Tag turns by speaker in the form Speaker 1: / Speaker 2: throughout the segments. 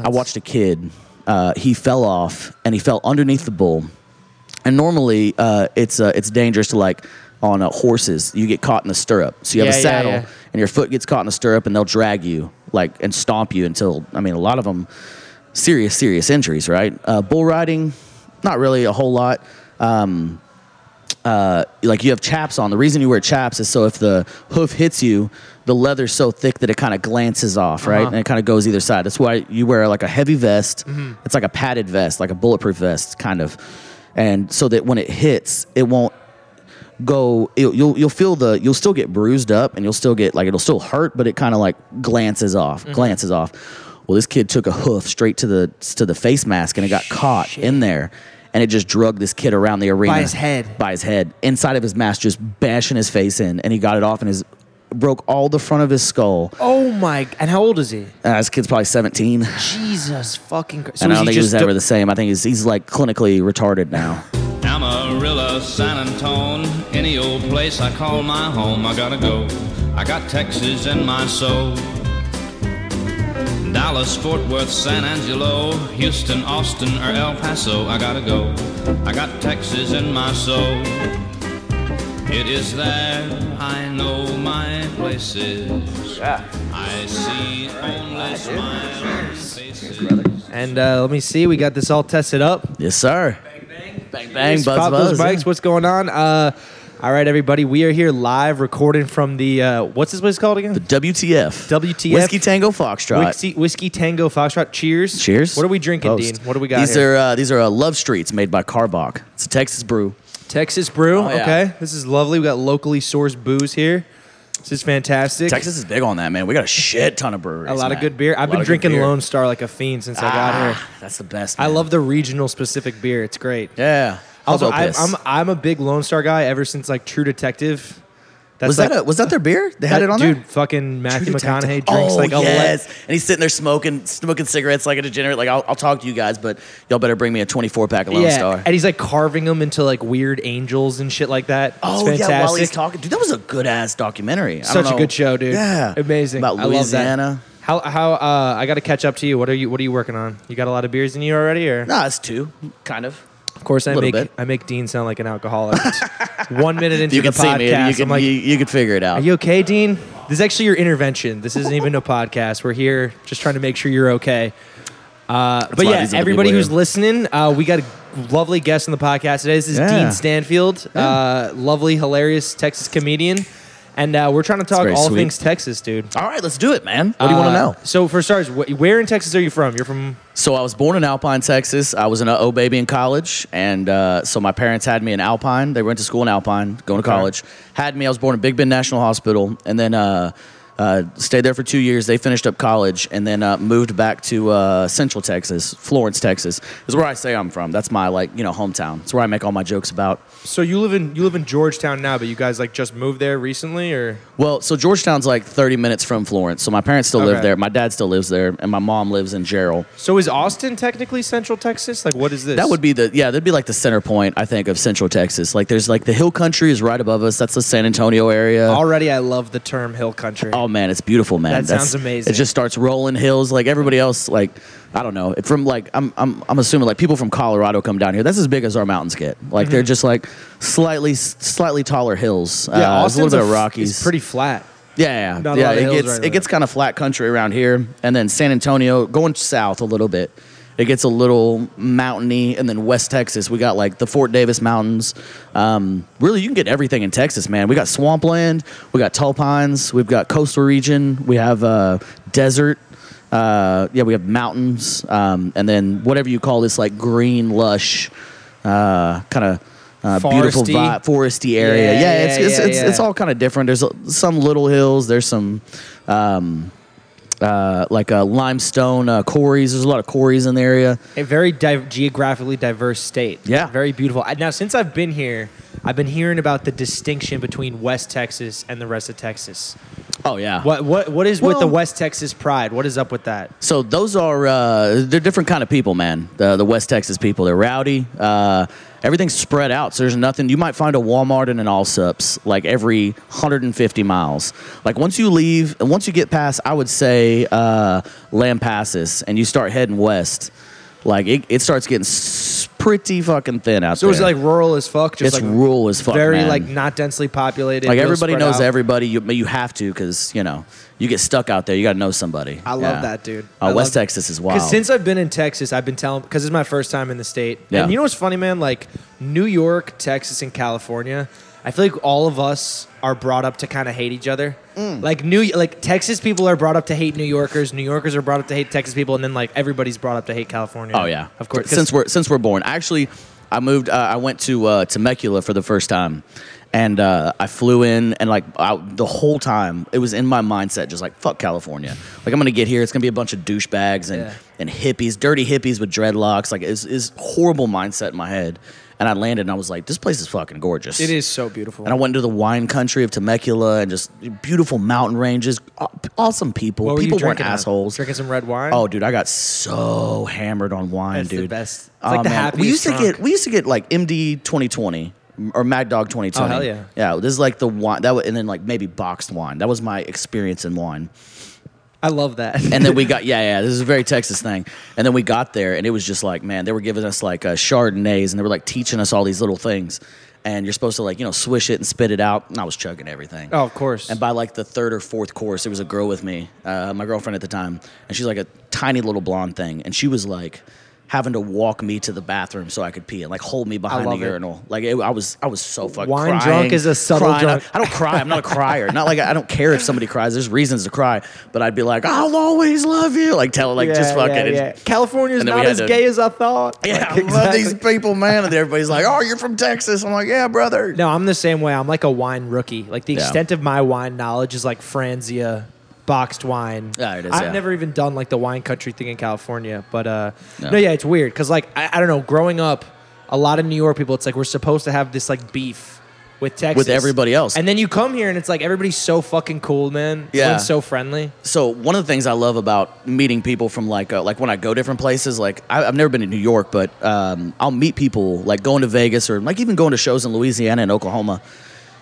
Speaker 1: I watched a kid. Uh, he fell off and he fell underneath the bull. And normally, uh, it's uh, it's dangerous to like on uh, horses. You get caught in the stirrup, so you have
Speaker 2: Yeah,
Speaker 1: a
Speaker 2: yeah,
Speaker 1: saddle,
Speaker 2: yeah.
Speaker 1: and your foot gets caught in the stirrup, and they'll drag you like and stomp you until I mean, a lot of them serious serious injuries, right? Uh, bull riding, not really a whole lot. Um, uh, like you have chaps on. The reason you wear chaps is so if the hoof hits you, the leather's so thick that it kind of glances off, right?
Speaker 2: Uh-huh.
Speaker 1: And it kind of goes either side. That's why you wear like a heavy vest. It's like a padded vest, like a bulletproof vest, kind of. And so that when it hits, it won't go. It, you'll you'll feel the. You'll still get bruised up, and you'll still get like it'll still hurt, but it kind of like glances off,
Speaker 2: Mm-hmm.
Speaker 1: glances off. Well, this kid took a hoof straight to the to the face mask, and it got caught in there, and it just drug this kid around the arena
Speaker 2: his head.
Speaker 1: by his head inside of his mask, just bashing his face in, and he got it off, and his broke all the front of his skull.
Speaker 2: Oh my! g- And how old is he?
Speaker 1: Uh, this kid's probably seventeen.
Speaker 2: Jesus fucking Christ!
Speaker 1: and I
Speaker 2: is
Speaker 1: don't think he was
Speaker 2: just
Speaker 1: ever
Speaker 2: do-
Speaker 1: the same. I think he's, he's like clinically retarded now.
Speaker 3: Amarillo, San Antone, any old place I call my home, I gotta go. I got Texas in my soul. Dallas, Fort Worth, San Angelo, Houston, Austin, or El Paso, I gotta go. I got Texas in my soul. It is there I know my places. I see only smiling faces.
Speaker 2: And uh, let me see. We got this all tested up.
Speaker 1: yes, sir. Bang bang,
Speaker 2: Just
Speaker 1: buzz
Speaker 2: pop
Speaker 1: buzz.
Speaker 2: those bikes. What's going on? Uh, all right, everybody. We are here live recording from the uh, what's this place called again?
Speaker 1: WTF.
Speaker 2: WTF.
Speaker 1: Whiskey Tango Foxtrot.
Speaker 2: Whiskey, Whiskey Tango Foxtrot. Cheers.
Speaker 1: Cheers.
Speaker 2: What are we drinking,
Speaker 1: Toast.
Speaker 2: Dean? What do we got
Speaker 1: These
Speaker 2: here?
Speaker 1: are uh, these are uh, Love Streets made by Carbach. It's a Texas brew.
Speaker 2: Texas brew.
Speaker 1: Oh, yeah.
Speaker 2: Okay, this is lovely. We got locally sourced booze here. This is fantastic.
Speaker 1: Texas is big on that, man. We got a shit ton of breweries.
Speaker 2: A lot of
Speaker 1: man.
Speaker 2: good beer.
Speaker 1: A
Speaker 2: I've
Speaker 1: lot
Speaker 2: been
Speaker 1: of good
Speaker 2: drinking
Speaker 1: beer.
Speaker 2: Lone Star like a fiend since I got here.
Speaker 1: Ah, that's the best.
Speaker 2: I
Speaker 1: man.
Speaker 2: love the regional specific beer. It's great.
Speaker 1: Yeah.
Speaker 2: Also,
Speaker 1: Hobo
Speaker 2: I,
Speaker 1: piss.
Speaker 2: I'm I'm a big Lone Star guy ever since like True Detective. That's
Speaker 1: was
Speaker 2: like,
Speaker 1: that a, was that their beer? They had
Speaker 2: that
Speaker 1: it on
Speaker 2: dude,
Speaker 1: there.
Speaker 2: fucking Matthew
Speaker 1: True
Speaker 2: McConaughey
Speaker 1: Detective.
Speaker 2: drinks
Speaker 1: oh,
Speaker 2: like a
Speaker 1: yes, and he's sitting there smoking smoking cigarettes like a degenerate. Like I'll, I'll talk to you guys, but y'all better bring me a twenty four pack of
Speaker 2: le-
Speaker 1: Lone
Speaker 2: yeah,
Speaker 1: Star.
Speaker 2: and he's like carving them into like weird angels and shit like that. It's
Speaker 1: Oh
Speaker 2: fantastic.
Speaker 1: yeah, while he's talking, dude, that was a good ass documentary. I don't
Speaker 2: Such a
Speaker 1: know.
Speaker 2: good show, dude.
Speaker 1: Yeah,
Speaker 2: amazing.
Speaker 1: about
Speaker 2: I love that.
Speaker 1: Louisiana.
Speaker 2: How how uh, I got to catch up to you. What are you What are you working on? You got a lot of beers in you already, or
Speaker 1: Nah, it's two, kind of.
Speaker 2: of course I
Speaker 1: little
Speaker 2: make
Speaker 1: bit.
Speaker 2: I make Dean sound like an alcoholic. One minute into
Speaker 1: You
Speaker 2: the
Speaker 1: can see
Speaker 2: podcast,
Speaker 1: me. You
Speaker 2: I'm
Speaker 1: can
Speaker 2: like,
Speaker 1: you, you can figure it
Speaker 2: "Are
Speaker 1: out.
Speaker 2: you okay, Dean?" This is actually your intervention. This isn't even a podcast. We're here just trying to make sure you're okay. Uh, but
Speaker 1: why
Speaker 2: yeah,
Speaker 1: these other
Speaker 2: everybody
Speaker 1: people
Speaker 2: who's
Speaker 1: are-
Speaker 2: listening, uh, we got a lovely guest on the podcast today. This is
Speaker 1: Yeah.
Speaker 2: Dean Stanfield, uh, lovely, hilarious Texas comedian, and uh, we're trying to talk
Speaker 1: very
Speaker 2: all
Speaker 1: sweet.
Speaker 2: things Texas, dude.
Speaker 1: All right, let's do it, man. What do you want to
Speaker 2: Uh,
Speaker 1: know?
Speaker 2: So for starters, wh- where in Texas are you from? You're from
Speaker 1: So I was born in Alpine, Texas. I was an uh-oh baby in college, and uh, so my parents had me in Alpine. They went to school in Alpine, going to college. Had me. I was born in Big Bend National Hospital, and then uh, uh, stayed there for two years. They finished up college, and then uh, moved back to uh, Central Texas, Florence, Texas. Is where I say I'm from. That's my like you know hometown. It's where I make all my jokes about.
Speaker 2: so you live in you live in Georgetown now, but you guys like just moved there recently, or
Speaker 1: Well, so Georgetown's like 30 minutes from Florence. So my parents still live
Speaker 2: Okay.
Speaker 1: there. My dad still lives there, and my mom lives in Gerald.
Speaker 2: so is Austin technically Central Texas? Like what is this?
Speaker 1: That would be the yeah, that'd be like the center point, I think, of Central Texas. Like there's like the hill country is right above us. That's the San Antonio area.
Speaker 2: already. I love the term hill country.
Speaker 1: Oh man, it's beautiful, man.
Speaker 2: That
Speaker 1: That's-
Speaker 2: sounds amazing.
Speaker 1: It just starts rolling hills like everybody else. Like I don't know, It- from like I'm I'm I'm assuming like people from Colorado come down here. That's as big as our mountains get. Like they're
Speaker 2: Mm-hmm.
Speaker 1: just like slightly slightly taller hills.
Speaker 2: yeah,
Speaker 1: uh, there's a
Speaker 2: Austin's
Speaker 1: little bit of
Speaker 2: f-
Speaker 1: Rockies.
Speaker 2: It's pretty flat.
Speaker 1: Yeah, yeah,
Speaker 2: Not a
Speaker 1: yeah.
Speaker 2: lot of
Speaker 1: It
Speaker 2: hills
Speaker 1: gets
Speaker 2: right
Speaker 1: it
Speaker 2: there.
Speaker 1: gets kind of flat country around here, and then San Antonio going south a little bit. It gets a little mountainy, and then West Texas, we got like the Fort Davis Mountains. Um, really, you can get everything in Texas, man. We got swampland, we got tall pines, we've got coastal region, we have uh, desert. Uh, yeah, we have mountains, um, and then whatever you call this, like green, lush, uh, kind of uh, beautiful
Speaker 2: Foresty.
Speaker 1: vibe, foresty area. Yeah,
Speaker 2: Yeah,
Speaker 1: it's,
Speaker 2: yeah,
Speaker 1: it's,
Speaker 2: yeah,
Speaker 1: it's,
Speaker 2: yeah.
Speaker 1: it's all kind of different. There's uh, some little hills. There's some um, uh, like uh, limestone uh, quarries. There's a lot of quarries in the area.
Speaker 2: A very di- geographically diverse state.
Speaker 1: Yeah.
Speaker 2: very beautiful. I- Now, since I've been here, I've been hearing about the distinction between West Texas and the rest of Texas.
Speaker 1: Oh yeah.
Speaker 2: What what what is with
Speaker 1: Well-
Speaker 2: the West Texas pride? What is up with that?
Speaker 1: So those are uh, they're different kind of people, man. The the West Texas people, they're rowdy. Uh, everything's spread out, so there's nothing. You might find a Walmart and an Allsups like every 150 miles. Like once you leave, once you get past, I would say uh, Land Passes, and you start heading west, like it, it starts getting s- pretty fucking thin out
Speaker 2: So
Speaker 1: there.
Speaker 2: it's like rural as fuck. Just
Speaker 1: It's
Speaker 2: like
Speaker 1: rural as fuck,
Speaker 2: Very
Speaker 1: man.
Speaker 2: like not densely populated.
Speaker 1: like
Speaker 2: real
Speaker 1: everybody
Speaker 2: spread
Speaker 1: knows
Speaker 2: out.
Speaker 1: everybody. You you have to because you know you get stuck out there. You got to know somebody.
Speaker 2: I love that, dude. I
Speaker 1: Uh,
Speaker 2: love
Speaker 1: West
Speaker 2: that.
Speaker 1: Texas is wild.
Speaker 2: Because since I've been in Texas, I've been telling because it's my first time in the state.
Speaker 1: Yeah.
Speaker 2: And you know what's funny, man? Like New York, Texas, and California. I feel like all of us are brought up to kind of hate each other.
Speaker 1: Mm.
Speaker 2: Like New, like Texas people are brought up to hate New Yorkers. New Yorkers are brought up to hate Texas people, and then like everybody's brought up to hate California.
Speaker 1: Oh yeah,
Speaker 2: of course. 'cause-
Speaker 1: Since we're since we're born, actually, I moved. Uh, I went to uh, Temecula for the first time, and uh, I flew in, and like I, the whole time, it was in my mindset, just like fuck California. Like I'm gonna get here, it's gonna be a bunch of douchebags and
Speaker 2: Yeah.
Speaker 1: and hippies, dirty hippies with dreadlocks. Like is is horrible mindset in my head. And I landed, and I was like, this place is fucking gorgeous.
Speaker 2: it is so beautiful.
Speaker 1: And I went into the wine country of Temecula and just beautiful mountain ranges, aw- awesome people.
Speaker 2: What were you
Speaker 1: people weren't
Speaker 2: drinking on?
Speaker 1: assholes.
Speaker 2: Drinking some red wine.
Speaker 1: Oh, dude, I got so hammered on wine,
Speaker 2: That's the
Speaker 1: dude.
Speaker 2: best. It's
Speaker 1: Oh,
Speaker 2: like the
Speaker 1: man.
Speaker 2: happiest
Speaker 1: We used to
Speaker 2: drunk.
Speaker 1: get we used to get like MD twenty twenty or Mad Dog twenty twenty.
Speaker 2: Oh, hell yeah.
Speaker 1: Yeah, this is like the wine that was, and then like maybe boxed wine. That was my experience in wine.
Speaker 2: I love that.
Speaker 1: And then we got yeah yeah this is a very Texas thing. And then we got there and it was just like man they were giving us like uh, Chardonnays and they were like teaching us all these little things. And you're supposed to like you know swish it and spit it out. And I was chugging everything.
Speaker 2: oh, of course.
Speaker 1: And by like the third or fourth course, there was a girl with me, uh, my girlfriend at the time, and she's like a tiny little blonde thing, and she was like having to walk me to the bathroom so I could pee and like hold me behind the
Speaker 2: love it.
Speaker 1: urinal. Like it, I was, I was so fucking
Speaker 2: Wine drunk
Speaker 1: crying,
Speaker 2: is a subtle
Speaker 1: crying.
Speaker 2: drunk.
Speaker 1: I, I don't cry. I'm not a crier. Not like I don't care if somebody cries. There's reasons to cry, but I'd be like, I'll always love you. Like tell her, like just fucking.
Speaker 2: California's
Speaker 1: and then we not had as to- gay
Speaker 2: as I thought.
Speaker 1: Yeah, I love these people, man. And everybody's like, "Oh, you're from Texas." I'm like, "Yeah, brother."
Speaker 2: No, I'm the same way. I'm like a wine rookie. Like the
Speaker 1: Yeah.
Speaker 2: extent of my wine knowledge is like Franzia boxed wine.
Speaker 1: Yeah, it is,
Speaker 2: I've
Speaker 1: yeah.
Speaker 2: never even done like the wine country thing in California, but uh,
Speaker 1: No.
Speaker 2: no, yeah, it's weird because like I, I don't know. Growing up, a lot of New York people, it's like we're supposed to have this like beef with Texas,
Speaker 1: everybody else.
Speaker 2: and then you come here and it's like everybody's so fucking cool, man.
Speaker 1: Yeah.
Speaker 2: Everyone's so friendly.
Speaker 1: so one of the things I love about meeting people from like uh, like when I go different places, like I, I've never been to New York, but um, I'll meet people like going to Vegas or like even going to shows in Louisiana and Oklahoma.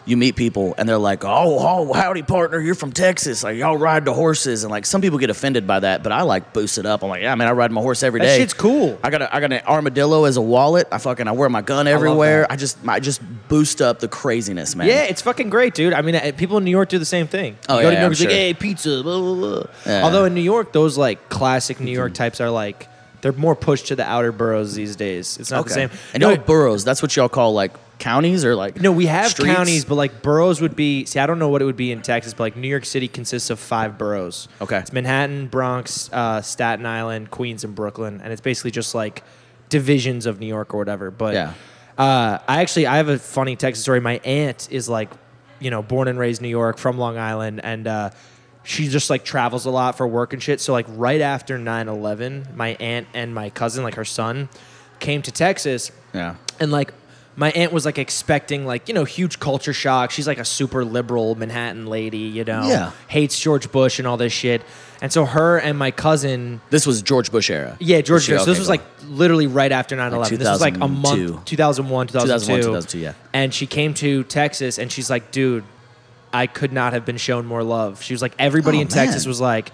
Speaker 1: You meet people and they're like, "Oh, oh, howdy, partner! You're from Texas. Like y'all ride the horses." And like some people get offended by that, but I like boost it up. I'm like, "Yeah, man, I ride my horse every day.
Speaker 2: That shit's cool.
Speaker 1: I got a, I got an armadillo as a wallet. I fucking I wear my gun everywhere. I, just I just boost up the craziness, man.
Speaker 2: Yeah, it's fucking great, dude. I mean, uh, people in New York do the same thing.
Speaker 1: Oh,
Speaker 2: you go
Speaker 1: yeah,
Speaker 2: to New York,
Speaker 1: I'm
Speaker 2: it's like,
Speaker 1: sure.
Speaker 2: hey, pizza, blah, blah, blah.
Speaker 1: Yeah. Mm.
Speaker 2: Although in New York, those like classic New York types are like, they're more pushed to the outer boroughs these days. It's not the same.
Speaker 1: And
Speaker 2: no,
Speaker 1: no boroughs. That's what y'all call like counties or like
Speaker 2: no, we have
Speaker 1: streets?
Speaker 2: counties, but like boroughs would be, see, I don't know what it would be in Texas, but like New York City consists of five boroughs.
Speaker 1: Okay.
Speaker 2: It's Manhattan, Bronx, uh, Staten Island, Queens, and Brooklyn. And it's basically just like divisions of New York or whatever. But
Speaker 1: Yeah.
Speaker 2: uh, I actually I have a funny Texas story. My aunt is like, you know, born and raised New York from Long Island, and uh, she just like travels a lot for work and shit. So like right after 9-11, my aunt and my cousin, like her son, came to Texas.
Speaker 1: Yeah.
Speaker 2: And like my aunt was like expecting like, you know, huge culture shock. She's like a super liberal Manhattan lady, you know.
Speaker 1: Yeah.
Speaker 2: Hates George Bush and all this shit. And so her and my cousin
Speaker 1: This was George Bush era.
Speaker 2: yeah, George
Speaker 1: Shit,
Speaker 2: Bush.
Speaker 1: okay,
Speaker 2: this was
Speaker 1: go.
Speaker 2: like literally right after 9 11. This was like a month, 2001, 2002.
Speaker 1: 2001, 2002, yeah.
Speaker 2: And she came to Texas and she's like, dude, I could not have been shown more love. She was like, everybody
Speaker 1: Oh,
Speaker 2: in
Speaker 1: man.
Speaker 2: Texas was like,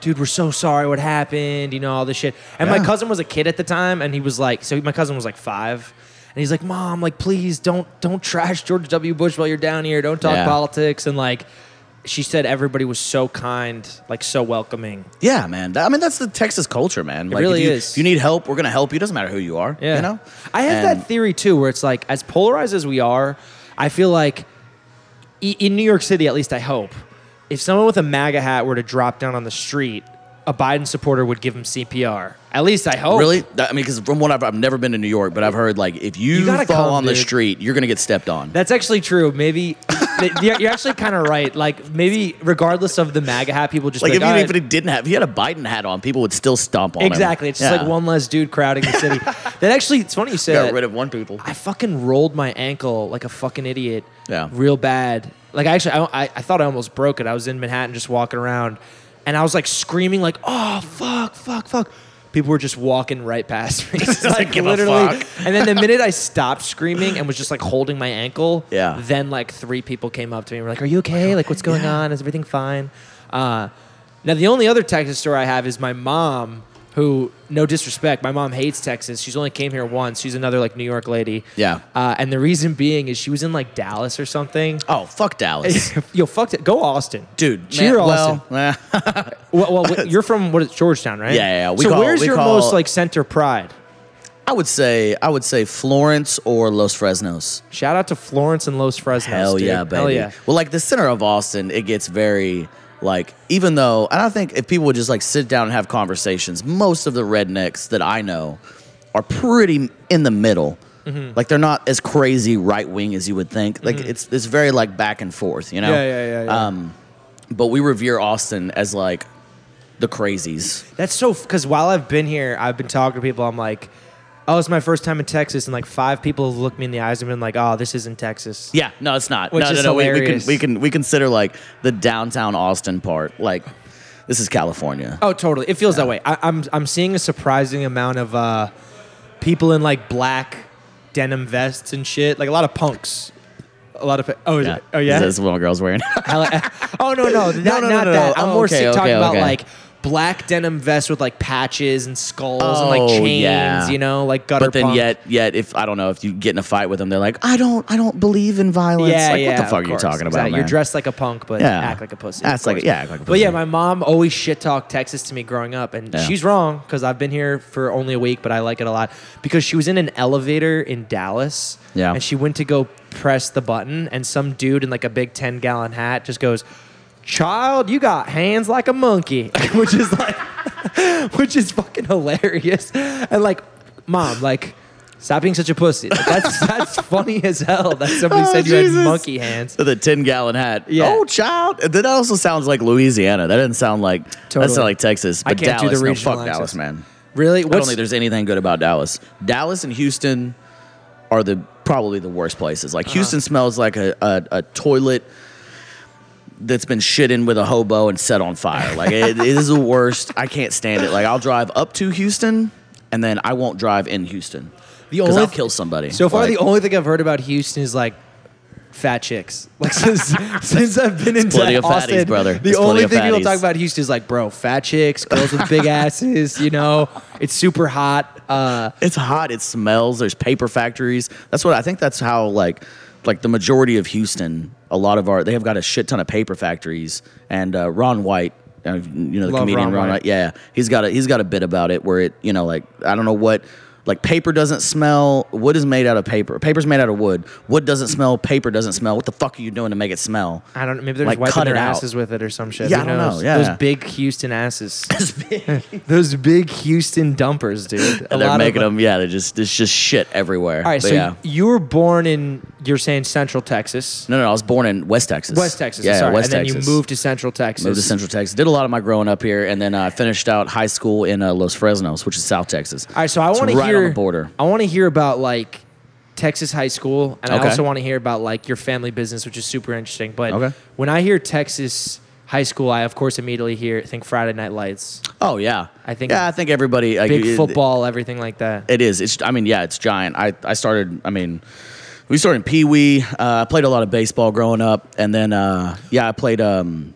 Speaker 2: dude, we're so sorry what happened, you know, all this shit. And my
Speaker 1: Yeah.
Speaker 2: cousin was a kid at the time and he was like, so my cousin was like five. And he's like, Mom, like, please don't don't trash George W. Bush while you're down here. Don't talk
Speaker 1: Yeah.
Speaker 2: politics. And like, she said everybody was so kind, like so welcoming.
Speaker 1: yeah, man. That- I mean, that's the Texas culture, man. like, if
Speaker 2: really
Speaker 1: you,
Speaker 2: is.
Speaker 1: If you need help, we're gonna help you. Doesn't matter who you are.
Speaker 2: Yeah.
Speaker 1: You know.
Speaker 2: I have
Speaker 1: And-
Speaker 2: that theory too, where it's like, as polarized as we are, I feel like i- in New York City, at least I hope, if someone with a MAGA hat were to drop down on the street, a Biden supporter would give him CPR. At least I hope.
Speaker 1: Really? That- I mean, because from what I've, I've never been to New York, but I've heard like if you,
Speaker 2: You gotta
Speaker 1: fall
Speaker 2: come,
Speaker 1: on the
Speaker 2: dude.
Speaker 1: street, you're gonna get stepped on.
Speaker 2: That's actually true. Maybe th- you're you're actually kind of right. Like maybe regardless of the MAGA hat, people just
Speaker 1: like
Speaker 2: be
Speaker 1: if you
Speaker 2: like, "All right."
Speaker 1: even didn't have, if you had a Biden hat on, people would still stomp on him.
Speaker 2: exactly. It's just
Speaker 1: Yeah.
Speaker 2: like one less dude crowding the city. that actually, it's funny you say
Speaker 1: Got
Speaker 2: that.
Speaker 1: rid of one people.
Speaker 2: I fucking rolled my ankle like a fucking idiot.
Speaker 1: Yeah.
Speaker 2: Real bad. Like I actually, I, I I thought I almost broke it. I was in Manhattan just walking around, and I was like screaming, like, "Oh fuck, fuck, fuck!" People were just walking right past me, like
Speaker 1: give a
Speaker 2: literally.
Speaker 1: fuck.
Speaker 2: And then the minute I stopped screaming and was just like holding my ankle,
Speaker 1: Yeah.
Speaker 2: Then like three people came up to me and were like, "Are you okay? Like, what's going on? Is everything fine?" Uh, now the only other Texas story I have is my mom. Who, no disrespect, my mom hates Texas. She's only came here once. She's another like New York lady.
Speaker 1: Yeah.
Speaker 2: Uh, and the reason being is she was in like Dallas or something.
Speaker 1: Oh, fuck Dallas.
Speaker 2: Yo, fuck it. Go Austin,
Speaker 1: Dude,
Speaker 2: Cheer
Speaker 1: man,
Speaker 2: Austin.
Speaker 1: Well,
Speaker 2: Well, well, wait, you're from what is Georgetown, right?
Speaker 1: Yeah, yeah, yeah. We
Speaker 2: so
Speaker 1: call-
Speaker 2: where's
Speaker 1: we
Speaker 2: your
Speaker 1: call-
Speaker 2: most like center pride?
Speaker 1: I would say I would say Florence or Los Fresnos.
Speaker 2: Shout out to Florence and Los Fresnos.
Speaker 1: Hell
Speaker 2: dude.
Speaker 1: yeah, baby.
Speaker 2: Hell yeah.
Speaker 1: Well, like the center of Austin, it gets very like even though and I think if people would just like sit down and have conversations, most of the rednecks that I know are pretty in the middle.
Speaker 2: Mm-hmm.
Speaker 1: Like they're not as crazy right wing as you would think. Like it's it's very like back and forth, you know.
Speaker 2: Yeah, yeah, yeah, yeah.
Speaker 1: Um, but we revere Austin as like the crazies.
Speaker 2: That's so because while I've been here, I've been talking to people. I'm like, oh, it's my first time in Texas, and like five people have looked me in the eyes and been like, oh, this isn't Texas.
Speaker 1: Yeah, no, it's not.
Speaker 2: Which
Speaker 1: no, no,
Speaker 2: is
Speaker 1: no. We, we can
Speaker 2: hilarious.
Speaker 1: we can we consider like the downtown Austin part. Like this is California.
Speaker 2: Oh, totally. It feels that way. I, I'm I'm seeing a surprising amount of uh, people in like black denim vests and shit. Like a lot of punks. A lot of oh is it- oh yeah.
Speaker 1: That's what my girl's wearing.
Speaker 2: I like- oh no no not,
Speaker 1: No, no, no,
Speaker 2: not
Speaker 1: no,
Speaker 2: that.
Speaker 1: no.
Speaker 2: I'm
Speaker 1: Oh,
Speaker 2: more
Speaker 1: okay,
Speaker 2: sick talking
Speaker 1: okay,
Speaker 2: about
Speaker 1: okay.
Speaker 2: like black denim vests with like patches and skulls and
Speaker 1: Oh,
Speaker 2: like chains.
Speaker 1: yeah.
Speaker 2: You know, like gutter.
Speaker 1: but then
Speaker 2: punk.
Speaker 1: yet yet if I don't know if you get in a fight with them, they're like, I don't I don't believe in violence.
Speaker 2: Yeah,
Speaker 1: like
Speaker 2: yeah.
Speaker 1: what the fuck
Speaker 2: of
Speaker 1: are you
Speaker 2: course,
Speaker 1: talking about?
Speaker 2: exactly. You're
Speaker 1: man?
Speaker 2: dressed like a punk, but
Speaker 1: Yeah.
Speaker 2: act like a pussy.
Speaker 1: That's
Speaker 2: of
Speaker 1: like-
Speaker 2: course.
Speaker 1: yeah, act like a
Speaker 2: But yeah,
Speaker 1: pussy.
Speaker 2: my mom always shit talked Texas to me growing up, and
Speaker 1: Yeah.
Speaker 2: she's wrong because I've been here for only a week, but I like it a lot because she was in an elevator in Dallas.
Speaker 1: Yeah.
Speaker 2: and she went to go press the button, and some dude in like a big ten gallon hat just goes. Child, you got hands like a monkey, which is like, which is fucking hilarious. And like, mom, like, stop being such a pussy. Like, that's that's funny as hell that somebody
Speaker 1: Oh,
Speaker 2: said you
Speaker 1: Jesus.
Speaker 2: had monkey hands.
Speaker 1: with a ten gallon hat.
Speaker 2: Yeah.
Speaker 1: Oh child. That also sounds like Louisiana. That doesn't sound like that
Speaker 2: Totally.
Speaker 1: sounds like Texas.
Speaker 2: I
Speaker 1: But
Speaker 2: can't do
Speaker 1: Dallas,
Speaker 2: the
Speaker 1: no,
Speaker 2: regional
Speaker 1: fuck
Speaker 2: accents.
Speaker 1: Dallas, man.
Speaker 2: Really?
Speaker 1: I don't
Speaker 2: What's
Speaker 1: think there's anything good about Dallas. Dallas and Houston are the probably the worst places.
Speaker 2: Uh-huh.
Speaker 1: Like Houston smells like a, a, a toilet that's been shit in with a hobo and set on fire. Like it, it is the worst. I can't stand it. Like I'll drive up to Houston and then I won't drive in Houston.
Speaker 2: the
Speaker 1: Because I'll
Speaker 2: th-
Speaker 1: kill somebody.
Speaker 2: So far,
Speaker 1: Like,
Speaker 2: the only thing I've heard about Houston is like fat chicks. Like since, since I've been in
Speaker 1: plenty of fatties,
Speaker 2: Austin,
Speaker 1: brother.
Speaker 2: The
Speaker 1: There's plenty
Speaker 2: only
Speaker 1: of
Speaker 2: thing people
Speaker 1: fatties.
Speaker 2: talk about Houston is like, bro, fat chicks, girls with big asses. You know, it's super hot. Uh,
Speaker 1: it's hot. It smells. There's paper factories. That's what I think. That's how like like the majority of Houston. A lot of our they have got a shit ton of paper factories. And uh, Ron White, uh, you know the
Speaker 2: Love
Speaker 1: comedian
Speaker 2: Ron
Speaker 1: Ron,
Speaker 2: White.
Speaker 1: White. Yeah, he's got a he's got a bit about it where it you know like I don't know what. Like paper doesn't smell. Wood is made out of paper. Paper's made out of wood. Wood doesn't smell. Paper doesn't smell. What the fuck are you doing to make it smell?
Speaker 2: I don't. Maybe they're
Speaker 1: Like,
Speaker 2: just wiping
Speaker 1: cut
Speaker 2: their
Speaker 1: it out.
Speaker 2: asses with it or some shit.
Speaker 1: Yeah,
Speaker 2: Who
Speaker 1: I don't know.
Speaker 2: knows?
Speaker 1: Yeah.
Speaker 2: those big Houston asses. those big Houston dumpers, dude. A
Speaker 1: And
Speaker 2: lot
Speaker 1: they're
Speaker 2: of,
Speaker 1: making
Speaker 2: like-
Speaker 1: them. Yeah, they're just there's just shit everywhere.
Speaker 2: All right,
Speaker 1: But
Speaker 2: so
Speaker 1: yeah.
Speaker 2: you were born in you're saying Central Texas.
Speaker 1: No, no, I was born in West Texas.
Speaker 2: West Texas.
Speaker 1: Yeah,
Speaker 2: sorry.
Speaker 1: West
Speaker 2: and then
Speaker 1: Texas.
Speaker 2: you moved to Central Texas.
Speaker 1: Moved to Central Texas. Did a lot of my growing up here, and then I finished out high school in uh, Los Fresnos, which is South Texas.
Speaker 2: All right, so I
Speaker 1: It's
Speaker 2: want to
Speaker 1: right
Speaker 2: hear
Speaker 1: on the border.
Speaker 2: I want to hear about like Texas high school, and I
Speaker 1: Okay.
Speaker 2: also want to hear about like your family business, which is super interesting. But
Speaker 1: Okay.
Speaker 2: when I hear Texas high school, I of course immediately hear think Friday Night Lights,
Speaker 1: Oh yeah,
Speaker 2: I think-
Speaker 1: Yeah, I think everybody like,
Speaker 2: big
Speaker 1: it-
Speaker 2: football, everything like that.
Speaker 1: It is. It's. I mean, yeah, it's giant. I I started. I mean. We started in Pee Wee. Uh, I played a lot of baseball growing up, and then uh, yeah, I played um,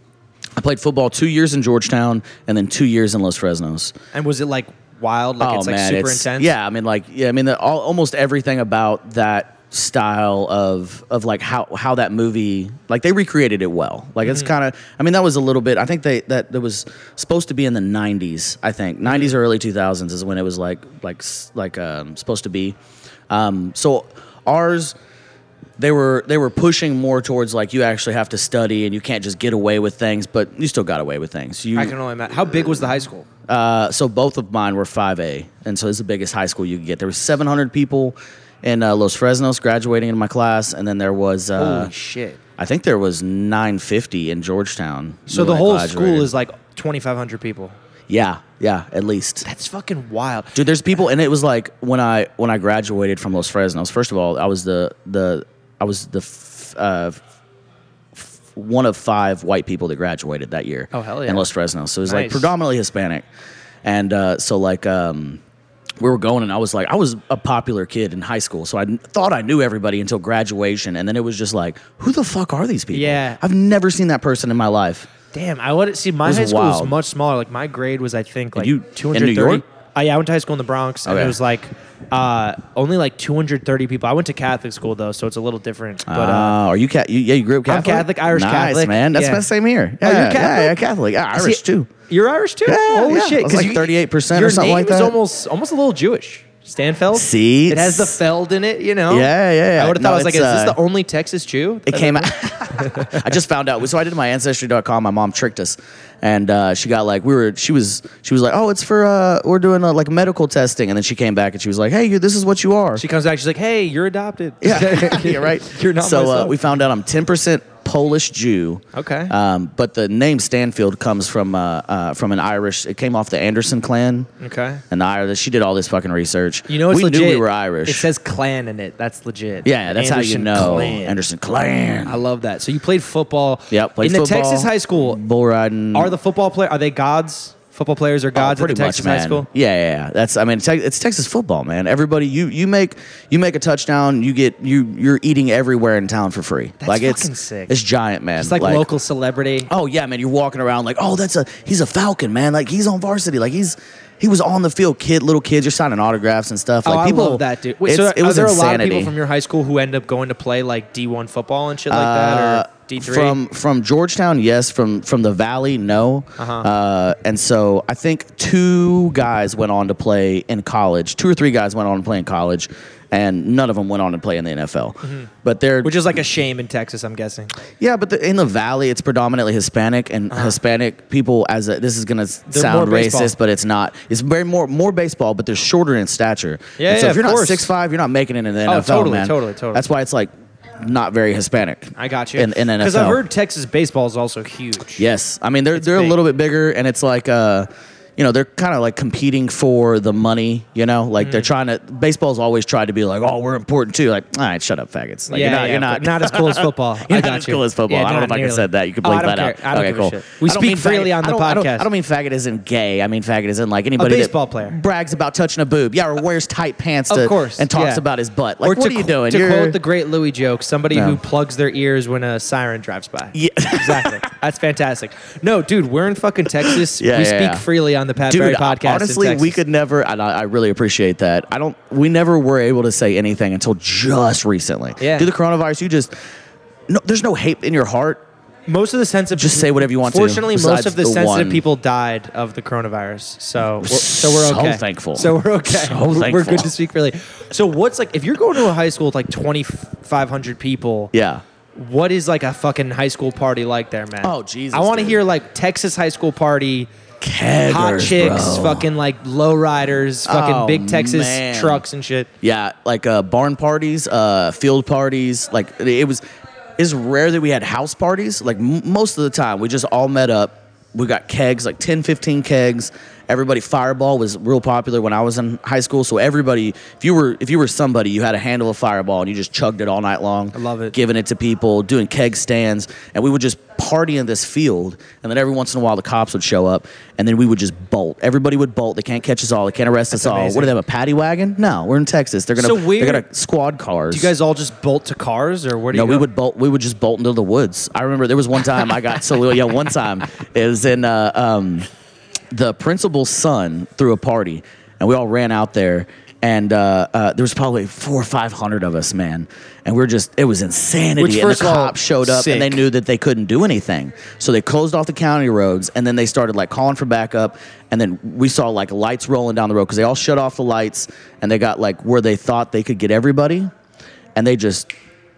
Speaker 1: I played football two years in Georgetown, and then two years in Los Fresnos.
Speaker 2: And was it like wild? Like it's like super
Speaker 1: Oh, it's-
Speaker 2: intense.
Speaker 1: Yeah, I mean, like, yeah, I mean, the, all, almost everything about that style of of like how how that movie like they recreated it well. Like it's
Speaker 2: Mm-hmm.
Speaker 1: kind of, I mean, that was a little bit. I think they that that was supposed to be in the '90s. I think
Speaker 2: Mm-hmm.
Speaker 1: '90s or early 2000s is when it was like like s- like um, supposed to be. Um, so ours they were they were pushing more towards like you actually have to study and you can't just get away with things, but you still got away with things. You
Speaker 2: I can only imagine. How big was the high school?
Speaker 1: uh, so both of mine were 5A, and so it's the biggest high school you could get. There was 700 people in uh, Los Fresnos graduating in my class, and then there was uh,
Speaker 2: Holy shit!
Speaker 1: I think there was 950 in Georgetown.
Speaker 2: So
Speaker 1: when
Speaker 2: the
Speaker 1: I
Speaker 2: whole
Speaker 1: graduated.
Speaker 2: school is like 2,500 people.
Speaker 1: yeah, yeah, at least.
Speaker 2: That's fucking wild.
Speaker 1: Dude, there's people, and it was like when I when I graduated from Los Fresnos. First of all, I was the the I was the f- uh, f- one of five white people that graduated that year.
Speaker 2: Oh, hell yeah.
Speaker 1: In Los Fresno, so it was like
Speaker 2: Nice.
Speaker 1: predominantly Hispanic, and uh, so like um, we were going, and I was like, I was a popular kid in high school, so I n- thought I knew everybody until graduation, and then it was just like, who the fuck are these people?
Speaker 2: Yeah.
Speaker 1: I've never seen that person in my life.
Speaker 2: Damn, I would see my
Speaker 1: was
Speaker 2: high school was
Speaker 1: wild.
Speaker 2: much smaller. Like my grade was, I think, like
Speaker 1: you- in New
Speaker 2: 230.
Speaker 1: York?
Speaker 2: Uh, yeah, I went to high school in the Bronx, and
Speaker 1: Okay.
Speaker 2: it was like uh, only like 230 people. I went to Catholic school though, so it's a little different. But uh,
Speaker 1: Ah, are you cat? You, yeah, you grew up
Speaker 2: I'm
Speaker 1: Catholic.
Speaker 2: Catholic, Irish
Speaker 1: nice,
Speaker 2: Catholic.
Speaker 1: man. That's
Speaker 2: Yeah.
Speaker 1: my same here. Yeah,
Speaker 2: you're
Speaker 1: Yeah,
Speaker 2: Catholic?
Speaker 1: yeah, Catholic. Yeah, Irish
Speaker 2: see-
Speaker 1: too.
Speaker 2: You're Irish too?
Speaker 1: Yeah,
Speaker 2: Holy
Speaker 1: yeah.
Speaker 2: shit!
Speaker 1: I was
Speaker 2: 'cause
Speaker 1: like
Speaker 2: you-
Speaker 1: 38% or
Speaker 2: your
Speaker 1: something like
Speaker 2: name is
Speaker 1: that.
Speaker 2: almost almost a little Jewish. Stanfeld.
Speaker 1: See?
Speaker 2: it has the Feld in it. You know.
Speaker 1: Yeah, yeah, yeah.
Speaker 2: I would have thought
Speaker 1: No,
Speaker 2: I was like,
Speaker 1: it's,
Speaker 2: is this
Speaker 1: uh,
Speaker 2: the only Texas Jew?
Speaker 1: It came out. I just found out. So I did my ancestry.com. My mom tricked us, and uh, she got like we were. She was she was like, oh, it's for uh, we're doing uh, like medical testing, and then she came back and she was like, hey, you, this is what you are.
Speaker 2: She comes back. She's like, hey, you're adopted.
Speaker 1: yeah, yeah, right.
Speaker 2: You're not
Speaker 1: So uh,
Speaker 2: myself.
Speaker 1: we found out I'm 10 percent Polish Jew.
Speaker 2: Okay.
Speaker 1: Um, but the name Stanfield comes from uh, uh, from an Irish. It came off the Anderson clan.
Speaker 2: Okay.
Speaker 1: And the Irish. She did all this fucking research.
Speaker 2: You know, it's
Speaker 1: we
Speaker 2: legit.
Speaker 1: knew we were Irish.
Speaker 2: It says clan in it. That's legit.
Speaker 1: yeah, that's
Speaker 2: Anderson
Speaker 1: how you know
Speaker 2: Clan.
Speaker 1: Anderson clan.
Speaker 2: I love that. So you played football.
Speaker 1: Yep. played
Speaker 2: in the
Speaker 1: football,
Speaker 2: Texas high school,
Speaker 1: bull riding.
Speaker 2: are the football player? Are they gods? Football players are
Speaker 1: Oh,
Speaker 2: gods at
Speaker 1: pretty
Speaker 2: the Texas
Speaker 1: much,
Speaker 2: high
Speaker 1: man.
Speaker 2: school.
Speaker 1: Yeah, yeah, yeah. That's I mean, te- it's Texas football, man. Everybody, you you make you make a touchdown, you get you you're eating everywhere in town for free.
Speaker 2: That's
Speaker 1: like it's
Speaker 2: fucking sick.
Speaker 1: it's giant, man.
Speaker 2: It's like, local celebrity.
Speaker 1: Oh yeah, man. You're walking around like, oh, that's a he's a Falcon, man. Like he's on varsity. Like he's he was on the field, kid, little kids. You're signing autographs and stuff. Like
Speaker 2: oh,
Speaker 1: people
Speaker 2: I love that dude. Wait,
Speaker 1: it's-
Speaker 2: so
Speaker 1: it
Speaker 2: are
Speaker 1: was
Speaker 2: there a lot of
Speaker 1: insanity.
Speaker 2: people from your high school who end up going to play like D one football and shit like that,
Speaker 1: Uh,
Speaker 2: or D three?
Speaker 1: From from Georgetown, yes. From from the Valley, no.
Speaker 2: Uh-huh.
Speaker 1: Uh, and so I think two guys went on to play in college. Two or three guys went on to play in college, and none of them went on to play in the NFL. But they're
Speaker 2: Mm-hmm. which is like a shame in Texas, I'm guessing.
Speaker 1: yeah, but the, in the Valley, it's predominantly Hispanic and Hispanic people. As a, this is gonna s-
Speaker 2: Uh-huh. They're
Speaker 1: sound
Speaker 2: more baseball.
Speaker 1: racist, but it's not. It's very more more baseball, but they're shorter in stature.
Speaker 2: Yeah,
Speaker 1: And so
Speaker 2: yeah,
Speaker 1: if you're
Speaker 2: of
Speaker 1: not
Speaker 2: course. Oh,
Speaker 1: six five, you're not making it in the NFL.
Speaker 2: totally,
Speaker 1: man.
Speaker 2: totally, totally.
Speaker 1: That's why it's like not very Hispanic.
Speaker 2: I got you.
Speaker 1: In, in NFL,
Speaker 2: because I've heard Texas baseball is also huge.
Speaker 1: Yes, I mean they're
Speaker 2: It's
Speaker 1: they're a
Speaker 2: big.
Speaker 1: little bit bigger, and it's like uh, you know, they're kind of like competing for the money. You know, like they're
Speaker 2: Mm.
Speaker 1: trying to. Baseball's always tried to be like, oh, we're important too. Like, all right, shut up, faggots. Like,
Speaker 2: yeah, yeah,
Speaker 1: you're not,
Speaker 2: but
Speaker 1: you're not.
Speaker 2: not as cool as football.
Speaker 1: You're
Speaker 2: I
Speaker 1: not
Speaker 2: got
Speaker 1: as
Speaker 2: you.
Speaker 1: cool as football.
Speaker 2: Yeah,
Speaker 1: I don't know
Speaker 2: not
Speaker 1: if I can
Speaker 2: nearly.
Speaker 1: said that. You can
Speaker 2: Oh,
Speaker 1: bleep
Speaker 2: I don't
Speaker 1: that out.
Speaker 2: care. I don't
Speaker 1: okay,
Speaker 2: give a
Speaker 1: cool.
Speaker 2: shit. We
Speaker 1: I don't
Speaker 2: speak
Speaker 1: mean
Speaker 2: freely
Speaker 1: faggot-
Speaker 2: on the
Speaker 1: I don't- I don't-
Speaker 2: podcast.
Speaker 1: I don't mean faggot as in gay. I mean faggot as in like anybody
Speaker 2: baseball
Speaker 1: that
Speaker 2: player.
Speaker 1: brags about touching a boob. Yeah, or wears tight pants.
Speaker 2: Of
Speaker 1: to-
Speaker 2: course,
Speaker 1: and talks
Speaker 2: yeah.
Speaker 1: about his butt. Like,
Speaker 2: or
Speaker 1: what
Speaker 2: to,
Speaker 1: are you
Speaker 2: qu-
Speaker 1: doing?
Speaker 2: To
Speaker 1: You're-
Speaker 2: quote the great Louis joke, somebody
Speaker 1: No.
Speaker 2: who plugs their ears when a siren drives by.
Speaker 1: Yeah.
Speaker 2: exactly. That's fantastic. No, dude, we're in fucking Texas.
Speaker 1: Yeah,
Speaker 2: we
Speaker 1: yeah,
Speaker 2: speak
Speaker 1: yeah.
Speaker 2: freely on the Pat
Speaker 1: Dude,
Speaker 2: Barry
Speaker 1: I-
Speaker 2: podcast. in
Speaker 1: honestly, we
Speaker 2: Texas.
Speaker 1: could never, and I, I really appreciate that. I don't, we never were able to say anything until just recently.
Speaker 2: Yeah.
Speaker 1: Due to coronavirus, you just, no, there's no hate in your heart.
Speaker 2: most of the sensitive.
Speaker 1: Just say whatever you want to,
Speaker 2: Fortunately,
Speaker 1: besides
Speaker 2: most of the,
Speaker 1: the
Speaker 2: sensitive
Speaker 1: one.
Speaker 2: people died of the coronavirus, so we're, so we're
Speaker 1: So
Speaker 2: okay.
Speaker 1: thankful.
Speaker 2: So we're okay.
Speaker 1: So
Speaker 2: We're- we're,
Speaker 1: thankful.
Speaker 2: good to speak freely. So what's like if you're going to a high school with like 2,500 people?
Speaker 1: Yeah.
Speaker 2: What is like a fucking high school party like there, man?
Speaker 1: Oh, Jesus,
Speaker 2: I want to
Speaker 1: dude.
Speaker 2: hear like Texas high school party.
Speaker 1: Keggers,
Speaker 2: hot chicks,
Speaker 1: bro.
Speaker 2: fucking like lowriders, fucking
Speaker 1: Oh,
Speaker 2: big Texas
Speaker 1: man.
Speaker 2: trucks and shit.
Speaker 1: Yeah, like uh, barn parties, uh, field parties. Like it- it was, it's rare that we had house parties. Like m- most of the time, we just all met up. We got kegs, like 10, 15 kegs. Everybody, Fireball was real popular when I was in high school. So everybody, if you were if you were somebody, you had a handle of Fireball and you just chugged it all night long. I
Speaker 2: love it.
Speaker 1: Giving it to people, doing keg stands, and we would just party in this field. And then every once in a while, the cops would show up, and then we would just bolt. Everybody would bolt. They can't catch us all. They can't arrest us all.
Speaker 2: amazing.
Speaker 1: What do they have a paddy wagon? No, we're in Texas. They're gonna
Speaker 2: So
Speaker 1: they
Speaker 2: where-
Speaker 1: got a squad cars.
Speaker 2: Do you guys all just bolt to cars or where do
Speaker 1: no,
Speaker 2: you
Speaker 1: we
Speaker 2: go?
Speaker 1: would bolt. We would just bolt into the woods. I remember there was one time I got so yeah. One time it was in uh, um, the principal's son threw a party, and we all ran out there. And uh, uh, there was probably four or five hundred of us, man, and we are just it was insanity.
Speaker 2: Which,
Speaker 1: and the
Speaker 2: first of all,
Speaker 1: cops showed up, and they
Speaker 2: sick.
Speaker 1: knew that they couldn't do anything, so they closed off the county roads, and then they started like calling for backup. And then we saw like lights rolling down the road because they all shut off the lights, and they got like where they thought they could get everybody, and they just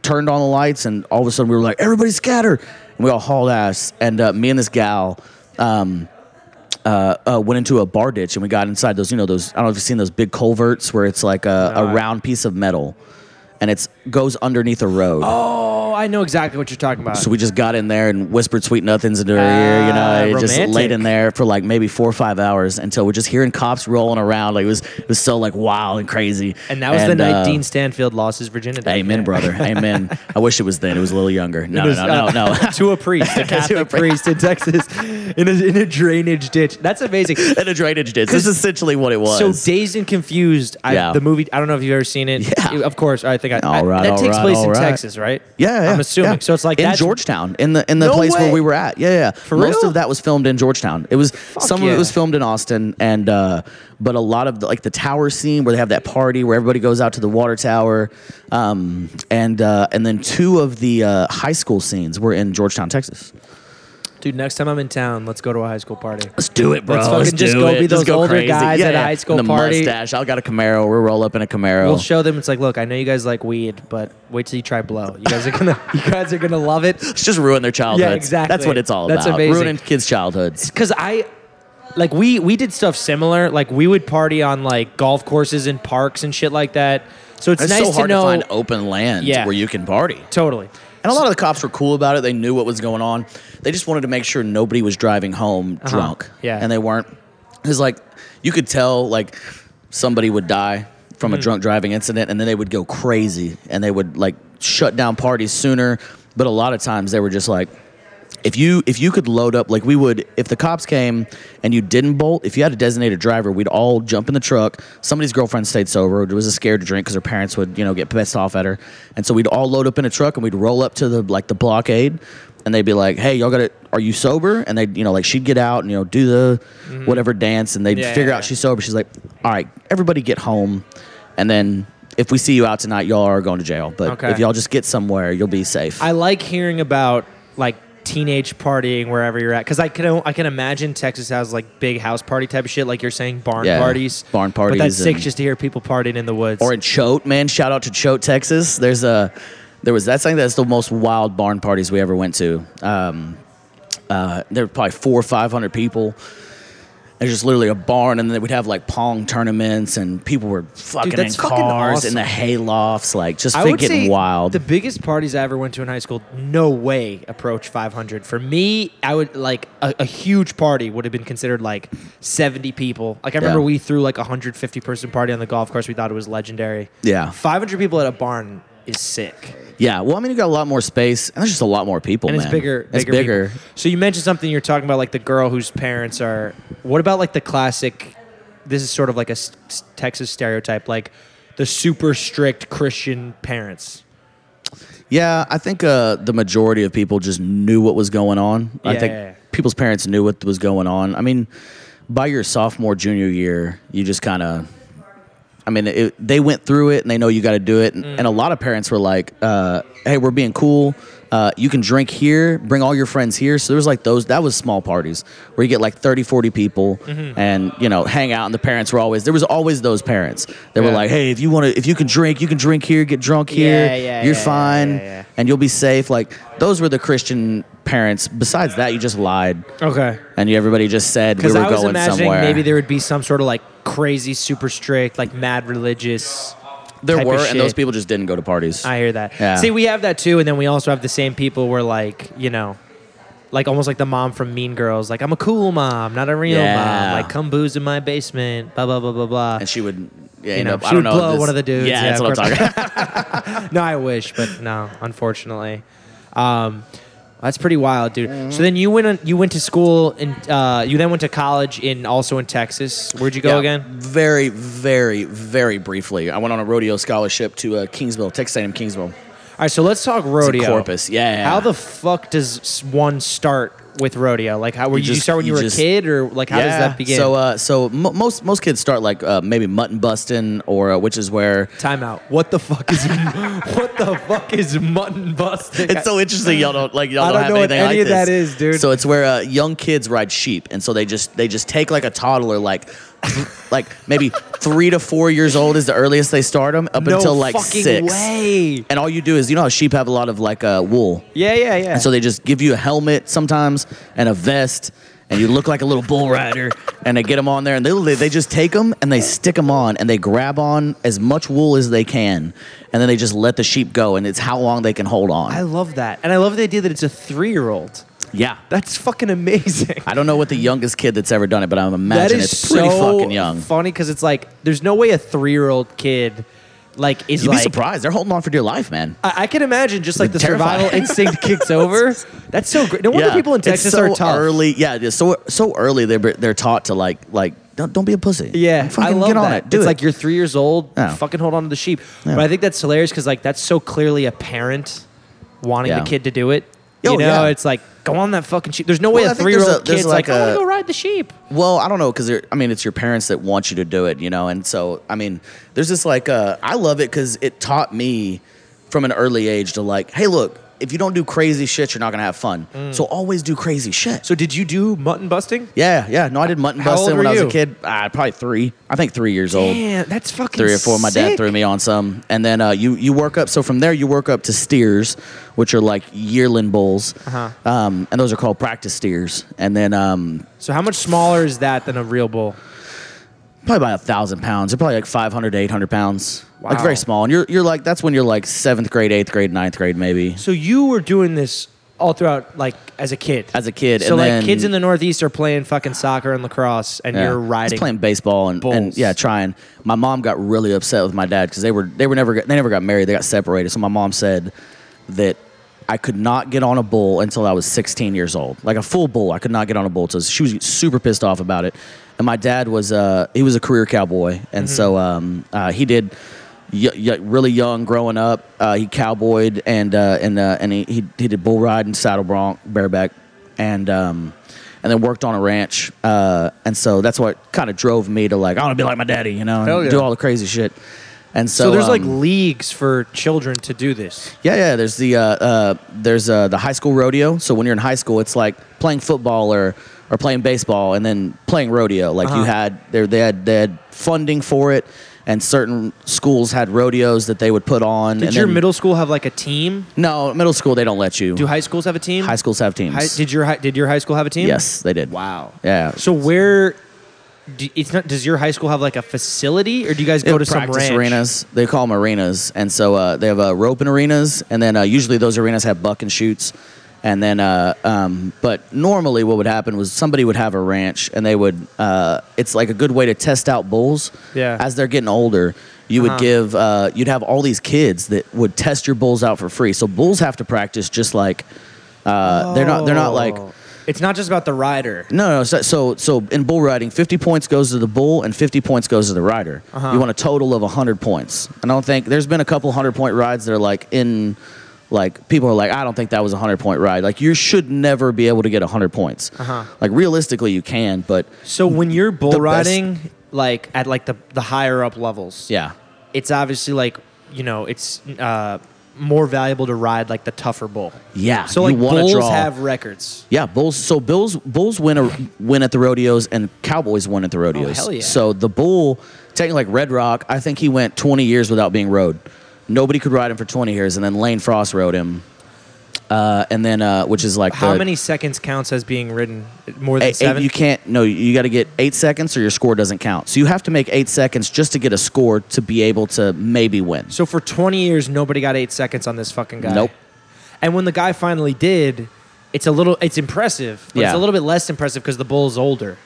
Speaker 1: turned on the lights and all of a sudden we were like everybody scatter and we all hauled ass and uh, me and this gal um, uh, uh, went into a bar ditch and we got inside those you know those i don't know if you've seen those big
Speaker 2: Uh-huh.
Speaker 1: culverts where it's like a, a round piece of metal and it's goes underneath a road
Speaker 2: Oh, I I know exactly what you're talking about.
Speaker 1: So we just got in there and whispered sweet nothings into her ear, you
Speaker 2: Ah,
Speaker 1: know, and just
Speaker 2: romantic.
Speaker 1: laid in there for like maybe four or five hours until we're just hearing cops rolling around. Like it was, it was so like wild and crazy.
Speaker 2: and that was the night
Speaker 1: uh,
Speaker 2: Dean Stanfield lost his virginity.
Speaker 1: Amen, brother. Amen. I wish it was then. It was a little younger. No,
Speaker 2: It was,
Speaker 1: no, no,
Speaker 2: uh,
Speaker 1: no, no.
Speaker 2: to a priest, a Catholic priest in Texas, in a, in a drainage ditch. That's amazing.
Speaker 1: and a drainage ditch. This is essentially what it was.
Speaker 2: So dazed and confused. I,
Speaker 1: Yeah.
Speaker 2: The movie. I don't know if you've ever seen it.
Speaker 1: Yeah.
Speaker 2: Of course. I think. I,
Speaker 1: All right,
Speaker 2: I, that
Speaker 1: all
Speaker 2: takes
Speaker 1: right,
Speaker 2: place
Speaker 1: all
Speaker 2: in
Speaker 1: right.
Speaker 2: Texas, right?
Speaker 1: Yeah, yeah,
Speaker 2: I'm assuming.
Speaker 1: yeah.
Speaker 2: So it's like
Speaker 1: in
Speaker 2: that's-
Speaker 1: Georgetown, in the in the
Speaker 2: No
Speaker 1: place
Speaker 2: way.
Speaker 1: where we were at. Yeah, yeah. For Most
Speaker 2: real?
Speaker 1: of that was filmed in Georgetown. It was some of
Speaker 2: yeah.
Speaker 1: it was filmed in Austin, and uh, but a lot of the, like the tower scene where they have that party where everybody goes out to the water tower, um, and uh, and then two of the uh, high school scenes were in Georgetown, Texas.
Speaker 2: Dude, next time I'm in town, let's go to a high school party.
Speaker 1: Let's do it, bro.
Speaker 2: Let's fucking just
Speaker 1: do
Speaker 2: go
Speaker 1: it.
Speaker 2: be those
Speaker 1: just go
Speaker 2: older
Speaker 1: crazy.
Speaker 2: guys
Speaker 1: yeah,
Speaker 2: at a
Speaker 1: yeah.
Speaker 2: high school
Speaker 1: And the
Speaker 2: party.
Speaker 1: Mustache. I'll got a Camaro. We'll roll up in a Camaro.
Speaker 2: We'll show them. It's like, look, I know you guys like weed, but wait till you try blow. You guys are gonna, you guys are gonna love it.
Speaker 1: Let's just ruin their childhoods. That's
Speaker 2: exactly.
Speaker 1: what it's all
Speaker 2: That's
Speaker 1: about.
Speaker 2: amazing.
Speaker 1: Ruining kids' childhoods.
Speaker 2: because I like we we did stuff similar. Like we would party on like golf courses and parks and shit like that. So it's,
Speaker 1: It's
Speaker 2: nice
Speaker 1: so hard to,
Speaker 2: know.
Speaker 1: find open land
Speaker 2: Yeah.
Speaker 1: where you can party.
Speaker 2: totally.
Speaker 1: And a lot of the cops were cool about it. They knew what was going on. They just wanted to make sure nobody was driving home drunk.
Speaker 2: Yeah.
Speaker 1: And they weren't. It's like you could tell like somebody would die from a drunk driving incident and then they would go crazy and they would like shut down parties sooner. But a lot of times they were just like if you if you could load up like we would if the cops came and you didn't bolt if you had a designated driver we'd all jump in the truck somebody's girlfriend stayed sober or was scared to drink because her parents would you know get pissed off at her and so we'd all load up in a truck and we'd roll up to the like the blockade and they'd be like hey y'all got to are you sober and they'd you know like she'd get out and you know do the whatever dance and they'd
Speaker 2: Mm-hmm. Yeah,
Speaker 1: figure
Speaker 2: yeah,
Speaker 1: out
Speaker 2: yeah.
Speaker 1: she's sober she's like all right everybody get home and then if we see you out tonight y'all are going to jail but
Speaker 2: Okay.
Speaker 1: if y'all just get somewhere you'll be safe
Speaker 2: I like hearing about like teenage partying wherever you're at because I can I can imagine Texas has like big house party type of shit like you're saying barn
Speaker 1: Yeah,
Speaker 2: parties
Speaker 1: barn
Speaker 2: But that's
Speaker 1: parties
Speaker 2: sick
Speaker 1: and-
Speaker 2: just to hear people partying in the woods.
Speaker 1: or in Choate, man. Shout out to Choate, Texas. There's a there was that's I think that's the most wild barn parties we ever went to. Um, uh, there were probably four or five hundred people. There's just literally a barn, and then we'd have like pong tournaments, and people were fucking in
Speaker 2: that's fucking
Speaker 1: cars
Speaker 2: awesome.
Speaker 1: in the hay lofts, like just
Speaker 2: I
Speaker 1: fit
Speaker 2: would
Speaker 1: getting
Speaker 2: say
Speaker 1: wild.
Speaker 2: The biggest parties I ever went to in high school, no way approach 500. For me, I would like a, a huge party would have been considered like 70 people. Like I remember
Speaker 1: Yeah.
Speaker 2: we threw like a 150 person party on the golf course. We thought it was legendary.
Speaker 1: Yeah.
Speaker 2: 500 people at a barn is sick.
Speaker 1: yeah, well, I mean, you got a lot more space, and there's just a lot more people,
Speaker 2: And
Speaker 1: man.
Speaker 2: it's bigger,
Speaker 1: It's
Speaker 2: bigger.
Speaker 1: bigger.
Speaker 2: people. So you mentioned something you're talking about, like the girl whose parents are. What about like the classic? This is sort of like a s- s- Texas stereotype, like the super strict Christian parents.
Speaker 1: Yeah, I think uh, the majority of people just knew what was going on. I
Speaker 2: Yeah,
Speaker 1: think
Speaker 2: yeah, yeah.
Speaker 1: people's parents knew what was going on. I mean, by your sophomore, junior year, you just kind of. I mean, it, they went through it and they know you got to do it. And, and a
Speaker 2: Mm.
Speaker 1: lot of parents were like, uh, hey, we're being cool. Uh, you can drink here, bring all your friends here. So there was like those, that was small parties where you get like 30, 40 people
Speaker 2: Mm-hmm.
Speaker 1: and, you know, hang out. And the parents were always, there was always those parents that were
Speaker 2: Yeah.
Speaker 1: like, hey, if you want to, if you can drink, you can drink here, get drunk here.
Speaker 2: Yeah, yeah,
Speaker 1: you're
Speaker 2: yeah, yeah,
Speaker 1: fine
Speaker 2: yeah, yeah.
Speaker 1: and you'll be safe. Like those were the Christian parents. Besides that, you just lied
Speaker 2: Okay.
Speaker 1: and you, everybody just said we
Speaker 2: Because
Speaker 1: were
Speaker 2: I was
Speaker 1: going
Speaker 2: imagining
Speaker 1: somewhere.
Speaker 2: maybe there would be some sort of like crazy, super strict, like mad religious.
Speaker 1: there
Speaker 2: type of
Speaker 1: were, and those
Speaker 2: shit.
Speaker 1: people just didn't go to parties.
Speaker 2: I hear that.
Speaker 1: Yeah.
Speaker 2: See, we have that too, and then we also have the same people where like you know, like almost like the mom from Mean Girls, like I'm a cool mom, not a real
Speaker 1: Yeah.
Speaker 2: mom. Like come booze in my basement, blah blah blah blah blah.
Speaker 1: and she would, yeah,
Speaker 2: You
Speaker 1: end
Speaker 2: know,
Speaker 1: up-
Speaker 2: she
Speaker 1: I don't
Speaker 2: would
Speaker 1: know.
Speaker 2: blow
Speaker 1: this-
Speaker 2: one of the dudes,
Speaker 1: Yeah,
Speaker 2: yeah,
Speaker 1: that's what I'm
Speaker 2: of
Speaker 1: talking.
Speaker 2: course.
Speaker 1: about.
Speaker 2: no, I wish, but no, unfortunately. Um, that's pretty wild, dude.
Speaker 1: Mm-hmm.
Speaker 2: So then you went on, you went to school and uh, you then went to college in also in Texas. Where'd you go
Speaker 1: Yeah,
Speaker 2: again?
Speaker 1: Very, very, very briefly. I went on a rodeo scholarship to uh, Kingsville, Texas A&M Kingsville.
Speaker 2: All right, so let's talk rodeo.
Speaker 1: Corpus, yeah.
Speaker 2: How the fuck does s- one start with rodeo? Like, how were you,
Speaker 1: You
Speaker 2: did you
Speaker 1: just-
Speaker 2: start when you,
Speaker 1: you
Speaker 2: were
Speaker 1: just-
Speaker 2: a kid, or like how does that begin?
Speaker 1: So, uh, so mo most most kids start like uh, maybe mutton busting, or uh, which is where
Speaker 2: Timeout. What the fuck is what the fuck is mutton busting?
Speaker 1: It's so interesting. Y'all don't like y'all
Speaker 2: I
Speaker 1: don't,
Speaker 2: don't
Speaker 1: have
Speaker 2: know what
Speaker 1: anything
Speaker 2: any
Speaker 1: like
Speaker 2: of that
Speaker 1: this.
Speaker 2: is, dude.
Speaker 1: So it's where uh, young kids ride sheep, and so they just they just take like a toddler, like like maybe three to four years old is the earliest they start them, up
Speaker 2: no
Speaker 1: until like
Speaker 2: fucking
Speaker 1: six.
Speaker 2: way.
Speaker 1: And all you do is you know how sheep have a lot of like uh, wool,
Speaker 2: Yeah, yeah, yeah.
Speaker 1: and so they just give you a helmet sometimes and a vest. and you look like a little bull rider. And they get them on there, and they they just take them and they stick them on, and they grab on as much wool as they can, and then they just let the sheep go, and it's how long they can hold on.
Speaker 2: I love that, and I love the idea that it's a three-year-old.
Speaker 1: yeah,
Speaker 2: That's fucking amazing.
Speaker 1: I don't know what the youngest kid that's ever done it, but I'm
Speaker 2: That
Speaker 1: imagining
Speaker 2: is
Speaker 1: it's pretty
Speaker 2: so
Speaker 1: fucking young.
Speaker 2: Funny because it's like there's no way a three-year-old kid like is
Speaker 1: You'd
Speaker 2: like.
Speaker 1: be surprised. They're holding on for dear life, man.
Speaker 2: I, I can imagine just like the
Speaker 1: Terrifying.
Speaker 2: survival instinct kicks over. That's so great. No wonder people in
Speaker 1: It's
Speaker 2: Texas
Speaker 1: so
Speaker 2: are tough.
Speaker 1: Early, yeah, it's so so early they're they're taught to like like don't don't be a pussy.
Speaker 2: Yeah,
Speaker 1: fucking
Speaker 2: I love
Speaker 1: get on
Speaker 2: that.
Speaker 1: it. Do
Speaker 2: it's
Speaker 1: it.
Speaker 2: like you're three years old.
Speaker 1: Yeah.
Speaker 2: Fucking hold on to the sheep.
Speaker 1: Yeah.
Speaker 2: But I think that's hilarious because like that's so clearly a parent wanting
Speaker 1: Yeah.
Speaker 2: the kid to do it.
Speaker 1: Oh,
Speaker 2: You know,
Speaker 1: yeah.
Speaker 2: it's like go on that fucking sheep. There's no way
Speaker 1: Well, I
Speaker 2: a
Speaker 1: think
Speaker 2: three
Speaker 1: there's
Speaker 2: year old
Speaker 1: a- there's
Speaker 2: kid's
Speaker 1: like
Speaker 2: like, I want
Speaker 1: a-
Speaker 2: to go ride the sheep.
Speaker 1: Well, I don't know because I mean it's your parents that want you to do it, you know, and so I mean there's this like uh, I love it because it taught me from an early age to like, hey, look, if you don't do crazy shit, you're not gonna have fun.
Speaker 2: Mm.
Speaker 1: So always do crazy shit.
Speaker 2: So did you do mutton busting?
Speaker 1: yeah, yeah. No, I did mutton
Speaker 2: How old
Speaker 1: busting when
Speaker 2: were
Speaker 1: I was a
Speaker 2: you?
Speaker 1: kid. Uh, probably three. I think three years old.
Speaker 2: Damn, that's fucking
Speaker 1: three or four. My dad
Speaker 2: sick.
Speaker 1: threw me on some, and then uh, you you work up. So from there, you work up to steers, which are like yearling bulls,
Speaker 2: Uh-huh.
Speaker 1: um, and those are called practice steers. And then um,
Speaker 2: So how much smaller is that than a real bull?
Speaker 1: probably about a thousand pounds. They're probably like five hundred to eight hundred pounds. Like
Speaker 2: Wow.
Speaker 1: very small. And you're you're like that's when you're like seventh grade, eighth grade, ninth grade, maybe.
Speaker 2: So you were doing this all throughout, like as a kid.
Speaker 1: As a kid,
Speaker 2: So
Speaker 1: and
Speaker 2: like
Speaker 1: then-
Speaker 2: kids in the Northeast are playing fucking soccer and lacrosse, and
Speaker 1: Yeah.
Speaker 2: you're riding.
Speaker 1: Just playing baseball and, and
Speaker 2: Bulls.
Speaker 1: yeah, trying. My mom got really upset with my dad because they were they were never they never got married. They got separated. So my mom said that I could not get on a bull until I was 16 years old, like a full bull. I could not get on a bull. So she was super pissed off about it. And my dad was uh he was a career cowboy, and
Speaker 2: Mm-hmm.
Speaker 1: so um uh, he did. Y- y- really young, growing up, uh, he cowboyed and uh, and uh, and he, he he did bull ride and saddle bronc, bareback, and um, and then worked on a ranch. Uh, and so that's what kind of drove me to like I want to be like my daddy, you know,
Speaker 2: Hell
Speaker 1: and
Speaker 2: yeah.
Speaker 1: do all the crazy shit. And so,
Speaker 2: So, there's like
Speaker 1: um,
Speaker 2: leagues for children to do this.
Speaker 1: yeah, yeah. There's the uh, uh, there's uh, the high school rodeo. So when you're in high school, it's like playing football or or playing baseball, and then playing rodeo. Like you
Speaker 2: Uh-huh.
Speaker 1: had there they had they had funding for it, and certain schools had rodeos that they would put on.
Speaker 2: Did
Speaker 1: and
Speaker 2: your
Speaker 1: then-
Speaker 2: middle school have like a team?
Speaker 1: No, middle school they don't let you.
Speaker 2: Do high schools have a team?
Speaker 1: high schools have teams.
Speaker 2: Hi- did your high, did your high school have a team?
Speaker 1: yes, they did.
Speaker 2: Wow.
Speaker 1: Yeah.
Speaker 2: So where? Do, it's not. Does your high school have like a facility, or do you guys go
Speaker 1: Yeah,
Speaker 2: to some
Speaker 1: practice
Speaker 2: ranch?
Speaker 1: arenas. They call them arenas, and so uh, they have uh, roping arenas, and then uh, usually those arenas have buck and shoots, and then uh, um, but normally what would happen was somebody would have a ranch, and they would. Uh, it's like a good way to test out bulls.
Speaker 2: Yeah.
Speaker 1: As they're getting older, you would
Speaker 2: Uh-huh.
Speaker 1: give uh, you'd have all these kids that would test your bulls out for free. So bulls have to practice just like uh, they're not they're not like.
Speaker 2: Oh. It's not just about the rider.
Speaker 1: No, no. So, so, so in bull riding, 50 points goes to the bull and 50 points goes to the rider.
Speaker 2: Uh-huh.
Speaker 1: You want a total of 100 points. And I don't think there's been a couple 100 point rides that are like in, like, people are like, I don't think that was a 100 point ride. Like, you should never be able to get 100 points.
Speaker 2: Uh-huh.
Speaker 1: Like, realistically, you can, but
Speaker 2: So when you're bull
Speaker 1: best-
Speaker 2: riding, like at like the the higher up levels,
Speaker 1: yeah.
Speaker 2: it's obviously like you know it's uh, more valuable to ride like the tougher bull.
Speaker 1: Yeah.
Speaker 2: So
Speaker 1: you
Speaker 2: like
Speaker 1: wanna
Speaker 2: bulls
Speaker 1: draw-
Speaker 2: have records.
Speaker 1: Yeah, bulls. So bulls, bulls win a, win at the rodeos, and cowboys win at the rodeos.
Speaker 2: Oh, hell yeah.
Speaker 1: So the bull, technically like Red Rock, I think he went 20 years without being rode. Nobody could ride him for 20 years, and then Lane Frost rode him. Uh, and then, uh, which is like
Speaker 2: How
Speaker 1: the-
Speaker 2: many seconds counts as being ridden? More than
Speaker 1: Eight, eight-
Speaker 2: seven.
Speaker 1: you can't. No, you got to get eight seconds, or your score doesn't count. So you have to make eight seconds just to get a score to be able to maybe win.
Speaker 2: So for 20 years, nobody got eight seconds on this fucking guy.
Speaker 1: Nope.
Speaker 2: And when the guy finally did, it's a little, it's impressive. But
Speaker 1: Yeah.
Speaker 2: It's a little bit less impressive because the bull's older.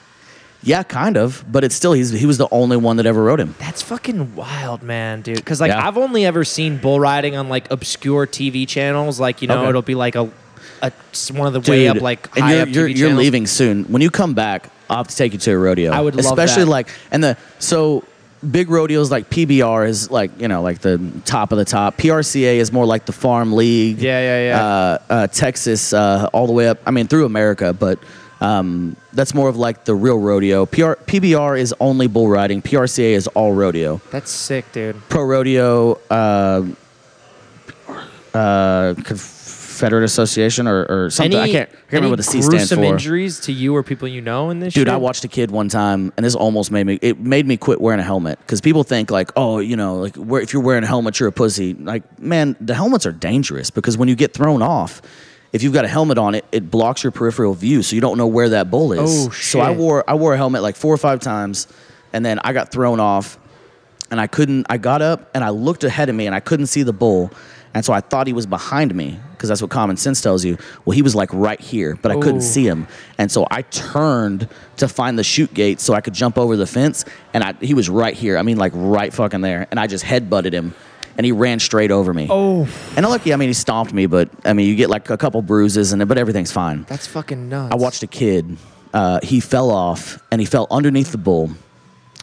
Speaker 1: Yeah, kind of, but it's still he's, he was the only one that ever rode him.
Speaker 2: That's fucking wild, man, dude. Because like
Speaker 1: Yeah.
Speaker 2: I've only ever seen bull riding on like obscure TV channels. Like you know,
Speaker 1: Okay.
Speaker 2: it'll be like a, a s- one of the way up like
Speaker 1: and
Speaker 2: high
Speaker 1: you're
Speaker 2: up
Speaker 1: you're,
Speaker 2: TV
Speaker 1: you're
Speaker 2: channels.
Speaker 1: leaving soon. When you come back, I'll have to take you to a rodeo.
Speaker 2: I would love
Speaker 1: especially
Speaker 2: that.
Speaker 1: like and the so big rodeos like PBR is like you know like the top of the top. PRCA is more like the farm league.
Speaker 2: Yeah, yeah, yeah.
Speaker 1: Uh, uh, Texas uh, all the way up. I mean through America, but. Um, that's more of like the real rodeo. PR, PBR is only bull riding. PRCA is all rodeo.
Speaker 2: That's sick, dude.
Speaker 1: Pro rodeo, uh, uh, Confederate Association or, or something. I can't, I can't remember what the C stands
Speaker 2: Some
Speaker 1: for.
Speaker 2: injuries to you or people you know in this.
Speaker 1: Dude,
Speaker 2: shit?
Speaker 1: I watched a kid one time, and this almost made me. It made me quit wearing a helmet because people think like, oh, you know, like where, if you're wearing a helmet, you're a pussy. Like, man, the helmets are dangerous because when you get thrown off, if you've got a helmet on, it it blocks your peripheral view, so you don't know where that bull is.
Speaker 2: Oh,
Speaker 1: So I
Speaker 2: shit.
Speaker 1: wore I wore a helmet like four or five times, and then I got thrown off, and I couldn't. I got up and I looked ahead of me, and I couldn't see the bull, and so I thought he was behind me because that's what common sense tells you. Well, he was like right here, but I couldn't
Speaker 2: Ooh.
Speaker 1: see him, and so I turned to find the chute gate so I could jump over the fence, and I, he was right here. I mean, like right fucking there, and I just headbutted him. And he ran straight over me.
Speaker 2: Oh.
Speaker 1: And lucky, I mean, he stomped me, but I mean, you get like a couple bruises and but everything's fine.
Speaker 2: That's fucking nuts.
Speaker 1: I watched a kid. Uh, he fell off and he fell underneath the bull.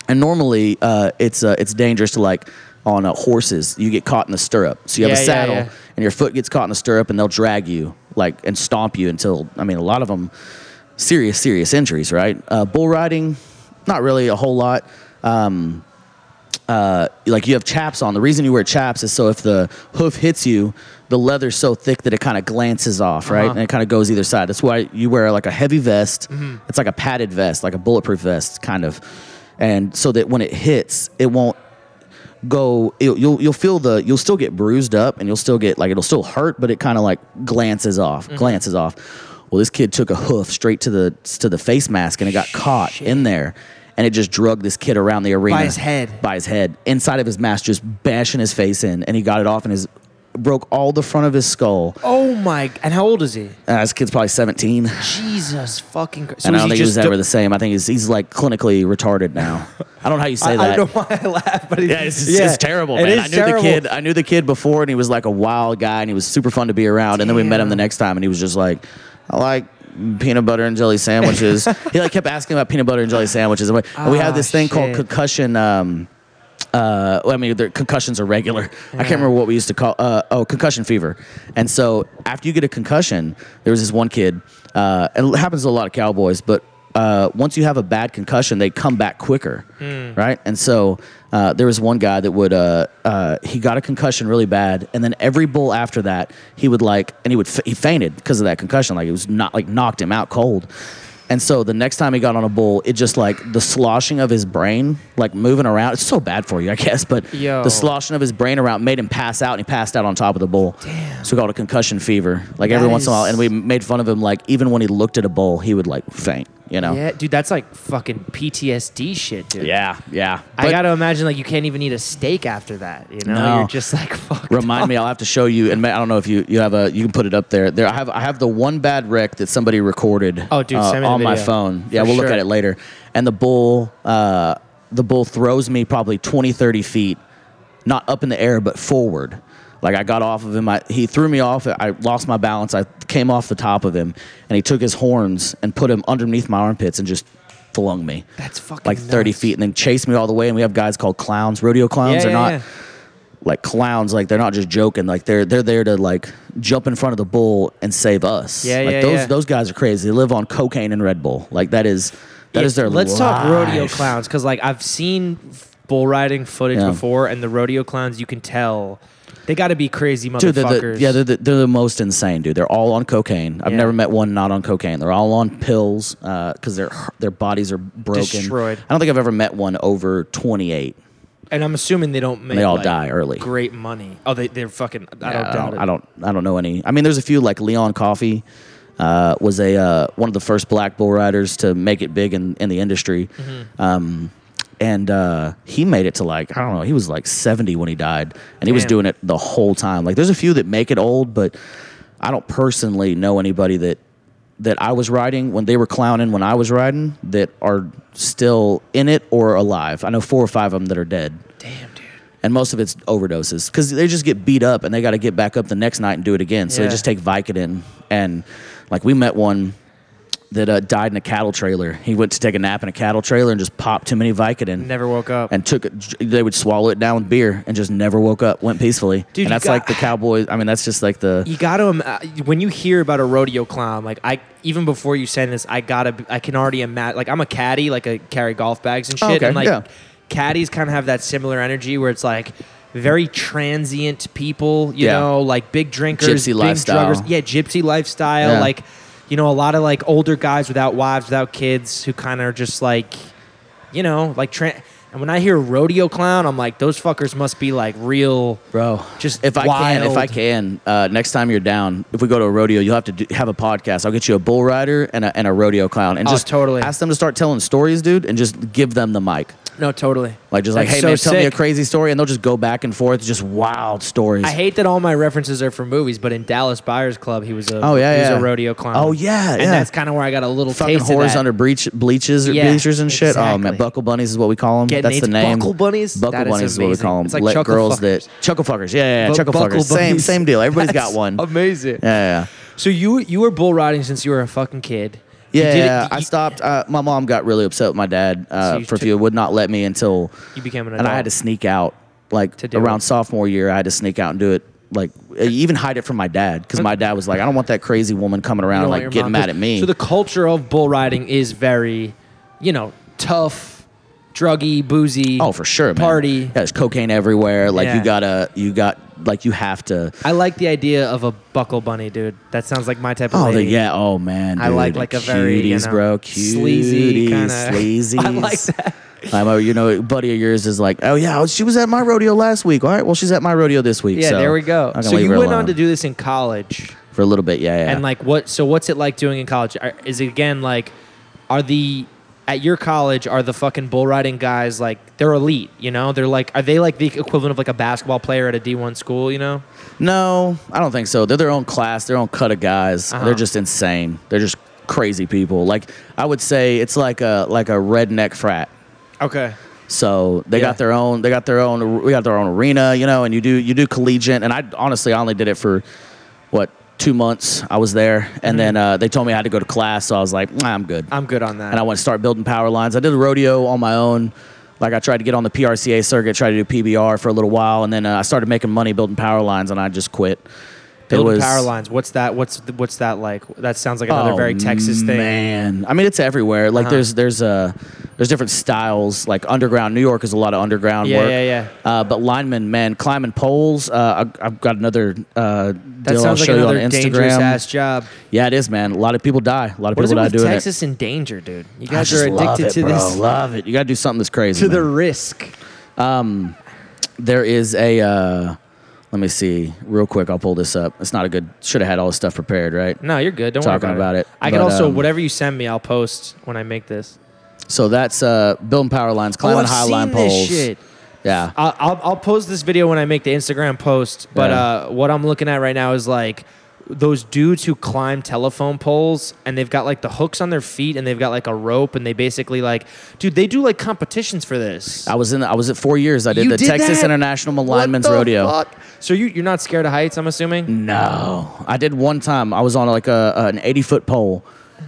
Speaker 1: And normally, uh, it's uh, it's dangerous to like on uh, horses. You get caught in the stirrup, so you have
Speaker 2: Yeah,
Speaker 1: a
Speaker 2: yeah,
Speaker 1: saddle,
Speaker 2: yeah.
Speaker 1: and your foot gets caught in the stirrup, and they'll drag you like and stomp you until I mean, a lot of them serious serious injuries, right? Uh, bull riding, not really a whole lot like you have chaps on. The reason you wear chaps is so if the hoof hits you, the leather's so thick that it kind of glances off, right?
Speaker 2: Uh-huh.
Speaker 1: And it kind of goes either side. That's why you wear like a heavy vest. It's like a padded vest, like a bulletproof vest, kind of. And so that when it hits, it won't go. It, you'll you'll feel the. You'll still get bruised up, and you'll still get like it'll still hurt, but it kind of like glances off,
Speaker 2: Mm-hmm.
Speaker 1: glances off. Well, this kid took a hoof straight to the to the face mask, and it got caught in there, and it just drug this kid around the arena
Speaker 2: his head.
Speaker 1: by his head inside of his mask, just bashing his face in, and he got it off and his broke all the front of his skull.
Speaker 2: Oh my! And how old is he?
Speaker 1: Uh, this kid's probably seventeen,
Speaker 2: Jesus fucking. Christ. So
Speaker 1: and I
Speaker 2: is
Speaker 1: don't think he was
Speaker 2: just
Speaker 1: ever the same. I think he's he's like clinically retarded now. I don't know how you say
Speaker 2: I,
Speaker 1: that.
Speaker 2: I don't know why I laugh, but
Speaker 1: yeah, it's, it's, it's terrible, man. I knew the kid. I knew the kid before, and he was like a wild guy, and he was super fun to be around. And then we met him the
Speaker 2: Damn.
Speaker 1: next time, and he was just like, "I like peanut butter and jelly sandwiches." he like kept asking about peanut butter and jelly sandwiches. And we, and we have
Speaker 2: Ah,
Speaker 1: this thing called
Speaker 2: shit.
Speaker 1: concussion. Um, uh, well, I mean, their concussions are regular. I can't
Speaker 2: Yeah.
Speaker 1: remember what we used to call. Uh, oh, concussion fever. And so after you get a concussion, there was this one kid, uh, and it happens to a lot of cowboys, but. Uh, once you have a bad concussion, they come back quicker,
Speaker 2: Hmm.
Speaker 1: right? And so uh, there was one guy that would uh, uh, he got a concussion really bad, and then every bull after that he would like, and he would f- he fainted because of that concussion, like it was not like knocked him out cold. And so the next time he got on a bull, it just like the sloshing of his brain, like moving around. It's so bad for you, I guess, but
Speaker 2: Yo.
Speaker 1: the sloshing of his brain around made him pass out, and he passed out on top of the bull.
Speaker 2: Damn.
Speaker 1: So we called it concussion fever. Like every
Speaker 2: That
Speaker 1: once in a while,
Speaker 2: is-
Speaker 1: and we made fun of him. Like even when he looked at a bull, he would like faint. You know?
Speaker 2: Yeah, dude, that's like fucking PTSD shit, dude.
Speaker 1: yeah. yeah.
Speaker 2: I
Speaker 1: But
Speaker 2: gotta imagine like you can't even eat a steak after that. You know,
Speaker 1: No.
Speaker 2: you're just like fuck.
Speaker 1: remind me. I'll have to show you. And ma- I don't know if you you have a you can put it up there. There, I have I have the one bad wreck that somebody recorded.
Speaker 2: Oh, dude,
Speaker 1: uh,
Speaker 2: send me the
Speaker 1: on my
Speaker 2: video.
Speaker 1: phone. Yeah,
Speaker 2: For
Speaker 1: we'll look
Speaker 2: sure.
Speaker 1: at it later. And the bull, uh, the bull throws me probably 20, 30 feet, not up in the air but forward. Like I got off of him. I, he threw me off. I lost my balance. I came off the top of him, and he took his horns and put him underneath my armpits and just flung me.
Speaker 2: That's fucking
Speaker 1: like 30
Speaker 2: nuts.
Speaker 1: feet and then chased me all the way and we have guys called clowns rodeo
Speaker 2: Yeah,
Speaker 1: clowns
Speaker 2: yeah,
Speaker 1: are not
Speaker 2: yeah.
Speaker 1: like clowns like they're not just joking like they're they're there to like jump in front of the bull and save us
Speaker 2: Yeah,
Speaker 1: like
Speaker 2: yeah,
Speaker 1: those
Speaker 2: yeah.
Speaker 1: those guys are crazy they live on cocaine and red bull like that is that is
Speaker 2: Yeah,
Speaker 1: their
Speaker 2: Let's talk rodeo
Speaker 1: life.
Speaker 2: clowns because like I've seen f- bull riding footage
Speaker 1: Yeah.
Speaker 2: before, and the rodeo clowns you can tell they got to be crazy motherfuckers.
Speaker 1: Dude, they're the, yeah, they're the, they're the most insane, dude. They're all on cocaine. I've
Speaker 2: Yeah.
Speaker 1: never met one not on cocaine. They're all on pills because their their bodies are broken.
Speaker 2: Destroyed.
Speaker 1: I don't think I've ever met one over twenty eight.
Speaker 2: and I'm assuming they don't make
Speaker 1: They all
Speaker 2: like,
Speaker 1: die early.
Speaker 2: Great money. Oh, they they're fucking. I
Speaker 1: Yeah,
Speaker 2: don't doubt it.
Speaker 1: I don't, I don't. I don't know any. I mean, there's a few like Leon Coffey uh, was a uh, one of the first black bull riders to make it big in, in the industry,
Speaker 2: Mm-hmm.
Speaker 1: um, and uh, he made it to like I don't know. He was like 70 when he died, and he was
Speaker 2: Damn.
Speaker 1: doing it the whole time. Like, there's a few that make it old, but I don't personally know anybody that that I was riding when they were clowning when I was riding that are still in it or alive. I know four or five of them that are dead
Speaker 2: Damn, dude.
Speaker 1: and most of it's overdoses because they just get beat up and they got to get back up the next night and do it again. So
Speaker 2: Yeah.
Speaker 1: they just take Vicodin and like we met one that uh, died in a cattle trailer. He went to take a nap in a cattle trailer and just popped too many Vicodin.
Speaker 2: Never woke up.
Speaker 1: And took it. They would swallow it down with beer and just never woke up. Went peacefully.
Speaker 2: Dude, you
Speaker 1: and that's
Speaker 2: got-
Speaker 1: like the cowboys. I mean, that's just like the.
Speaker 2: you gotta im- uh, when you hear about a rodeo clown like i even before you send this i gotta b- i can already imagine like i'm a caddy like i carry golf bags and shit
Speaker 1: Oh, okay,
Speaker 2: and like
Speaker 1: yeah.
Speaker 2: caddies kind of have that similar energy where it's like very transient people you
Speaker 1: Yeah.
Speaker 2: know like big drinkers
Speaker 1: Gypsy
Speaker 2: big
Speaker 1: lifestyle.
Speaker 2: druggers. yeah gypsy lifestyle
Speaker 1: Yeah.
Speaker 2: like you know a lot of like older guys without wives without kids who kind of are just like you know like tra- And when I hear rodeo clown, I'm like, those fuckers must be like real.
Speaker 1: bro.
Speaker 2: Just
Speaker 1: if I can, if I
Speaker 2: wild.
Speaker 1: can, uh, next time you're down, if we go to a rodeo, you'll have to do, have a podcast. I'll get you a bull rider and a, and a rodeo clown, and
Speaker 2: Oh,
Speaker 1: just
Speaker 2: totally.
Speaker 1: ask them to start telling stories, dude, and just give them the mic.
Speaker 2: No, totally.
Speaker 1: Like just like,
Speaker 2: That's
Speaker 1: hey
Speaker 2: so
Speaker 1: man, tell me a
Speaker 2: sick.
Speaker 1: crazy story, and they'll just go back and forth, just wild stories.
Speaker 2: I hate that all my references are for movies, but in Dallas Buyers Club, he was a
Speaker 1: Oh, yeah,
Speaker 2: he was
Speaker 1: yeah.
Speaker 2: a rodeo clown.
Speaker 1: Oh, yeah,
Speaker 2: and
Speaker 1: yeah.
Speaker 2: that's kind of where I got a little
Speaker 1: fucking
Speaker 2: taste of
Speaker 1: whores
Speaker 2: that.
Speaker 1: under breach, bleachers,
Speaker 2: Yeah,
Speaker 1: bleachers and shit. Oh man,
Speaker 2: exactly.
Speaker 1: buckle bunnies is what we call them.
Speaker 2: Getting
Speaker 1: That's the
Speaker 2: AIDS-
Speaker 1: name.
Speaker 2: buckle bunnies?
Speaker 1: Buckle
Speaker 2: That is
Speaker 1: bunnies is, what we
Speaker 2: amazing.
Speaker 1: call them.
Speaker 2: It's like
Speaker 1: Let
Speaker 2: chuckle
Speaker 1: girls
Speaker 2: fuckers.
Speaker 1: that chuckle fuckers. Yeah, yeah, yeah
Speaker 2: Bu-
Speaker 1: chuckle
Speaker 2: buckle
Speaker 1: fuckers. Same,
Speaker 2: bunnies.
Speaker 1: same deal. Everybody's
Speaker 2: That's
Speaker 1: got one.
Speaker 2: Amazing.
Speaker 1: Yeah, yeah. yeah.
Speaker 2: So you you were bull riding since you were a fucking kid. You
Speaker 1: Yeah,
Speaker 2: did it-
Speaker 1: yeah,
Speaker 2: you-
Speaker 1: I stopped. Uh, my mom got really upset with my dad uh,
Speaker 2: So you
Speaker 1: for a
Speaker 2: took-
Speaker 1: few. Would not let me until
Speaker 2: You became an
Speaker 1: and I
Speaker 2: adult.
Speaker 1: had to sneak out like
Speaker 2: To do
Speaker 1: around
Speaker 2: it.
Speaker 1: sophomore year. I had to sneak out and do it. Like uh, even hide it from my dad because my dad was like, I don't want that crazy woman coming around and,
Speaker 2: you don't want
Speaker 1: like
Speaker 2: your
Speaker 1: getting
Speaker 2: mom-
Speaker 1: mad at me.
Speaker 2: So the culture of bull riding is very, you know, tough, druggy, boozy.
Speaker 1: oh, for sure, man.
Speaker 2: Party.
Speaker 1: Yeah, there's cocaine everywhere. Like
Speaker 2: Yeah.
Speaker 1: you gotta, you got, like you have to.
Speaker 2: I like the idea of a buckle bunny, dude. That sounds like my type of.
Speaker 1: Oh the,
Speaker 2: lady.
Speaker 1: yeah, oh man,
Speaker 2: I like,
Speaker 1: dude.
Speaker 2: like, a very, you
Speaker 1: Cuties,
Speaker 2: know,
Speaker 1: bro, cuties,
Speaker 2: sleazy kinda-
Speaker 1: sleazy.
Speaker 2: I like that.
Speaker 1: I'm a- you know, a buddy of yours is like, oh yeah, she was at my rodeo last week. All right, well she's at my rodeo this week.
Speaker 2: Yeah,
Speaker 1: so
Speaker 2: there we go.
Speaker 1: I'm gonna
Speaker 2: So
Speaker 1: leave
Speaker 2: you
Speaker 1: her
Speaker 2: went
Speaker 1: alone
Speaker 2: on to do this in college,
Speaker 1: for a little bit. Yeah, yeah.
Speaker 2: and like what? So what's it like doing in college? Are, is it again like, are the at your college are the fucking bull riding guys like they're elite? You know, they're like are they like the equivalent of like a basketball player at a D one school? You know,
Speaker 1: no, I don't think so. They're their own class, their own cut of guys.
Speaker 2: Uh-huh.
Speaker 1: They're just insane. They're just crazy people. Like I would say, it's like a like a redneck frat.
Speaker 2: okay.
Speaker 1: So they
Speaker 2: Yeah.
Speaker 1: got their own. They got their own. We got their own arena, you know. And you do you do collegiate. And I honestly I only did it for what two months. I was there, and
Speaker 2: Mm-hmm.
Speaker 1: then uh, they told me I had to go to class. So I was like, "Nah, I'm good.
Speaker 2: I'm good on that.
Speaker 1: and I want to start building power lines. I did a rodeo on my own. Like I tried to get on the PRCA circuit, tried to do PBR for a little while, and then uh, I started making money building power lines, and I just quit. It
Speaker 2: Building
Speaker 1: was- Oh,
Speaker 2: power lines. What's that? What's what's that like? That sounds like another very Texas thing.
Speaker 1: Man, I mean it's everywhere. Like
Speaker 2: Uh-huh.
Speaker 1: there's there's uh, there's different styles. Like underground, New York is a lot of underground
Speaker 2: Yeah,
Speaker 1: work.
Speaker 2: yeah, yeah.
Speaker 1: Uh, but linemen, man, climbing poles. Uh, I, I've got another uh,
Speaker 2: That
Speaker 1: deal I'll
Speaker 2: sounds like
Speaker 1: show you on
Speaker 2: another
Speaker 1: Instagram.
Speaker 2: dangerous ass job.
Speaker 1: Yeah, it is, man. A lot of people die. A lot of
Speaker 2: What is
Speaker 1: people
Speaker 2: it
Speaker 1: die
Speaker 2: with
Speaker 1: doing
Speaker 2: Texas in danger, dude? You
Speaker 1: it. I
Speaker 2: guys
Speaker 1: just
Speaker 2: are
Speaker 1: love
Speaker 2: addicted
Speaker 1: it,
Speaker 2: to
Speaker 1: bro.
Speaker 2: this
Speaker 1: Love it. You got to do something that's crazy.
Speaker 2: to the
Speaker 1: man.
Speaker 2: risk.
Speaker 1: there is a uh, let me see real quick i'll pull this up it's not a good should have had all this stuff prepared right
Speaker 2: No, you're good. Don't
Speaker 1: Talking
Speaker 2: worry
Speaker 1: about it.
Speaker 2: I can
Speaker 1: But,
Speaker 2: also
Speaker 1: um,
Speaker 2: whatever you send me, I'll post when I make this.
Speaker 1: so that's uh building power lines climbing
Speaker 2: Oh, I've
Speaker 1: high line
Speaker 2: Oh, seen this
Speaker 1: poles
Speaker 2: shit.
Speaker 1: yeah
Speaker 2: I'll, I'll I'll post this video when I make the Instagram post. But
Speaker 1: Yeah.
Speaker 2: uh, what I'm looking at right now is like those dudes who climb telephone poles and they've got like the hooks on their feet and they've got like a rope and they basically like, dude, they do like competitions for this.
Speaker 1: i was in i was at four years i did
Speaker 2: You
Speaker 1: the
Speaker 2: did
Speaker 1: texas
Speaker 2: that?
Speaker 1: international
Speaker 2: What
Speaker 1: linemen's
Speaker 2: the
Speaker 1: rodeo
Speaker 2: fuck? So you you're not scared of heights, I'm assuming.
Speaker 1: no i did one time i was on like a an 80 foot pole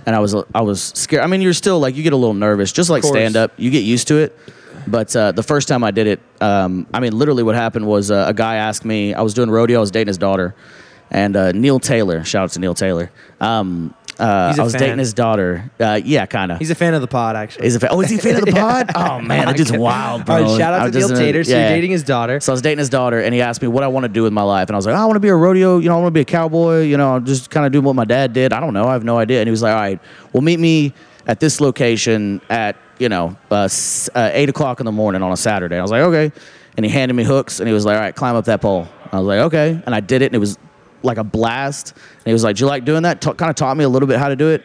Speaker 1: and i was i was scared i mean you're still like you get a little nervous just like
Speaker 2: course.
Speaker 1: stand up you get used to it but uh, the first time I did it, um, I mean, literally what happened was uh, a guy asked me, I was doing rodeo, I was dating his daughter, and uh, Neil Taylor, shout out to Neil Taylor. Um, uh,
Speaker 2: He's a
Speaker 1: I was
Speaker 2: fan.
Speaker 1: dating his daughter. Uh, yeah, kind of.
Speaker 2: He's a fan of the pod, actually.
Speaker 1: He's a fan. Oh, is he a fan of the pod? Oh man, that dude's wild, bro.
Speaker 2: All right, shout out
Speaker 1: I
Speaker 2: to
Speaker 1: just-
Speaker 2: Neil Tater. So
Speaker 1: yeah.
Speaker 2: you're dating his daughter.
Speaker 1: So I was dating his daughter, and he asked me what I want to do with my life, and I was like, I want to be a rodeo. You know, I want to be a cowboy. You know, just kind of do what my dad did. I don't know. I have no idea. And he was like, All right, well, meet me at this location at you know uh, s- uh, eight o'clock in the morning on a Saturday. I was like, okay. And he handed me hooks, and he was like, All right, climb up that pole. I was like, okay. And I did it, and it was like a blast. And he was like, Do you like doing that? Ta kind of taught me a little bit how to do it.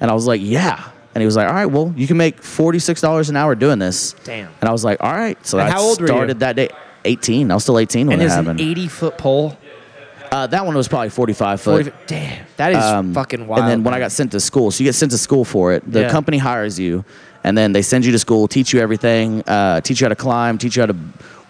Speaker 1: And I was like, Yeah. And he was like, All right, well, you can make $46 an hour doing this.
Speaker 2: Damn.
Speaker 1: And I was like, All right. So
Speaker 2: And
Speaker 1: I
Speaker 2: how old were you?
Speaker 1: started that day. 18. I was still 18 when it
Speaker 2: and there's an
Speaker 1: happened.
Speaker 2: 80 foot pole.
Speaker 1: uh, that one was probably 45
Speaker 2: 40
Speaker 1: foot.
Speaker 2: foot- damn, that is
Speaker 1: Um,
Speaker 2: fucking wild.
Speaker 1: And then when I got sent to school, so you get sent to school for it. The
Speaker 2: Yeah.
Speaker 1: company hires you, and then they send you to school, teach you everything, uh, teach you how to climb, teach you how to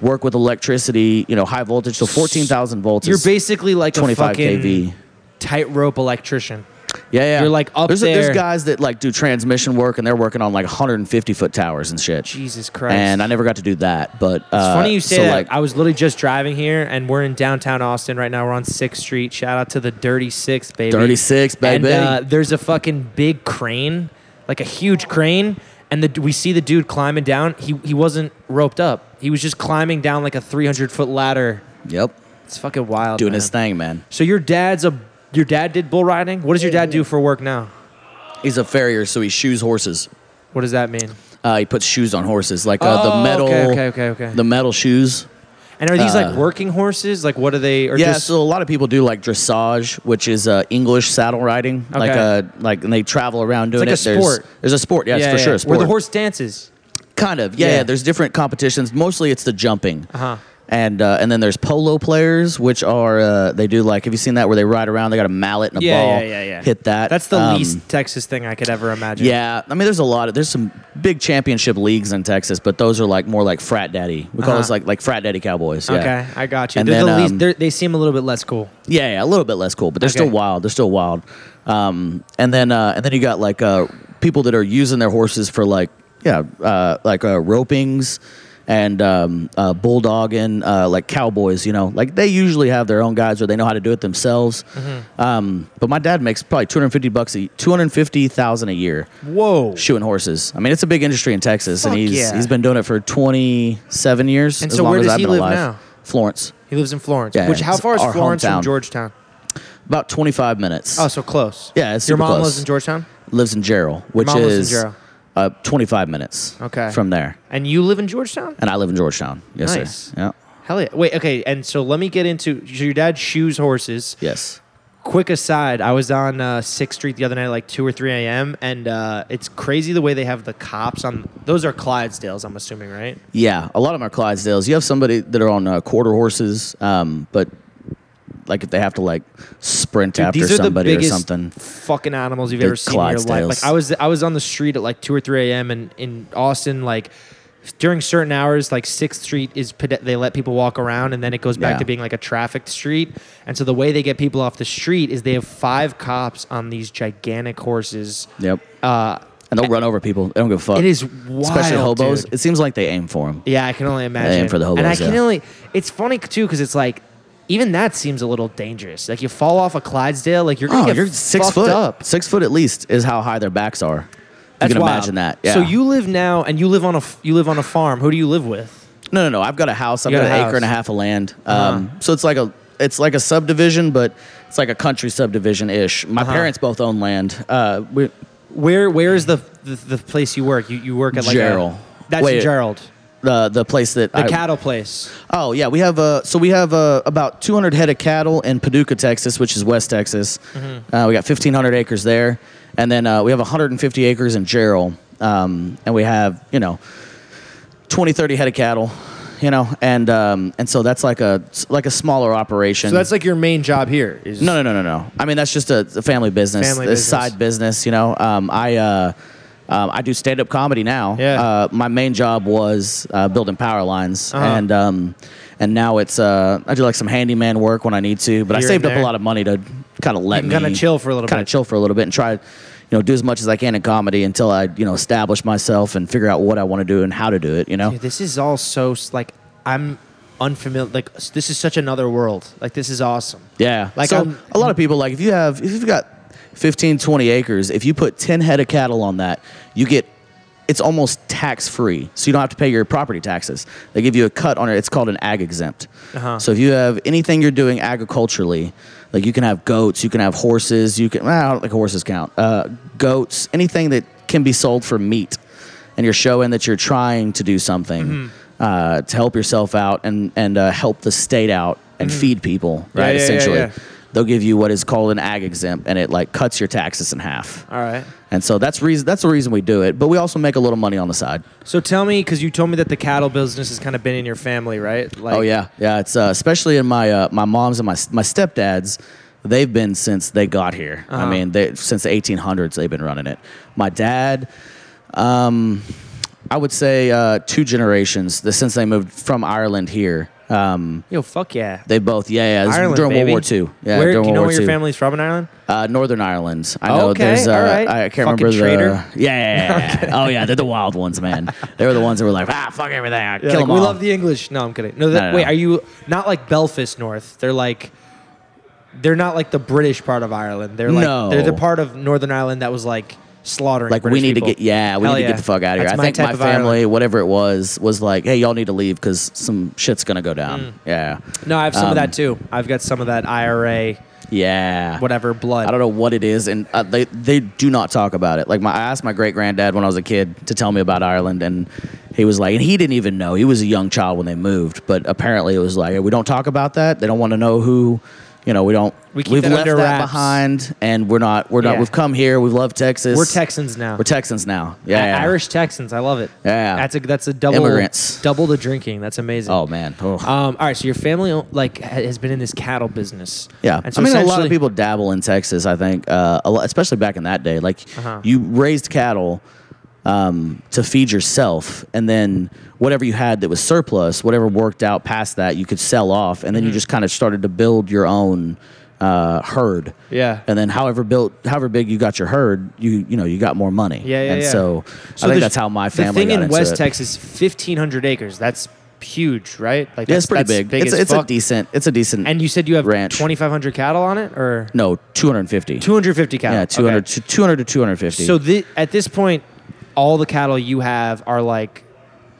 Speaker 1: work with electricity, you know, high voltage. So 14,000 volts.
Speaker 2: you're
Speaker 1: is-
Speaker 2: basically like
Speaker 1: 25
Speaker 2: a fucking
Speaker 1: kV.
Speaker 2: tightrope electrician.
Speaker 1: Yeah, yeah.
Speaker 2: You're, like, up
Speaker 1: there's,
Speaker 2: there.
Speaker 1: There's guys that like do transmission work and they're working on like 150 foot towers and shit.
Speaker 2: Jesus Christ.
Speaker 1: And I never got to do that, but uh,
Speaker 2: It's funny you say
Speaker 1: so,
Speaker 2: that.
Speaker 1: Like,
Speaker 2: I was literally just driving here, and we're in downtown Austin right now. We're on Sixth Street. Shout out to the Dirty Six, baby.
Speaker 1: 36,
Speaker 2: And,
Speaker 1: baby.
Speaker 2: uh, there's a fucking big crane, like a huge crane, and the, we see the dude climbing down. He he wasn't roped up. He was just climbing down like a 300 foot ladder.
Speaker 1: yep,
Speaker 2: It's fucking wild.
Speaker 1: doing
Speaker 2: man.
Speaker 1: his thing, man.
Speaker 2: So your dad's a your dad did bull riding. What does your dad do for work now?
Speaker 1: He's a farrier, so he shoes horses.
Speaker 2: What does that mean?
Speaker 1: Uh, he puts shoes on horses, like uh,
Speaker 2: Oh,
Speaker 1: the metal,
Speaker 2: okay, okay, okay, okay.
Speaker 1: the metal shoes.
Speaker 2: And are these
Speaker 1: Uh,
Speaker 2: like working horses? Like what are they? Or
Speaker 1: yeah,
Speaker 2: just,
Speaker 1: so a lot of people do like dressage, which is uh, English saddle riding, like
Speaker 2: Okay.
Speaker 1: uh, like and they travel around doing
Speaker 2: like a
Speaker 1: it.
Speaker 2: sport.
Speaker 1: There's, there's a sport, yes,
Speaker 2: yeah,
Speaker 1: for
Speaker 2: yeah.
Speaker 1: sure. a
Speaker 2: Where the
Speaker 1: sport.
Speaker 2: horse dances.
Speaker 1: Kind of, yeah,
Speaker 2: Yeah.
Speaker 1: yeah. There's different competitions. Mostly, it's the jumping,
Speaker 2: Uh-huh.
Speaker 1: and uh, and then there's polo players, which are uh, they do like. Have you seen that where they ride around? They got a mallet and a
Speaker 2: Yeah,
Speaker 1: ball.
Speaker 2: yeah, yeah, yeah.
Speaker 1: Hit that.
Speaker 2: That's the
Speaker 1: Um,
Speaker 2: least Texas thing I could ever imagine.
Speaker 1: Yeah, I mean, there's a lot of there's some big championship leagues in Texas, but those are like more like frat daddy. We call
Speaker 2: Uh-huh.
Speaker 1: this like like frat daddy cowboys. Yeah.
Speaker 2: Okay, I got you.
Speaker 1: And
Speaker 2: They're the
Speaker 1: then,
Speaker 2: least,
Speaker 1: um,
Speaker 2: they're- they seem a little bit less cool.
Speaker 1: Yeah, yeah, a little bit less cool, but they're
Speaker 2: Okay.
Speaker 1: still wild. They're still wild. Um, and then uh, and then you got like uh, people that are using their horses for like yeah, uh, like uh, ropings and um, uh, bulldogging, uh, like cowboys. You know, like they usually have their own guys or they know how to do it themselves.
Speaker 2: Mm-hmm.
Speaker 1: Um, but my dad makes probably two hundred fifty bucks a two hundred fifty thousand a year
Speaker 2: Whoa.
Speaker 1: shoeing horses. I mean, it's a big industry in Texas,
Speaker 2: Fuck
Speaker 1: and he's
Speaker 2: yeah.
Speaker 1: he's been doing it for twenty seven years.
Speaker 2: And
Speaker 1: as
Speaker 2: so
Speaker 1: long
Speaker 2: where
Speaker 1: as
Speaker 2: does
Speaker 1: I've
Speaker 2: he
Speaker 1: been
Speaker 2: live
Speaker 1: alive.
Speaker 2: now?
Speaker 1: Florence,
Speaker 2: He lives in Florence.
Speaker 1: Yeah,
Speaker 2: Which how
Speaker 1: it's
Speaker 2: far is
Speaker 1: our
Speaker 2: Florence
Speaker 1: hometown.
Speaker 2: from Georgetown?
Speaker 1: about twenty five minutes.
Speaker 2: Oh, so close.
Speaker 1: Yeah, it's
Speaker 2: your
Speaker 1: super
Speaker 2: mom
Speaker 1: close.
Speaker 2: lives in Georgetown,
Speaker 1: lives in Gerald, which
Speaker 2: mom lives in
Speaker 1: is
Speaker 2: Gerald.
Speaker 1: Uh, 25 minutes
Speaker 2: Okay.
Speaker 1: from there.
Speaker 2: and you live in Georgetown.
Speaker 1: And I live in Georgetown. Yes,
Speaker 2: Nice.
Speaker 1: sir. Yeah.
Speaker 2: Hell yeah! Wait, okay, and so let me get into so your dad shoes horses.
Speaker 1: Yes.
Speaker 2: Quick aside, I was on uh, Sixth Street the other night, at like two or three a.m., and uh, it's crazy the way they have the cops on. Those are Clydesdales, I'm assuming, right?
Speaker 1: Yeah. A lot of them are Clydesdales. You have somebody that are on uh, quarter horses, um, but like if they have to like sprint
Speaker 2: Dude,
Speaker 1: after
Speaker 2: these are
Speaker 1: somebody
Speaker 2: the
Speaker 1: or
Speaker 2: biggest
Speaker 1: something.
Speaker 2: Fucking animals you've
Speaker 1: They're
Speaker 2: ever seen in your life.
Speaker 1: Clydesdales.
Speaker 2: Like I was, I was on the street at like two or three a.m. and in Austin, like during certain hours, like Sixth Street is pede- they let people walk around, and then it goes back
Speaker 1: Yeah.
Speaker 2: to being like a trafficked street. And so the way they get people off the street is they have five cops on these gigantic horses.
Speaker 1: Yep.
Speaker 2: Uh,
Speaker 1: and they'll run over people. They don't give a fuck.
Speaker 2: It is wild,
Speaker 1: Especially hobos.
Speaker 2: dude.
Speaker 1: It seems like they aim for them.
Speaker 2: yeah, I can only imagine.
Speaker 1: for the
Speaker 2: and I
Speaker 1: hobos,
Speaker 2: can
Speaker 1: yeah.
Speaker 2: only. It's funny too because it's like. Even that seems a little dangerous. Like you fall off a Clydesdale, like you're gonna
Speaker 1: Oh,
Speaker 2: get
Speaker 1: you're six
Speaker 2: fucked
Speaker 1: foot.
Speaker 2: up.
Speaker 1: Six foot at least is how high their backs are. you can
Speaker 2: wild.
Speaker 1: imagine that. Yeah.
Speaker 2: So you live now, and you live on a f- you live on a farm. Who do you live with?
Speaker 1: No, no, no. I've got a house. I've
Speaker 2: You
Speaker 1: got,
Speaker 2: got a
Speaker 1: an
Speaker 2: house. Uh-huh.
Speaker 1: acre and a half of land. Um, So it's like a it's like a subdivision, but it's like a country subdivision ish. My
Speaker 2: Uh-huh.
Speaker 1: parents both own land. Uh, we,
Speaker 2: Where Where is the the, the place you work? You you work at like
Speaker 1: Gerald.
Speaker 2: A, that's
Speaker 1: Wait.
Speaker 2: Gerald,
Speaker 1: the uh, the place that
Speaker 2: the
Speaker 1: I,
Speaker 2: cattle place.
Speaker 1: Oh yeah, we have uh, so we have uh, about 200 head of cattle in Paducah, Texas, which is West Texas. Uh, we got 1,500 acres there, and then uh, we have 150 acres in Gerald, um, and we have you know 20, 30 head of cattle, you know, and um, and so that's like a like a smaller operation.
Speaker 2: like your main job here. Is
Speaker 1: No, no, no, no, no. I mean, that's just a, a family business,
Speaker 2: Family
Speaker 1: a
Speaker 2: business.
Speaker 1: side business. You know, um, I uh, um, I do stand up comedy now.
Speaker 2: Yeah.
Speaker 1: Uh, my main job was uh, building power lines,
Speaker 2: Uh-huh.
Speaker 1: and um, and now it's uh, I do like some handyman work when I need to, but
Speaker 2: Here
Speaker 1: I saved up
Speaker 2: and
Speaker 1: a
Speaker 2: there.
Speaker 1: lot of money to kind of let
Speaker 2: can
Speaker 1: me
Speaker 2: kinda chill for a little
Speaker 1: kinda
Speaker 2: bit.
Speaker 1: chill for a little bit, and try. You know, do as much as I can in comedy until I, you know, establish myself and figure out what I want to do and how to do it. You know,
Speaker 2: Dude, this is all so s- like I'm unfamiliar. Like s- this is such another world. Like this is awesome.
Speaker 1: Yeah.
Speaker 2: Like,
Speaker 1: Like so
Speaker 2: I'm-
Speaker 1: a lot of people like if you have if you've got 15 20 acres, if you put 10 head of cattle on that, you get it's almost tax free. So you don't have to pay your property taxes. They give you a cut on it. It's called an ag exempt.
Speaker 2: Uh-huh.
Speaker 1: So if you have anything you're doing agriculturally, like you can have goats, you can have horses, you can well, I don't think horses count. Uh, goats, anything that can be sold for meat and you're showing that you're trying to do something
Speaker 2: Mm-hmm.
Speaker 1: uh, to help yourself out and and uh, help the state out and
Speaker 2: Mm-hmm.
Speaker 1: feed people,
Speaker 2: Yeah,
Speaker 1: right?
Speaker 2: yeah, yeah,
Speaker 1: Essentially,
Speaker 2: yeah.
Speaker 1: they'll give you what is called an ag exempt, and it like cuts your taxes in half.
Speaker 2: All right.
Speaker 1: And so that's reason that's the reason we do it. But we also make a little money on the side.
Speaker 2: So tell me, because you told me that the cattle business has kind of been in your family, right? Like,
Speaker 1: oh yeah, yeah. It's uh, especially in my uh, my mom's and my my stepdad's. They've been since they got here.
Speaker 2: Uh-huh.
Speaker 1: I mean, they, since the 1800s, they've been running it. My dad, um, I would say uh, two generations the, since they moved from Ireland here. Um,
Speaker 2: Yo, fuck yeah.
Speaker 1: they both, yeah, yeah, it was
Speaker 2: Ireland,
Speaker 1: during
Speaker 2: baby.
Speaker 1: World War II. Yeah,
Speaker 2: where,
Speaker 1: during
Speaker 2: do you
Speaker 1: World
Speaker 2: know
Speaker 1: War
Speaker 2: where your
Speaker 1: II.
Speaker 2: family's from in Ireland?
Speaker 1: Uh, Northern Ireland. I know
Speaker 2: Okay,
Speaker 1: there's. Uh,
Speaker 2: all right.
Speaker 1: I can't
Speaker 2: Fucking
Speaker 1: remember the.
Speaker 2: traitor.
Speaker 1: Yeah, yeah, yeah, yeah. oh yeah, they're the wild ones, man. they were the ones that were like, ah, fuck everything, kill
Speaker 2: They're
Speaker 1: them
Speaker 2: like,
Speaker 1: all.
Speaker 2: We love the English. No, I'm kidding. No, that,
Speaker 1: No, no,
Speaker 2: wait,
Speaker 1: no.
Speaker 2: are you not like Belfast North? They're like, they're not like the British part of Ireland. They're like,
Speaker 1: No.
Speaker 2: they're the part of Northern Ireland that was like slaughtering.
Speaker 1: like
Speaker 2: British
Speaker 1: we need
Speaker 2: people.
Speaker 1: to get yeah we
Speaker 2: Hell
Speaker 1: need to
Speaker 2: yeah.
Speaker 1: get the fuck out of here
Speaker 2: That's
Speaker 1: i think
Speaker 2: type
Speaker 1: my
Speaker 2: of Ireland.
Speaker 1: family whatever it was was like hey y'all need to leave
Speaker 2: Mm.
Speaker 1: because some shit's gonna go down yeah
Speaker 2: No, I have some of
Speaker 1: Um,
Speaker 2: that too. I've got some of that IRA
Speaker 1: Yeah.
Speaker 2: whatever blood.
Speaker 1: I don't know what it is, and uh, they they do not talk about it. Like my, I asked my great granddad when I was a kid to tell me about Ireland, and he was like, and he didn't even know. He was a young child when they moved, but apparently it was like we don't talk about that. They don't want to know who, you know, we don't.
Speaker 2: We keep
Speaker 1: have
Speaker 2: that
Speaker 1: left
Speaker 2: under
Speaker 1: that
Speaker 2: wraps.
Speaker 1: behind, and we're not. We're
Speaker 2: Yeah.
Speaker 1: not. We've come here. We love Texas.
Speaker 2: We're Texans now.
Speaker 1: We're Texans now.
Speaker 2: I-
Speaker 1: Yeah, yeah.
Speaker 2: Irish Texans. I love it.
Speaker 1: Yeah.
Speaker 2: that's a that's a double
Speaker 1: Immigrants.
Speaker 2: double the drinking. That's amazing.
Speaker 1: Oh man. Oh.
Speaker 2: Um, all right, so your family like ha- has been in this cattle business.
Speaker 1: Yeah,
Speaker 2: and so
Speaker 1: I mean, a lot
Speaker 2: essentially-
Speaker 1: of people dabble in Texas. I think, uh, a lot, especially back in that day, like
Speaker 2: Uh-huh.
Speaker 1: you raised cattle um, to feed yourself, and then whatever you had that was surplus, whatever worked out past that, you could sell off, and then
Speaker 2: Mm-hmm.
Speaker 1: you just kind of started to build your own uh, herd.
Speaker 2: Yeah.
Speaker 1: and then however built, however big you got your herd, you you know you got more money.
Speaker 2: Yeah, yeah,
Speaker 1: And
Speaker 2: yeah.
Speaker 1: so, I
Speaker 2: there's-
Speaker 1: think that's how my family.
Speaker 2: The thing
Speaker 1: got
Speaker 2: in
Speaker 1: into
Speaker 2: West
Speaker 1: it.
Speaker 2: Texas, fifteen hundred acres. That's huge, right? Like
Speaker 1: yeah, it's
Speaker 2: that's-
Speaker 1: pretty
Speaker 2: that's
Speaker 1: big. it's
Speaker 2: as
Speaker 1: it's a
Speaker 2: fuck.
Speaker 1: decent. It's a decent.
Speaker 2: And you said you have
Speaker 1: ranch.
Speaker 2: twenty five hundred cattle on it, or
Speaker 1: no, two hundred and fifty.
Speaker 2: two hundred fifty cattle?
Speaker 1: Yeah, 200,
Speaker 2: Okay.
Speaker 1: to 200 to 250.
Speaker 2: So thi- at this point, all the cattle you have are like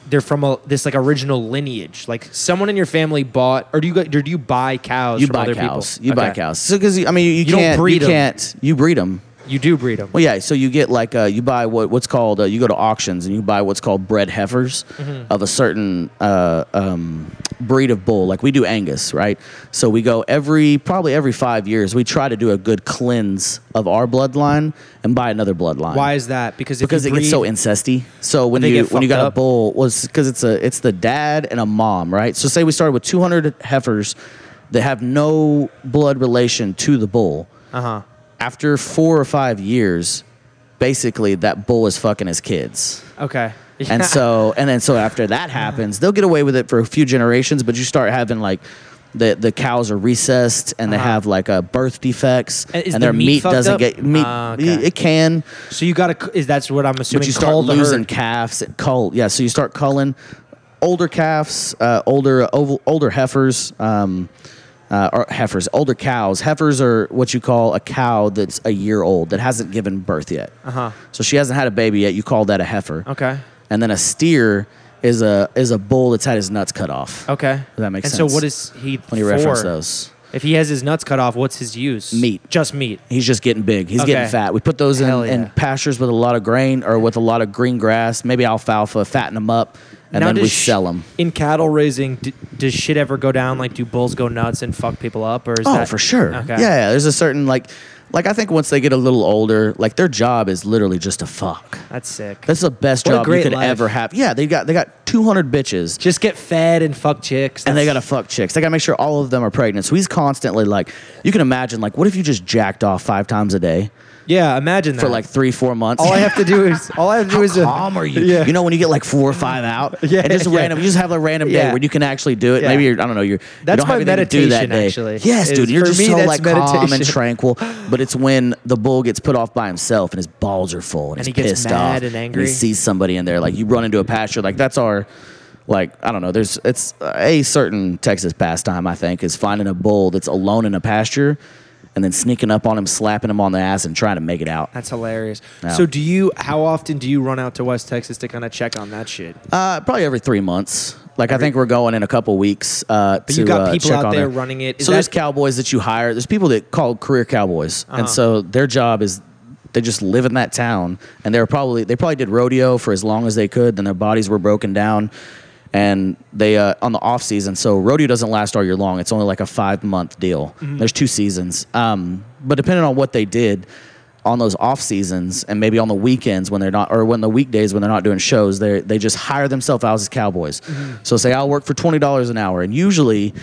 Speaker 2: they're from a, this like original lineage. Like someone in your family bought, or do you go- or do you buy cows?
Speaker 1: you
Speaker 2: from
Speaker 1: buy
Speaker 2: other
Speaker 1: cows.
Speaker 2: People?
Speaker 1: You buy
Speaker 2: Okay.
Speaker 1: cows. So because I mean, you,
Speaker 2: don't
Speaker 1: can't.
Speaker 2: breed
Speaker 1: you
Speaker 2: 'em.
Speaker 1: can't. You breed them.
Speaker 2: You do breed them.
Speaker 1: Well, yeah. So you get like uh, you buy what what's called uh, you go to auctions and you buy what's called bred heifers
Speaker 2: Mm-hmm.
Speaker 1: of a certain uh, um, breed of bull. Like we do Angus, right? So we go every probably every five years. We try to do a good cleanse of our bloodline and buy another bloodline.
Speaker 2: Why is that? Because if
Speaker 1: because
Speaker 2: you
Speaker 1: it gets
Speaker 2: breed-
Speaker 1: so incesty. So when
Speaker 2: They
Speaker 1: you
Speaker 2: get
Speaker 1: when you
Speaker 2: fucked
Speaker 1: got
Speaker 2: up.
Speaker 1: a bull was because it's a it's the dad and a mom, right? So say we started with 200 heifers that have no blood relation to the bull.
Speaker 2: uh-huh.
Speaker 1: After four or five years, basically that bull is fucking his kids.
Speaker 2: Okay.
Speaker 1: And so and then so after that happens, they'll get away with it for a few generations, but you start having like the, the cows are recessed and they
Speaker 2: Uh-huh.
Speaker 1: have like a birth defects
Speaker 2: And is
Speaker 1: and
Speaker 2: the
Speaker 1: their
Speaker 2: meat
Speaker 1: meat,
Speaker 2: fucked
Speaker 1: doesn't
Speaker 2: up?
Speaker 1: get meat
Speaker 2: Ah, okay.
Speaker 1: it can
Speaker 2: So you got to is that's what I'm assuming.
Speaker 1: but you start
Speaker 2: cull the
Speaker 1: losing
Speaker 2: herd.
Speaker 1: calves and cull. Yeah, so you start culling older calves, uh, older oval, older heifers, um, uh, or heifers, older cows. Heifers are what you call a cow that's a year old that hasn't given birth yet.
Speaker 2: Uh-huh.
Speaker 1: So she hasn't had a baby yet. You call that a heifer.
Speaker 2: Okay.
Speaker 1: And then a steer is a is a bull that's had his nuts cut off.
Speaker 2: Okay.
Speaker 1: That makes
Speaker 2: And
Speaker 1: sense.
Speaker 2: so what is he
Speaker 1: When you reference
Speaker 2: for?
Speaker 1: those.
Speaker 2: If he has his nuts cut off, what's his use?
Speaker 1: Meat.
Speaker 2: Just meat.
Speaker 1: He's just getting big. He's
Speaker 2: Okay.
Speaker 1: getting fat. We put those in,
Speaker 2: Hell yeah.
Speaker 1: in pastures with a lot of grain or with a lot of green grass, maybe alfalfa, fatten them up, and
Speaker 2: Now,
Speaker 1: then
Speaker 2: does
Speaker 1: we
Speaker 2: sh-
Speaker 1: sell them.
Speaker 2: In cattle raising, d- does shit ever go down? Like, do bulls go nuts and fuck people up? Or is
Speaker 1: Oh,
Speaker 2: that
Speaker 1: for sure.
Speaker 2: Okay.
Speaker 1: Yeah, yeah, there's a certain like, like I think once they get a little older, like their job is literally just to fuck.
Speaker 2: That's sick.
Speaker 1: That's the best
Speaker 2: What a
Speaker 1: job
Speaker 2: great
Speaker 1: you could
Speaker 2: life.
Speaker 1: ever have. Yeah, they got they got 200 bitches.
Speaker 2: Just get fed and fuck chicks.
Speaker 1: and they gotta
Speaker 2: That's-
Speaker 1: fuck chicks. They gotta make sure all of them are pregnant. So he's constantly like, you can imagine, like, what if you just jacked off five times a day
Speaker 2: Yeah, imagine that.
Speaker 1: for like three, four months?
Speaker 2: all I have to do is all I have to do is uh,
Speaker 1: calm are you?
Speaker 2: Yeah.
Speaker 1: You know when you get like four or five out,
Speaker 2: Yeah,
Speaker 1: and just
Speaker 2: yeah.
Speaker 1: random. You just have a random day
Speaker 2: Yeah.
Speaker 1: where you can actually do it.
Speaker 2: Yeah.
Speaker 1: Maybe you're, I don't know. You're you
Speaker 2: That's
Speaker 1: don't have
Speaker 2: my
Speaker 1: anything to do
Speaker 2: meditation,
Speaker 1: that day.
Speaker 2: actually,
Speaker 1: Yes,
Speaker 2: is-
Speaker 1: dude. You're
Speaker 2: for
Speaker 1: just
Speaker 2: me,
Speaker 1: so
Speaker 2: that's
Speaker 1: like calm and
Speaker 2: meditation.
Speaker 1: tranquil. But it's when the bull gets put off by himself and his balls are full and, he's
Speaker 2: And he gets
Speaker 1: pissed
Speaker 2: mad
Speaker 1: off
Speaker 2: and
Speaker 1: he
Speaker 2: angry.
Speaker 1: sees somebody in there. Like you run into a pasture. Like that's our. Like I don't know, there's it's a certain Texas pastime I think is finding a bull that's alone in a pasture, and then sneaking up on him, slapping him on the ass, and trying to make it out.
Speaker 2: That's hilarious.
Speaker 1: No.
Speaker 2: So, do you? How often do you run out to West Texas to kind of check on that shit?
Speaker 1: Uh, probably every three months. Like I think we're going in a couple weeks. Uh, but to,
Speaker 2: you got
Speaker 1: uh,
Speaker 2: people
Speaker 1: check
Speaker 2: out
Speaker 1: on
Speaker 2: there running it. Is
Speaker 1: so there's
Speaker 2: that-
Speaker 1: cowboys that you hire. There's people that call career cowboys,
Speaker 2: Uh-huh.
Speaker 1: and so their job is they just live in that town, and they're probably they probably did rodeo for as long as they could. Then their bodies were broken down, and they uh, on the off season. So rodeo doesn't last all year long. It's only like a five month deal. There's two seasons. Um, but depending on what they did, on those off seasons and maybe on the weekends when they're not or when the weekdays when they're not doing shows they they just hire themselves out as cowboys so say i'll work for $20 an hour and usually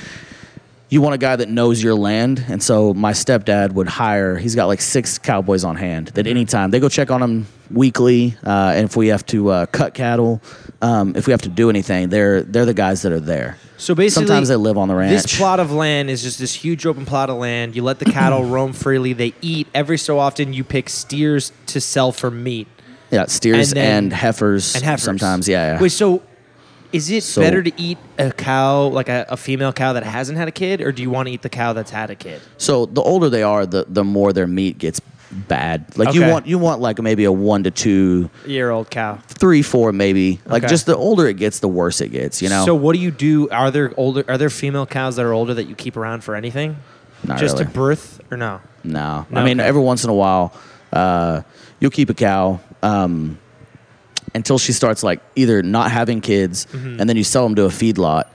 Speaker 1: you want a guy that knows your land and so my stepdad would hire he's got like six cowboys on hand that
Speaker 2: Mm-hmm.
Speaker 1: anytime they go check on them weekly uh, and if we have to uh, cut cattle um, if we have to do anything they're they're the guys that are there
Speaker 2: So basically,
Speaker 1: sometimes they live on the ranch
Speaker 2: This plot of land is just this huge open plot of land. You let the cattle roam freely. They eat every so often. You pick steers to sell for meat
Speaker 1: yeah steers
Speaker 2: and
Speaker 1: and,
Speaker 2: then-
Speaker 1: heifers
Speaker 2: and heifers.
Speaker 1: sometimes yeah, yeah.
Speaker 2: Wait, so is it
Speaker 1: So-
Speaker 2: better to eat a cow like a, a female cow that hasn't had a kid, or do you want to eat the cow that's had a kid?
Speaker 1: So the older they are, the the more their meat gets bad. Like you
Speaker 2: Okay.
Speaker 1: want you want like maybe a one to two,
Speaker 2: Year old cow.
Speaker 1: three, four maybe. Like
Speaker 2: Okay.
Speaker 1: just the older it gets, the worse it gets. You know.
Speaker 2: So what do you do? Are there older? Are there female cows that are older that you keep around for anything?
Speaker 1: Not
Speaker 2: just
Speaker 1: really.
Speaker 2: to birth or no?
Speaker 1: No.
Speaker 2: No,
Speaker 1: I mean,
Speaker 2: okay.
Speaker 1: every once in a while, uh, you'll keep a cow um, until she starts like either not having kids,
Speaker 2: Mm-hmm.
Speaker 1: and then you sell them to a feedlot,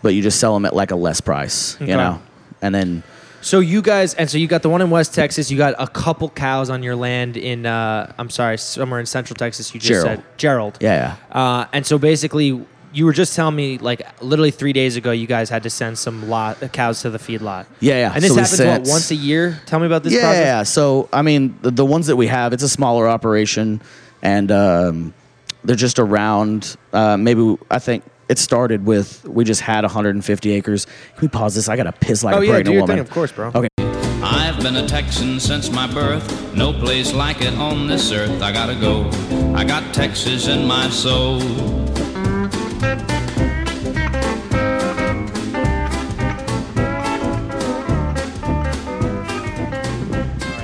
Speaker 1: but you just sell them at like a less price,
Speaker 2: Okay.
Speaker 1: you know. And then
Speaker 2: So you guys, and so you got the one in West Texas. You got a couple cows on your land in, uh, I'm sorry, somewhere in Central Texas. You just
Speaker 1: Gerald.
Speaker 2: said Gerald.
Speaker 1: yeah,
Speaker 2: Uh, and so basically, you were just telling me like literally three days ago, you guys had to send some lot uh, cows to the feedlot.
Speaker 1: Yeah, yeah.
Speaker 2: And this
Speaker 1: So we
Speaker 2: happens
Speaker 1: sent-
Speaker 2: what, once a year. Tell me about this.
Speaker 1: yeah,
Speaker 2: process.
Speaker 1: yeah. So I mean, the, the ones that we have, it's a smaller operation, and um, they're just around. Uh, maybe I think. It started with we just had 150 acres. Can we pause this? I gotta piss like
Speaker 2: Oh
Speaker 1: a
Speaker 2: yeah,
Speaker 1: pregnant
Speaker 2: do your
Speaker 1: woman.
Speaker 2: thing, of course, bro.
Speaker 1: Okay.
Speaker 3: I've been a Texan since my birth. No place like it on this earth. I gotta go. I got Texas in my soul.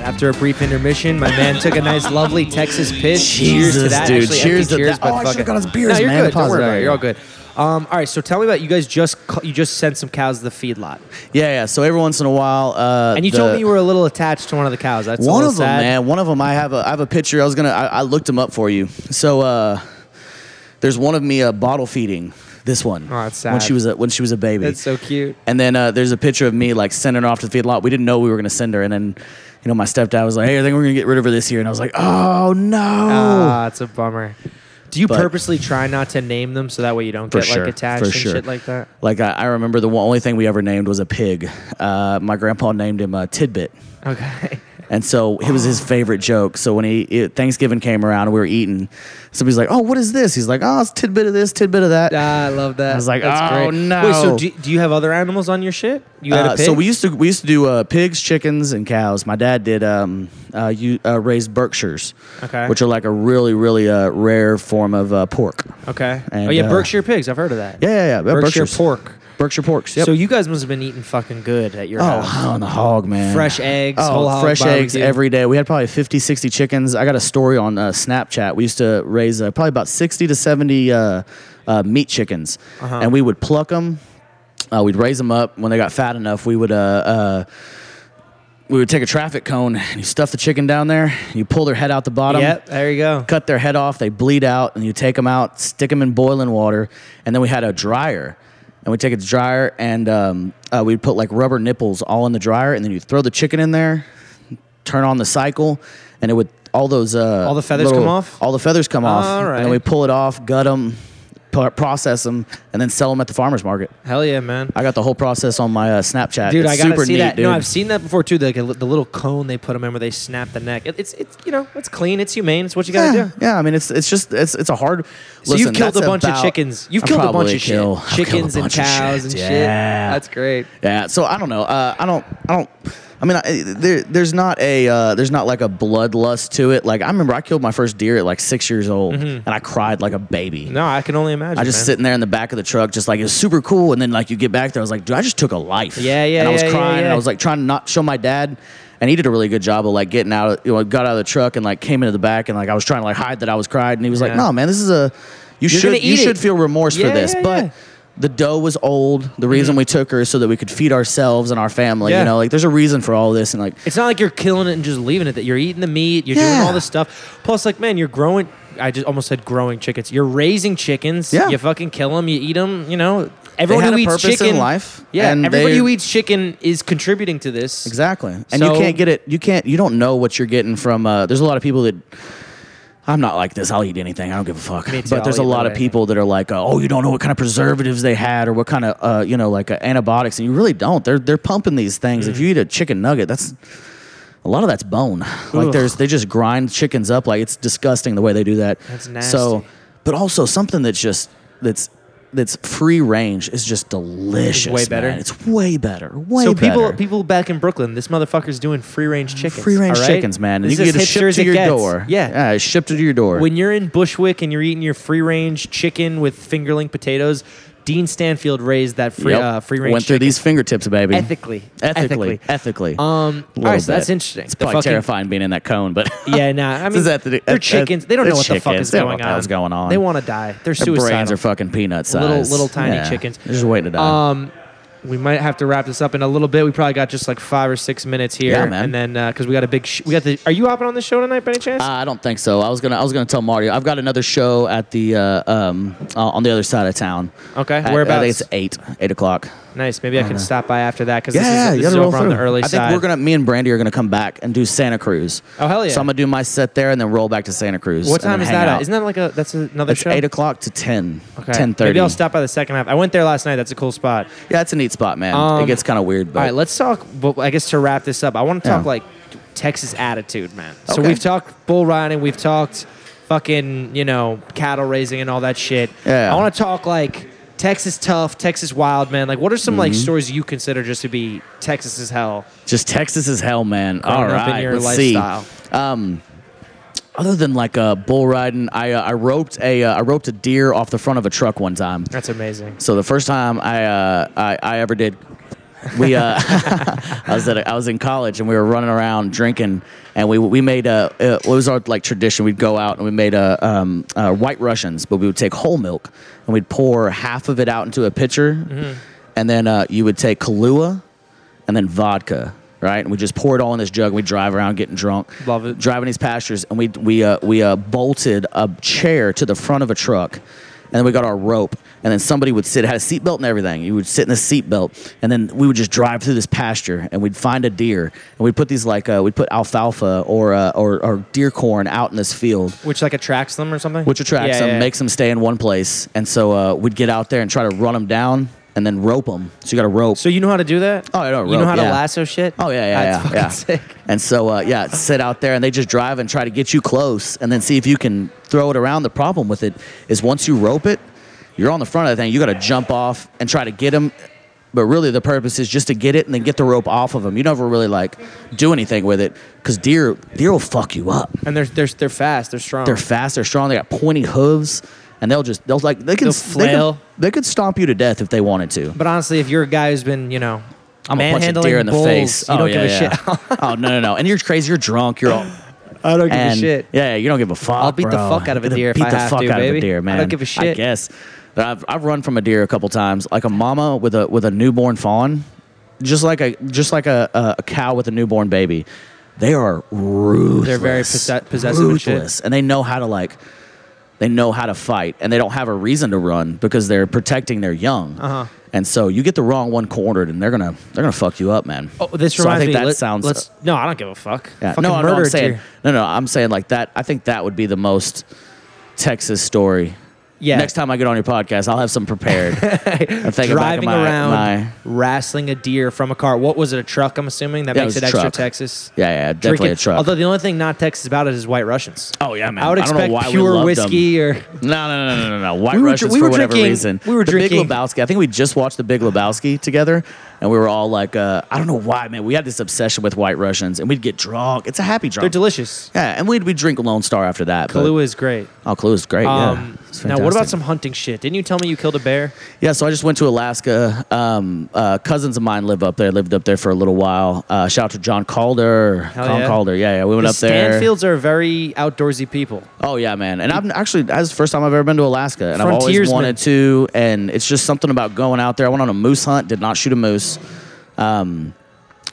Speaker 2: After a brief intermission, my man took a nice, lovely Texas pitch. cheers to
Speaker 1: Jesus,
Speaker 2: that.
Speaker 1: dude.
Speaker 2: Actually,
Speaker 1: Cheers
Speaker 2: empty
Speaker 1: to
Speaker 2: cheers,
Speaker 1: that.
Speaker 2: but
Speaker 1: Oh, I
Speaker 2: fuck
Speaker 1: should've
Speaker 2: it.
Speaker 1: got us beers,
Speaker 2: no, you're
Speaker 1: man.
Speaker 2: Good. Don't
Speaker 1: Pause
Speaker 2: worry
Speaker 1: it
Speaker 2: about it.
Speaker 1: out
Speaker 2: You're all
Speaker 1: here.
Speaker 2: good. Um, all right, so tell me about you guys. Just cu- you just sent some cows to the feedlot,
Speaker 1: Yeah, yeah. So every once in a while, uh,
Speaker 2: and you
Speaker 1: the-
Speaker 2: told me you were a little attached to one of the cows. That's a
Speaker 1: one
Speaker 2: little
Speaker 1: of them,
Speaker 2: sad.
Speaker 1: man. One of them. I have a. I have a picture. I was gonna. I, I looked him up for you. So uh, there's one of me uh, bottle feeding this one.
Speaker 2: Oh, that's
Speaker 1: When
Speaker 2: sad.
Speaker 1: she was a, when she was a baby.
Speaker 2: That's so cute.
Speaker 1: And then uh, there's a picture of me like sending her off to the feedlot. We didn't know we were gonna send her, and then you know my stepdad was like, "Hey, I think we're gonna get rid of her this year," and I was like, "Oh no."
Speaker 2: Ah, it's a bummer. Do you
Speaker 1: But-
Speaker 2: purposely try not to name them so that way you don't
Speaker 1: For
Speaker 2: get
Speaker 1: sure,
Speaker 2: like attached
Speaker 1: for
Speaker 2: and
Speaker 1: sure.
Speaker 2: shit like that?
Speaker 1: like I, I remember the one, only thing we ever named was a pig. Uh, my grandpa named him uh, Tidbit.
Speaker 2: Okay.
Speaker 1: And so it was his favorite joke. So when he it, Thanksgiving came around, and we were eating. Somebody's like, "Oh, what is this?" He's like, "Oh, it's tidbit of this, tidbit of that."
Speaker 2: Ah, I love that.
Speaker 1: I was like,
Speaker 2: That's
Speaker 1: "Oh,
Speaker 2: great.
Speaker 1: no."
Speaker 2: Wait, so do, do you have other animals on your shit? You had
Speaker 1: Uh,
Speaker 2: a pig.
Speaker 1: so we used to we used to do uh, pigs, chickens, and cows. My dad did um, uh, you uh, raised Berkshires,
Speaker 2: Okay.
Speaker 1: which are like a really really uh, rare form of uh, pork.
Speaker 2: okay.
Speaker 1: and,
Speaker 2: oh yeah,
Speaker 1: uh,
Speaker 2: Berkshire pigs. I've heard of that.
Speaker 1: Yeah, yeah, yeah. yeah,
Speaker 2: Berkshire
Speaker 1: Berkshires.
Speaker 2: pork.
Speaker 1: Berkshire porks. Yep.
Speaker 2: So you guys must have been eating fucking good at your
Speaker 1: Oh,
Speaker 2: house.
Speaker 1: on the hog, man.
Speaker 2: Fresh eggs,
Speaker 1: Oh,
Speaker 2: whole hog
Speaker 1: fresh eggs
Speaker 2: barbecue.
Speaker 1: every day. We had probably 50, 60 chickens. I got a story on uh, Snapchat. We used to raise uh, probably about 60 to 70 uh, uh, meat chickens,
Speaker 2: Uh-huh.
Speaker 1: and we would pluck them. Uh, we'd raise them up. When they got fat enough, we would. Uh, uh, we would take a traffic cone and you stuff the chicken down there. You pull their head out the bottom
Speaker 2: Yep, there you go.
Speaker 1: cut their head off, they bleed out, and you take them out, stick them in boiling water, and then we had a dryer, and we take a dryer, and um, uh, we'd put like rubber nipples all in the dryer, and then you throw the chicken in there, turn on the cycle, and it would all those uh,
Speaker 2: All the feathers come off?
Speaker 1: all the feathers come off,
Speaker 2: All
Speaker 1: and
Speaker 2: right.
Speaker 1: then we pull it off, gut them, process them, and then sell them at the farmers market.
Speaker 2: Hell yeah, man.
Speaker 1: I got the whole process on my uh, Snapchat,
Speaker 2: Dude,
Speaker 1: It's
Speaker 2: I gotta
Speaker 1: super
Speaker 2: see
Speaker 1: neat,
Speaker 2: that.
Speaker 1: dude.
Speaker 2: No, I've seen that before too. The, the little cone they put them in where they snap the neck. It, it's it's you know it's clean. It's humane. It's what you gotta
Speaker 1: yeah,
Speaker 2: do.
Speaker 1: yeah, I mean, it's it's just it's it's a hard.
Speaker 2: So
Speaker 1: listen,
Speaker 2: you've killed
Speaker 1: that's
Speaker 2: a bunch
Speaker 1: about-
Speaker 2: of chickens. You've
Speaker 1: I
Speaker 2: killed a bunch
Speaker 1: probably
Speaker 2: of
Speaker 1: kill- I've killed
Speaker 2: shit.
Speaker 1: a
Speaker 2: Chickens and
Speaker 1: bunch of
Speaker 2: cows and shit.
Speaker 1: Yeah.
Speaker 2: That's great.
Speaker 1: Yeah. So I don't know. Uh, I don't. I don't. I mean, I, there, there's not a uh, there's not like a bloodlust to it. Like I remember, I killed my first deer at like six years old,
Speaker 2: Mm-hmm.
Speaker 1: and I cried like a baby.
Speaker 2: No, I can only imagine.
Speaker 1: I just
Speaker 2: man.
Speaker 1: sitting there in the back of the truck, just like it was super cool. And then like you get back there, I was like, dude, I just took a life.
Speaker 2: Yeah, yeah,
Speaker 1: And I was
Speaker 2: yeah, yeah,
Speaker 1: crying, and
Speaker 2: yeah.
Speaker 1: I was like trying to not show my dad. And he did a really good job of like getting out, you know, got out of the truck and like came into the back, and like I was trying to like hide that I was cried, and he was like,
Speaker 2: Yeah.
Speaker 1: no, man, this is a you
Speaker 2: You're
Speaker 1: should
Speaker 2: gonna
Speaker 1: you
Speaker 2: eat
Speaker 1: should
Speaker 2: it."
Speaker 1: feel remorse
Speaker 2: Yeah,
Speaker 1: for this,
Speaker 2: yeah,
Speaker 1: but.
Speaker 2: yeah. Mm-hmm.
Speaker 1: The dough was old. The reason we took her is so that we could feed ourselves and our family.
Speaker 2: Yeah.
Speaker 1: You know, like there's a reason for all this, and like
Speaker 2: It's not like you're killing it and just leaving it. That you're eating the meat, you're
Speaker 1: Yeah.
Speaker 2: doing all this stuff. Plus, like man, you're growing. I just almost said growing chickens. You're raising chickens.
Speaker 1: Yeah.
Speaker 2: You fucking kill them. You eat them. You know,
Speaker 1: they
Speaker 2: everyone
Speaker 1: had
Speaker 2: who
Speaker 1: a
Speaker 2: eats
Speaker 1: purpose
Speaker 2: chicken
Speaker 1: in life.
Speaker 2: Yeah,
Speaker 1: and
Speaker 2: everybody
Speaker 1: they're-
Speaker 2: who eats chicken is contributing to this.
Speaker 1: Exactly. And
Speaker 2: So-
Speaker 1: you can't get it. You can't. You don't know what you're getting from. Uh, there's a lot of people that. I'm not like this. I'll eat anything. I don't give a fuck.
Speaker 2: Me too,
Speaker 1: But there's
Speaker 2: I'll
Speaker 1: a
Speaker 2: eat
Speaker 1: lot of
Speaker 2: anything.
Speaker 1: people that are like, uh, oh, you don't know what kind of preservatives they had or what kind of, uh, you know, like uh, antibiotics, and you really don't. They're they're pumping these things.
Speaker 2: Mm.
Speaker 1: If you eat a chicken nugget, that's a lot of that's bone. Like
Speaker 2: Ugh.
Speaker 1: there's they just grind chickens up. Like it's disgusting the way they do that.
Speaker 2: That's
Speaker 1: So,
Speaker 2: nasty.
Speaker 1: but also something that's just that's that's free range is just delicious.
Speaker 2: better.
Speaker 1: man. It's way better. Way
Speaker 2: So
Speaker 1: better.
Speaker 2: people, people back in Brooklyn, this motherfucker's doing free range chickens.
Speaker 1: Free range
Speaker 2: all right?
Speaker 1: chickens, man. And
Speaker 2: This
Speaker 1: you
Speaker 2: is
Speaker 1: can get it
Speaker 2: as hipster
Speaker 1: shipped
Speaker 2: as
Speaker 1: to
Speaker 2: it
Speaker 1: your
Speaker 2: gets.
Speaker 1: door.
Speaker 2: Yeah.
Speaker 1: Yeah, it's shipped to your door.
Speaker 2: When you're in Bushwick and you're eating your free range chicken with finger ling potatoes, Dean Stanfield raised that free
Speaker 1: Yep.
Speaker 2: uh, free range
Speaker 1: Went through
Speaker 2: chicken.
Speaker 1: these fingertips, baby.
Speaker 2: ethically,
Speaker 1: Ethically. Ethically.
Speaker 2: Um, all
Speaker 1: Little
Speaker 2: right, so
Speaker 1: bit.
Speaker 2: that's interesting.
Speaker 1: It's
Speaker 2: The
Speaker 1: probably
Speaker 2: fucking-
Speaker 1: terrifying being in that cone, but
Speaker 2: Yeah, nah. I mean,
Speaker 1: Does that-
Speaker 2: they're
Speaker 1: that- that-
Speaker 2: chickens. They don't
Speaker 1: they're
Speaker 2: know what the fuck
Speaker 1: chickens.
Speaker 2: is
Speaker 1: They don't know
Speaker 2: going
Speaker 1: what the
Speaker 2: on.
Speaker 1: hell's going on.
Speaker 2: They want to die. They're
Speaker 1: their
Speaker 2: suicidal.
Speaker 1: brains are fucking peanut size.
Speaker 2: Little- little tiny
Speaker 1: Yeah.
Speaker 2: chickens.
Speaker 1: They're just waiting to die.
Speaker 2: Um, we might have to wrap this up in a little bit. We probably got just like five or six minutes here,
Speaker 1: Yeah, man.
Speaker 2: and then because we got a big, sh- we got the. Are you hopping on the show tonight by any chance?
Speaker 1: Uh, I don't think so. I was gonna I was gonna tell Mario. I've got another show at the uh, um uh, on the other side of town.
Speaker 2: Okay,
Speaker 1: At-
Speaker 2: whereabouts?
Speaker 1: I think it's eight eight o'clock.
Speaker 2: nice. Maybe I can stop by after that because
Speaker 1: uh-huh. Yeah,
Speaker 2: this is,
Speaker 1: you
Speaker 2: this
Speaker 1: gotta
Speaker 2: is
Speaker 1: roll
Speaker 2: over on the
Speaker 1: through.
Speaker 2: early
Speaker 1: I
Speaker 2: side.
Speaker 1: think we're gonna me and Brandy are gonna come back and do Santa Cruz.
Speaker 2: Oh, hell yeah.
Speaker 1: So I'm gonna do my set there and then roll back to Santa Cruz.
Speaker 2: what
Speaker 1: and
Speaker 2: time
Speaker 1: then
Speaker 2: is
Speaker 1: hang
Speaker 2: that?
Speaker 1: out.
Speaker 2: At? Isn't that like a that's another
Speaker 1: it's
Speaker 2: show?
Speaker 1: eight o'clock to ten.
Speaker 2: Okay.
Speaker 1: Ten thirty.
Speaker 2: Maybe I'll stop by the second half. I went there last night. That's a cool spot.
Speaker 1: Yeah, it's a neat spot, man.
Speaker 2: Um,
Speaker 1: it gets kind of weird, but
Speaker 2: All right, let's talk. Well, I guess to wrap this up, I want to talk
Speaker 1: Yeah.
Speaker 2: like Texas attitude, man. So
Speaker 1: Okay.
Speaker 2: we've talked bull riding, we've talked fucking you know cattle raising and all that shit.
Speaker 1: Yeah.
Speaker 2: I want to talk like Texas tough, Texas wild, man. Like, what are some like
Speaker 1: Mm-hmm.
Speaker 2: stories you consider just to be Texas as hell?
Speaker 1: just Texas is hell, man.
Speaker 2: Growing
Speaker 1: All
Speaker 2: up in
Speaker 1: right,
Speaker 2: your
Speaker 1: let's
Speaker 2: lifestyle.
Speaker 1: see. Um, other than like uh, bull riding, I uh, I roped a uh, I roped a deer off the front of a truck one time.
Speaker 2: That's amazing.
Speaker 1: So the first time I uh, I, I ever did, we uh, I was at a, I was in college and we were running around drinking and we we made a uh, what was our like tradition? We'd go out and we made a um, uh, white Russians, but we would take whole milk and we'd pour half of it out into a pitcher, and then uh, you would take Kahlua and then vodka. Right, and we just pour it all in this jug. and We drive around getting drunk,
Speaker 2: Love it.
Speaker 1: driving these pastures, and we we uh, we uh, bolted a chair to the front of a truck, and then we got our rope, and then somebody would sit had a seatbelt and everything. You would sit in the seatbelt, and then we would just drive through this pasture, and we'd find a deer, and we'd put these like uh, we'd put alfalfa or, uh, or or deer corn out in this field,
Speaker 2: Which like attracts them or something?
Speaker 1: which attracts
Speaker 2: Yeah,
Speaker 1: them,
Speaker 2: yeah, yeah.
Speaker 1: makes them stay in one place, and so uh, we'd get out there and try to run them down, and then rope them. So you got to rope.
Speaker 2: So you know how to do that?
Speaker 1: Oh, I know
Speaker 2: You know
Speaker 1: rope,
Speaker 2: how to
Speaker 1: yeah.
Speaker 2: lasso shit?
Speaker 1: Oh yeah, yeah, yeah.
Speaker 2: That's
Speaker 1: yeah.
Speaker 2: fucking sick.
Speaker 1: And so uh, yeah, sit out there and they just drive and try to get you close and then see if you can throw it around. The problem with it is once you rope it, you're on the front of the thing. You got to jump off and try to get them. But really, the purpose is just to get it and then get the rope off of them. You never really like do anything with it because deer deer will fuck you up.
Speaker 2: And they're they're they're fast. They're strong.
Speaker 1: They're fast. They're strong. They got pointy hooves. And they'll just they'll like they can
Speaker 2: They'll
Speaker 1: they can-
Speaker 2: flail.
Speaker 1: They could stomp you to death if they wanted to.
Speaker 2: But honestly, if you're a guy who's been, you know,
Speaker 1: I'm gonna punch a
Speaker 2: manhandling
Speaker 1: deer in the
Speaker 2: bulls,
Speaker 1: face.
Speaker 2: you
Speaker 1: oh,
Speaker 2: don't
Speaker 1: yeah,
Speaker 2: give a
Speaker 1: yeah.
Speaker 2: shit.
Speaker 1: oh no no no! And you're crazy. You're drunk. You're all.
Speaker 2: I don't give
Speaker 1: and
Speaker 2: a shit.
Speaker 1: Yeah, you don't give a fuck.
Speaker 2: I'll beat the
Speaker 1: bro.
Speaker 2: fuck out of a
Speaker 1: Gonna
Speaker 2: deer if
Speaker 1: Beat
Speaker 2: I
Speaker 1: the
Speaker 2: have
Speaker 1: fuck
Speaker 2: to,
Speaker 1: out of
Speaker 2: baby.
Speaker 1: a deer,
Speaker 2: I
Speaker 1: man.
Speaker 2: don't give a
Speaker 1: I
Speaker 2: shit.
Speaker 1: guess. But I've I've run from a deer a couple times, like a mama with a with a newborn fawn, just like a just like a a, a cow with a newborn baby. They are ruthless.
Speaker 2: very posse- possessive and shit.
Speaker 1: Ruthless, and they know how to like. They know how to fight, and they don't have a reason to run because they're protecting their young.
Speaker 2: Uh-huh.
Speaker 1: And so you get the wrong one cornered, and they're gonna they're gonna fuck you up, man.
Speaker 2: Oh, this
Speaker 1: so
Speaker 2: reminds
Speaker 1: I think
Speaker 2: me.
Speaker 1: that
Speaker 2: let-
Speaker 1: sounds
Speaker 2: Let's, no, I don't give a fuck.
Speaker 1: yeah.
Speaker 2: Fucking
Speaker 1: No, no,
Speaker 2: murder
Speaker 1: I'm
Speaker 2: a
Speaker 1: saying
Speaker 2: deer.
Speaker 1: no, no. I'm saying like that. I think that would be the most Texas story.
Speaker 2: Yeah.
Speaker 1: Next time I get on your podcast, I'll have some prepared. I'm thinking back of
Speaker 2: driving
Speaker 1: my,
Speaker 2: around,
Speaker 1: my-
Speaker 2: wrestling a deer from a car. What was it? A truck? I'm assuming that
Speaker 1: Yeah, it
Speaker 2: makes
Speaker 1: was
Speaker 2: it
Speaker 1: a
Speaker 2: extra
Speaker 1: truck.
Speaker 2: Texas.
Speaker 1: yeah, yeah, definitely
Speaker 2: Drinking-
Speaker 1: a truck.
Speaker 2: Although the only thing not Texas about it is White Russians.
Speaker 1: oh yeah, man.
Speaker 2: I would
Speaker 1: don't know
Speaker 2: expect
Speaker 1: why we
Speaker 2: pure
Speaker 1: loved
Speaker 2: whiskey
Speaker 1: them.
Speaker 2: or
Speaker 1: No, no, no, no, no, no. White
Speaker 2: We were dr-
Speaker 1: Russians
Speaker 2: we
Speaker 1: for
Speaker 2: were
Speaker 1: whatever
Speaker 2: drinking-
Speaker 1: reason.
Speaker 2: we were
Speaker 1: the
Speaker 2: drinking-
Speaker 1: Big Lebowski. I think we just watched the Big Lebowski together, and we were all like, uh, I don't know why, man. We had this obsession with White Russians, and we'd get drunk. It's a happy drunk.
Speaker 2: they're delicious.
Speaker 1: yeah, and we'd we drink Lone Star after that. but-
Speaker 2: Kahlua is great.
Speaker 1: Oh, Kalua's great.
Speaker 2: Um,
Speaker 1: yeah. It's
Speaker 2: now, what about
Speaker 1: fantastic.
Speaker 2: some hunting shit? Didn't you tell me you killed a bear?
Speaker 1: Yeah, so I just went to Alaska. Um, uh, cousins of mine live up there. Lived up there for a little while. Uh, shout out to John Calder. John
Speaker 2: yeah.
Speaker 1: Calder. Yeah, yeah. We went
Speaker 2: The
Speaker 1: up there.
Speaker 2: Stanfields are very outdoorsy people.
Speaker 1: Oh yeah, man. And I've actually that's the first time I've ever been to Alaska, and I've always
Speaker 2: Frontiersman.
Speaker 1: wanted to. And it's just something about going out there. I went on a moose hunt. Did not shoot a moose. Um,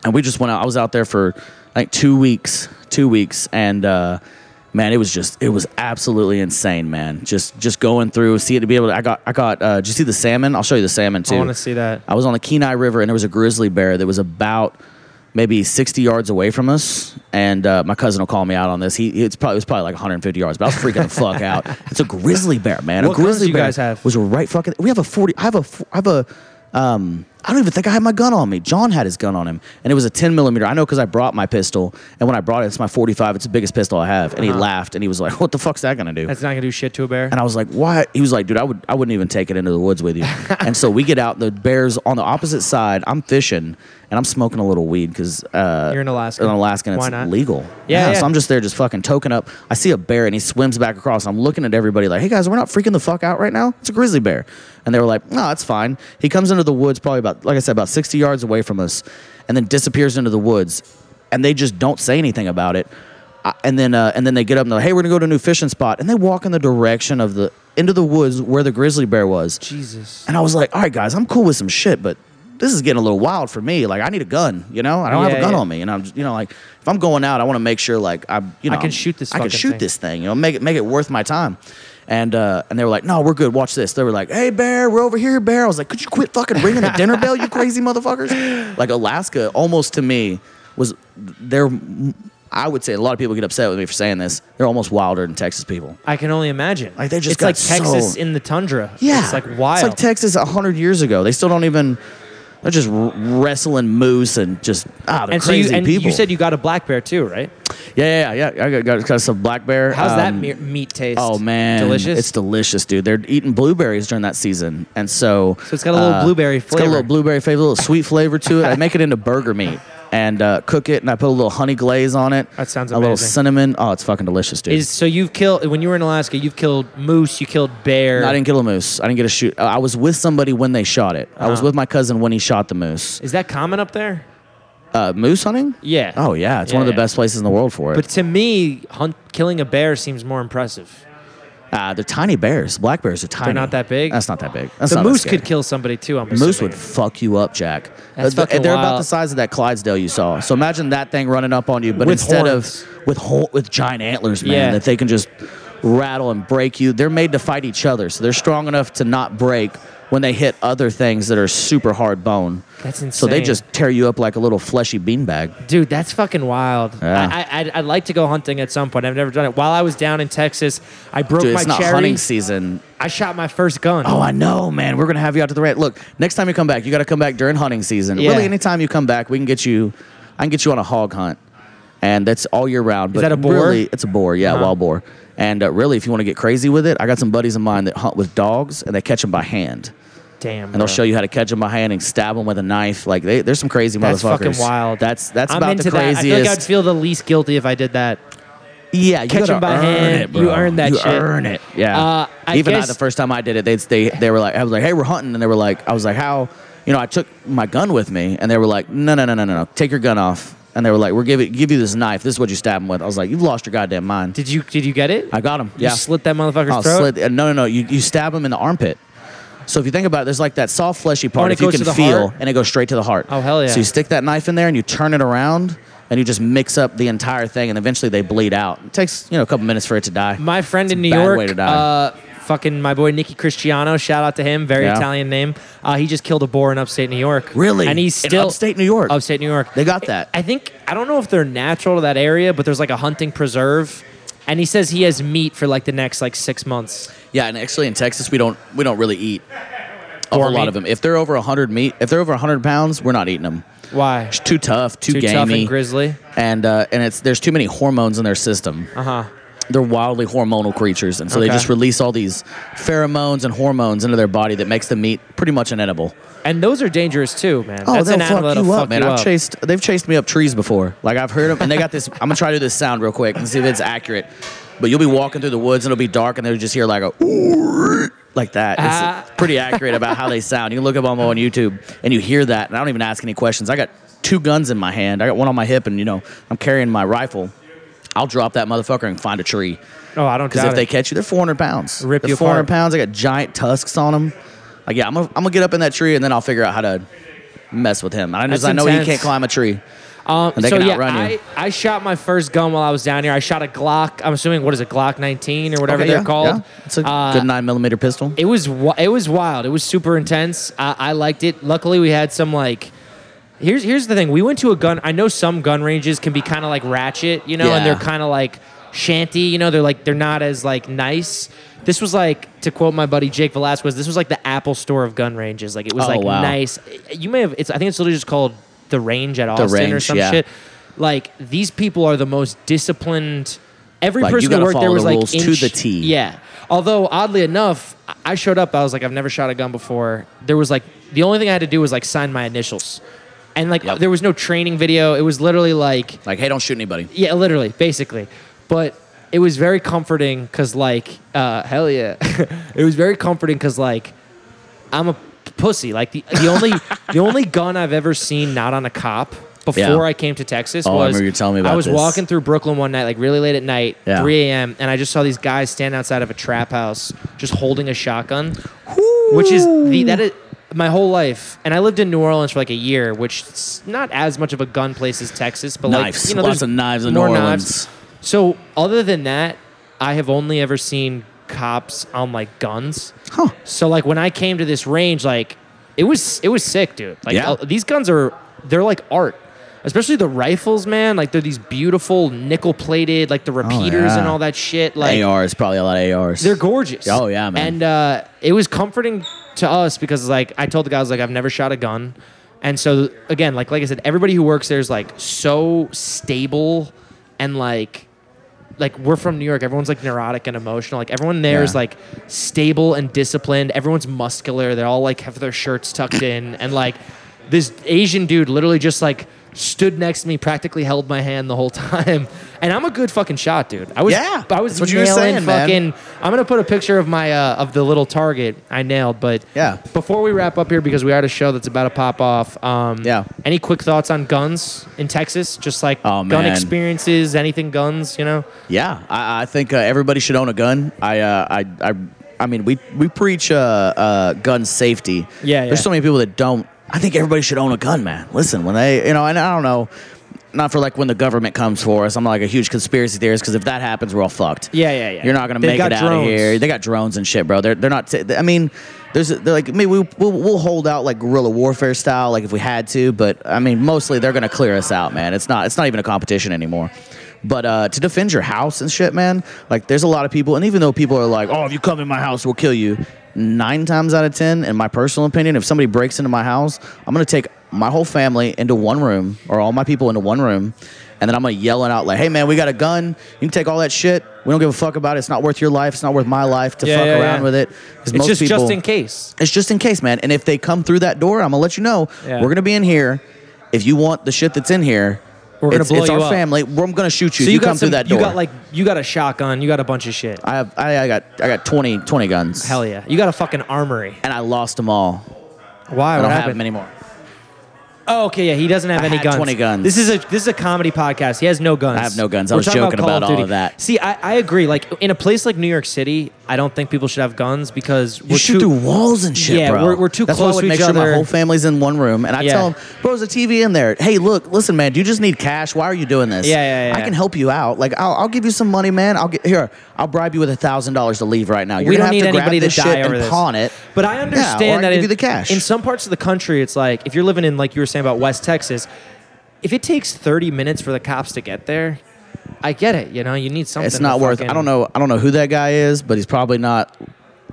Speaker 1: and we just went out. I was out there for like two weeks. Two weeks, and uh, man, it was just it was absolutely insane, man. Just just going through, see it to be able to. I got I got. Uh, did you see the salmon? I'll show you the salmon too.
Speaker 2: I want to see that.
Speaker 1: I was on the Kenai River and there was a grizzly bear that was about maybe 60 yards away from us. And uh, my cousin will call me out on this. He it's probably it was probably like 150 yards, but I was freaking the fuck out. It's a grizzly bear, man. a
Speaker 2: What guns
Speaker 1: grizzly
Speaker 2: do you
Speaker 1: bear
Speaker 2: guys have?
Speaker 1: was right fucking. We have a 40. I have a. f- I have a. Um, I don't even think I had my gun on me. John had his gun on him, and it was a 10 millimeter. I know because I brought my pistol, and when I brought it, it's my 45. It's the biggest pistol I have. And
Speaker 2: Uh-huh.
Speaker 1: he laughed, and he was like, "What the fuck's that gonna do?"
Speaker 2: That's not gonna do shit to a bear.
Speaker 1: And I was like, "Why?" He was like, "Dude, I would, I wouldn't even take it into the woods with you." and so we get out. The bears on the opposite side. I'm fishing, and I'm smoking a little weed because uh,
Speaker 2: You're in Alaska.
Speaker 1: In Alaska, and
Speaker 2: Why
Speaker 1: it's
Speaker 2: not?
Speaker 1: legal.
Speaker 2: Yeah, yeah.
Speaker 1: So I'm just there, just fucking token up. I see a bear, and he swims back across. I'm looking at everybody like, "Hey guys, we're not freaking the fuck out right now. It's a grizzly bear." And they were like, "No, it's fine." He comes into the woods, probably about, like I said, about 60 yards away from us, and then disappears into the woods. And they just don't say anything about it. I- and then uh, and then they get up and they're like, hey, we're gonna go to a new fishing spot, and they walk in the direction of the into the woods where the grizzly bear was.
Speaker 2: Jesus.
Speaker 1: And I was like, all right, guys, I'm cool with some shit, but this is getting a little wild for me. Like I need a gun, you know. I don't have
Speaker 2: Yeah,
Speaker 1: a gun
Speaker 2: yeah.
Speaker 1: on me, and I'm just- you know like if I'm going out, I want to make sure like I you know
Speaker 2: I can shoot this
Speaker 1: I can
Speaker 2: fucking
Speaker 1: shoot
Speaker 2: thing.
Speaker 1: this thing. You know, make it make it worth my time. And uh, and they were like, no, we're good. Watch this. They were like, hey, bear, we're over here, bear. I was like, could you quit fucking ringing the dinner bell, you crazy motherfuckers? Like Alaska, almost to me was they're I would say a lot of people get upset with me for saying this. They're almost wilder than Texas people.
Speaker 2: I can only imagine.
Speaker 1: Like, they just
Speaker 2: it's
Speaker 1: got
Speaker 2: like Texas
Speaker 1: so-
Speaker 2: in the tundra.
Speaker 1: Yeah,
Speaker 2: it's like wild.
Speaker 1: It's like Texas hundred years ago. They still don't even. They're just r- wrestling moose and just ah, they're
Speaker 2: and
Speaker 1: crazy
Speaker 2: so you, and
Speaker 1: people.
Speaker 2: you said you got a black bear too, right?
Speaker 1: yeah, yeah, yeah. I got got, got some black bear.
Speaker 2: How's that
Speaker 1: um,
Speaker 2: me- meat taste?
Speaker 1: Oh man,
Speaker 2: delicious.
Speaker 1: It's delicious, dude. They're eating blueberries during that season, and so uh,
Speaker 2: So it's got a little blueberry
Speaker 1: It's got a
Speaker 2: flavor.
Speaker 1: little blueberry flavor, a little sweet flavor to it. I make it into burger meat and uh, cook it, and I put a little honey glaze on it.
Speaker 2: That sounds
Speaker 1: a little
Speaker 2: amazing.
Speaker 1: cinnamon. Oh, it's fucking delicious, dude.
Speaker 2: Is so you've killed when you were in Alaska, you've killed moose, you killed bear.
Speaker 1: I didn't kill a moose. I didn't get a shoot. I was with somebody when they shot it. I was
Speaker 2: Uh-huh.
Speaker 1: with my cousin when he shot the moose.
Speaker 2: Is that common up there?
Speaker 1: Uh, moose hunting?
Speaker 2: Yeah.
Speaker 1: Oh yeah, it's one of the
Speaker 2: Yeah.
Speaker 1: best places in the world for it.
Speaker 2: But to me, hunt, killing a bear seems more impressive.
Speaker 1: uh, they're tiny bears. Black bears are tiny.
Speaker 2: not that big?
Speaker 1: That's not that big. That's
Speaker 2: the
Speaker 1: not that
Speaker 2: moose
Speaker 1: scary.
Speaker 2: could kill somebody too. I'm
Speaker 1: Moose would
Speaker 2: assuming.
Speaker 1: fuck you up, Jack.
Speaker 2: That's
Speaker 1: Uh, th-
Speaker 2: fucking
Speaker 1: they're about
Speaker 2: wild.
Speaker 1: the size of that Clydesdale you saw. So imagine that thing running up on you, but
Speaker 2: With
Speaker 1: instead
Speaker 2: horns.
Speaker 1: of with hor- with giant antlers, man,
Speaker 2: Yeah.
Speaker 1: that they can just rattle and break you. They're made to fight each other, so they're strong enough to not break when they hit other things that are super hard bone.
Speaker 2: That's
Speaker 1: So they
Speaker 2: insane.
Speaker 1: just tear you up like a little fleshy beanbag.
Speaker 2: Dude, that's fucking wild.
Speaker 1: Yeah.
Speaker 2: I, I, I'd, I'd like to go hunting at some point. I've never done it. While I was down in Texas, I broke
Speaker 1: Dude,
Speaker 2: my
Speaker 1: it's not
Speaker 2: cherry.
Speaker 1: hunting season.
Speaker 2: I shot my first gun.
Speaker 1: Oh, I know, man. We're gonna have you out to the ranch. Look, next time you come back, you got to come back during hunting season.
Speaker 2: Yeah.
Speaker 1: Really, anytime you come back, we can get you. I can get you on a hog hunt, and that's all year round. But
Speaker 2: that a boar?
Speaker 1: Really, it's a boar. Yeah,
Speaker 2: Uh-huh.
Speaker 1: wild boar. And uh, really, if you want to get crazy with it, I got some buddies of mine that hunt with dogs, and they catch them by hand,
Speaker 2: Damn.
Speaker 1: and they'll show you how to catch them by hand and stab them with a knife. Like they, there's some crazy
Speaker 2: That's
Speaker 1: motherfuckers.
Speaker 2: fucking wild.
Speaker 1: That's that's
Speaker 2: I'm
Speaker 1: about the
Speaker 2: into That. I feel like I'd
Speaker 1: craziest.
Speaker 2: feel the least guilty if I did that.
Speaker 1: yeah, you
Speaker 2: catch
Speaker 1: gotta
Speaker 2: 'em by
Speaker 1: earn
Speaker 2: hand.
Speaker 1: It, bro.
Speaker 2: You earn that
Speaker 1: You
Speaker 2: shit.
Speaker 1: earn it. Yeah.
Speaker 2: Uh, I
Speaker 1: Even I,
Speaker 2: guess-
Speaker 1: the first time I did it, they they they were like, I was like, hey, we're hunting, and they were like, I was like, how? You know, I took my gun with me, and they were like, no, no, no, no, no, no, take your gun off, and they were like, we're giving give you this knife. This is what you stab him with. I was like, you've lost your goddamn mind.
Speaker 2: Did you Did you get it?
Speaker 1: I got him.
Speaker 2: You
Speaker 1: Yeah.
Speaker 2: slit that motherfucker's
Speaker 1: Oh,
Speaker 2: throat.
Speaker 1: slit- uh, no, no, no. You, you stab him in the armpit. So if you think about it, there's like that soft, fleshy part
Speaker 2: Oh, and
Speaker 1: if
Speaker 2: it
Speaker 1: you
Speaker 2: goes
Speaker 1: can
Speaker 2: to the
Speaker 1: feel,
Speaker 2: heart?
Speaker 1: and it goes straight to the heart.
Speaker 2: Oh, hell yeah.
Speaker 1: So you stick that knife in there and you turn it around, and you just mix up the entire thing, and eventually they bleed out. It takes you know a couple minutes for it to die.
Speaker 2: My friend in New
Speaker 1: bad
Speaker 2: York,
Speaker 1: way to die.
Speaker 2: Uh, fucking my boy Nicky Cristiano, shout out to him, very
Speaker 1: Yeah.
Speaker 2: Italian name. Uh, he just killed a boar in upstate New York.
Speaker 1: Really?
Speaker 2: And he's
Speaker 1: In
Speaker 2: still
Speaker 1: upstate New York?
Speaker 2: Upstate New York.
Speaker 1: They got that.
Speaker 2: I think I don't know if they're natural to that area, but there's like a hunting preserve. And he says he has meat for like the next like six months.
Speaker 1: Yeah, and actually in Texas we don't we don't really eat a
Speaker 2: Boar
Speaker 1: whole
Speaker 2: meat?
Speaker 1: lot of them. If they're over hundred meat, if they're over hundred pounds, we're not eating them.
Speaker 2: Why?
Speaker 1: It's too tough, too,
Speaker 2: Too
Speaker 1: gamey,
Speaker 2: tough and grizzly.
Speaker 1: and uh, and it's there's too many hormones in their system.
Speaker 2: Uh huh.
Speaker 1: They're wildly hormonal creatures, and so they
Speaker 2: Okay.
Speaker 1: just release all these pheromones and hormones into their body that makes the meat pretty much inedible.
Speaker 2: And those are dangerous too, man. That's
Speaker 1: Oh, they'll
Speaker 2: an animal that'll Oh, fuck
Speaker 1: man!
Speaker 2: you
Speaker 1: I've
Speaker 2: up.
Speaker 1: chased, they've chased me up trees before. Like I've heard them, and they got this. I'm gonna try to do this sound real quick and see if it's accurate. But you'll be walking through the woods and it'll be dark, and they'll just hear like a "Ooh," like that. It's
Speaker 2: Ah.
Speaker 1: pretty accurate about how they sound. You can look up on on YouTube and you hear that, and I don't even ask any questions. I got two guns in my hand. I got one on my hip, and you know I'm carrying my rifle. I'll drop that motherfucker and find a tree.
Speaker 2: Oh, I don't
Speaker 1: Because
Speaker 2: doubt
Speaker 1: if they
Speaker 2: it.
Speaker 1: catch you, they're 400 pounds.
Speaker 2: Rip
Speaker 1: they're
Speaker 2: you
Speaker 1: 400
Speaker 2: apart.
Speaker 1: pounds. I got giant tusks on them. Like, yeah, I'm gonna, I'm gonna get up in that tree and then I'll figure out how to mess with him. I just
Speaker 2: That's
Speaker 1: I know
Speaker 2: intense.
Speaker 1: he can't climb a tree.
Speaker 2: Um,
Speaker 1: And they
Speaker 2: so
Speaker 1: can
Speaker 2: yeah,
Speaker 1: outrun you.
Speaker 2: I, I shot my first gun while I was down here. I shot a Glock. I'm assuming what is it, Glock 19 or whatever
Speaker 1: Okay,
Speaker 2: they're
Speaker 1: yeah,
Speaker 2: called.
Speaker 1: yeah. It's a
Speaker 2: Uh,
Speaker 1: good nine millimeter pistol.
Speaker 2: It was wi- it was wild. It was super intense. I, I liked it. Luckily, we had some like. Here's here's the thing. We went to a gun. I know some gun ranges can be kind of like ratchet, you know, and they're
Speaker 1: Yeah.
Speaker 2: kind of like shanty, you know. They're like they're not as like nice. This was like to quote my buddy Jake Velasquez. This was like the Apple Store of gun ranges. Like it was
Speaker 1: Oh,
Speaker 2: like
Speaker 1: wow.
Speaker 2: nice. You may have. It's I think it's literally just called the range at Austin or
Speaker 1: Range,
Speaker 2: some
Speaker 1: yeah.
Speaker 2: shit. Like these people are the most disciplined. Every
Speaker 1: Like, you
Speaker 2: person who
Speaker 1: gotta
Speaker 2: worked there
Speaker 1: follow
Speaker 2: was
Speaker 1: the
Speaker 2: like
Speaker 1: rules to
Speaker 2: inch-
Speaker 1: the T.
Speaker 2: Yeah, yeah. Although oddly enough, I- I showed up. I was like, I've never shot a gun before. There was like the only thing I had to do was like sign my initials, and like
Speaker 1: Yep.
Speaker 2: there was no training video. It was literally like
Speaker 1: like, hey, don't shoot anybody.
Speaker 2: yeah, literally, basically. But it was very comforting because like uh, hell yeah, it was very comforting because like I'm a p- pussy. Like the the only the only gun I've ever seen not on a cop. Before
Speaker 1: Yeah.
Speaker 2: I came to Texas,
Speaker 1: Oh, I
Speaker 2: was
Speaker 1: remember you telling me
Speaker 2: I
Speaker 1: about
Speaker 2: was
Speaker 1: this.
Speaker 2: walking through Brooklyn one night, like really late at night,
Speaker 1: Yeah.
Speaker 2: 3 a.m., and I just saw these guys stand outside of a trap house, just holding a shotgun, which is the that is my whole life, and I lived in New Orleans for like a year, which is not as much of a gun place as Texas, but
Speaker 1: Knives.
Speaker 2: like you know,
Speaker 1: Lots
Speaker 2: there's
Speaker 1: of knives in
Speaker 2: more
Speaker 1: New Orleans.
Speaker 2: knives. So other than that, I have only ever seen cops on like guns.
Speaker 1: Huh.
Speaker 2: So like when I came to this range, like it was it was sick, dude. Like
Speaker 1: Yeah.
Speaker 2: uh, these guns are they're like art. Especially the rifles, man. Like they're these beautiful nickel plated, like the repeaters and
Speaker 1: Oh, yeah.
Speaker 2: all that shit. Like
Speaker 1: ARs, probably a lot of ARs.
Speaker 2: they're gorgeous.
Speaker 1: Oh, yeah, man.
Speaker 2: And uh, it was comforting to us because like I told the guys like I've never shot a gun, and so again like like I said everybody who works there is like so stable, and like like we're from New York everyone's like neurotic and emotional like everyone there is
Speaker 1: Yeah.
Speaker 2: like stable and disciplined everyone's muscular they all like have their shirts tucked in and like this Asian dude literally just like stood next to me practically held my hand the whole time and I'm a good fucking shot dude I was
Speaker 1: Yeah,
Speaker 2: I was
Speaker 1: that's what you were saying,
Speaker 2: nailing
Speaker 1: man.
Speaker 2: fucking I'm gonna put a picture of my uh, of the little target I nailed, but
Speaker 1: Yeah.
Speaker 2: Before we wrap up here, because we had a show that's about to pop off. Um,
Speaker 1: Yeah.
Speaker 2: Any quick thoughts on guns in Texas? Just like
Speaker 1: Oh,
Speaker 2: gun
Speaker 1: man.
Speaker 2: experiences, anything guns? You know?
Speaker 1: Yeah, I, I think uh, everybody should own a gun. I, uh, I, I, I mean, we we preach uh, uh, gun safety.
Speaker 2: Yeah, yeah.
Speaker 1: There's so many people that don't. I think everybody should own a gun, man. Listen, when they, you know, and I don't know, not for like when the government comes for us. I'm not like a huge conspiracy theorist because if that happens, we're all fucked.
Speaker 2: Yeah, yeah, yeah.
Speaker 1: You're not gonna
Speaker 2: They've
Speaker 1: make
Speaker 2: got
Speaker 1: it out
Speaker 2: drones.
Speaker 1: of here. They got drones and shit, bro. They're they're not. T- I mean, there's they're like maybe we, we'll we'll hold out like guerrilla warfare style, like if we had to. But I mean, mostly they're gonna clear us out, man. It's not it's not even a competition anymore. But uh, to defend your house and shit, man, like there's a lot of people, and even though people are like, oh, if you come in my house, we'll kill you. Nine times out of ten, in my personal opinion, if somebody breaks into my house, I'm gonna take my whole family into one room or all my people into one room and then I'm gonna yell it out like, "Hey man, we got a gun. You can take all that shit. We don't give a fuck about it. It's not worth your life. It's not worth my life to
Speaker 2: Yeah,
Speaker 1: fuck
Speaker 2: yeah,
Speaker 1: around
Speaker 2: yeah.
Speaker 1: with it." 'Cause
Speaker 2: It's
Speaker 1: most
Speaker 2: just
Speaker 1: people-
Speaker 2: just in case.
Speaker 1: It's just in case, man. And if they come through that door, I'm gonna let you know
Speaker 2: Yeah.
Speaker 1: we're gonna be in here. If you want the shit that's in here,
Speaker 2: We're gonna
Speaker 1: it's,
Speaker 2: blow
Speaker 1: it's
Speaker 2: you
Speaker 1: our
Speaker 2: up.
Speaker 1: family. We're, I'm gonna shoot you. if
Speaker 2: you,
Speaker 1: you,
Speaker 2: got
Speaker 1: come
Speaker 2: some,
Speaker 1: through that
Speaker 2: you
Speaker 1: door.
Speaker 2: got like you got a shotgun, you got a bunch of shit.
Speaker 1: I have I, I got I got 20, 20 guns.
Speaker 2: Hell yeah, you got a fucking armory.
Speaker 1: And I lost them all.
Speaker 2: Why?
Speaker 1: I
Speaker 2: What
Speaker 1: don't have
Speaker 2: happened?
Speaker 1: them anymore.
Speaker 2: Oh, okay, yeah, he doesn't have
Speaker 1: I
Speaker 2: any
Speaker 1: had
Speaker 2: guns.
Speaker 1: 20 guns.
Speaker 2: This is a this is a comedy podcast. He has no guns.
Speaker 1: I have no guns. I
Speaker 2: We're
Speaker 1: was
Speaker 2: talking
Speaker 1: joking
Speaker 2: Call
Speaker 1: about all
Speaker 2: Duty.
Speaker 1: of that.
Speaker 2: See, I, I agree. Like in a place like New York City, I don't think people should have guns because
Speaker 1: You
Speaker 2: we're
Speaker 1: shoot
Speaker 2: too,
Speaker 1: through walls and shit,
Speaker 2: Yeah,
Speaker 1: bro.
Speaker 2: we're- we're too
Speaker 1: That's why
Speaker 2: close
Speaker 1: I would
Speaker 2: to
Speaker 1: make
Speaker 2: each
Speaker 1: sure
Speaker 2: other.
Speaker 1: my whole family's in one room, and I
Speaker 2: Yeah.
Speaker 1: tell them, bro, there's a TV in there. Hey, look, listen, man, do you just need cash? Why are you doing this?
Speaker 2: Yeah, yeah, yeah.
Speaker 1: I can help you out. Like, I'll, I'll give you some money, man. I'll get here. I'll bribe you with a thousand dollars to leave right now. You're
Speaker 2: we
Speaker 1: gonna
Speaker 2: don't
Speaker 1: have to
Speaker 2: need
Speaker 1: grab
Speaker 2: anybody to
Speaker 1: this
Speaker 2: die
Speaker 1: shit
Speaker 2: over
Speaker 1: and
Speaker 2: this.
Speaker 1: pawn it.
Speaker 2: But I understand
Speaker 1: yeah, or I
Speaker 2: that
Speaker 1: give
Speaker 2: in,
Speaker 1: you the cash.
Speaker 2: in some parts of the country, it's like if you're living in like you were saying about West Texas, if it takes 30 minutes for the cops to get there, I get it. You know, you need something.
Speaker 1: it's not
Speaker 2: to
Speaker 1: worth.
Speaker 2: fucking-
Speaker 1: I don't know. I don't know who that guy is, but he's probably not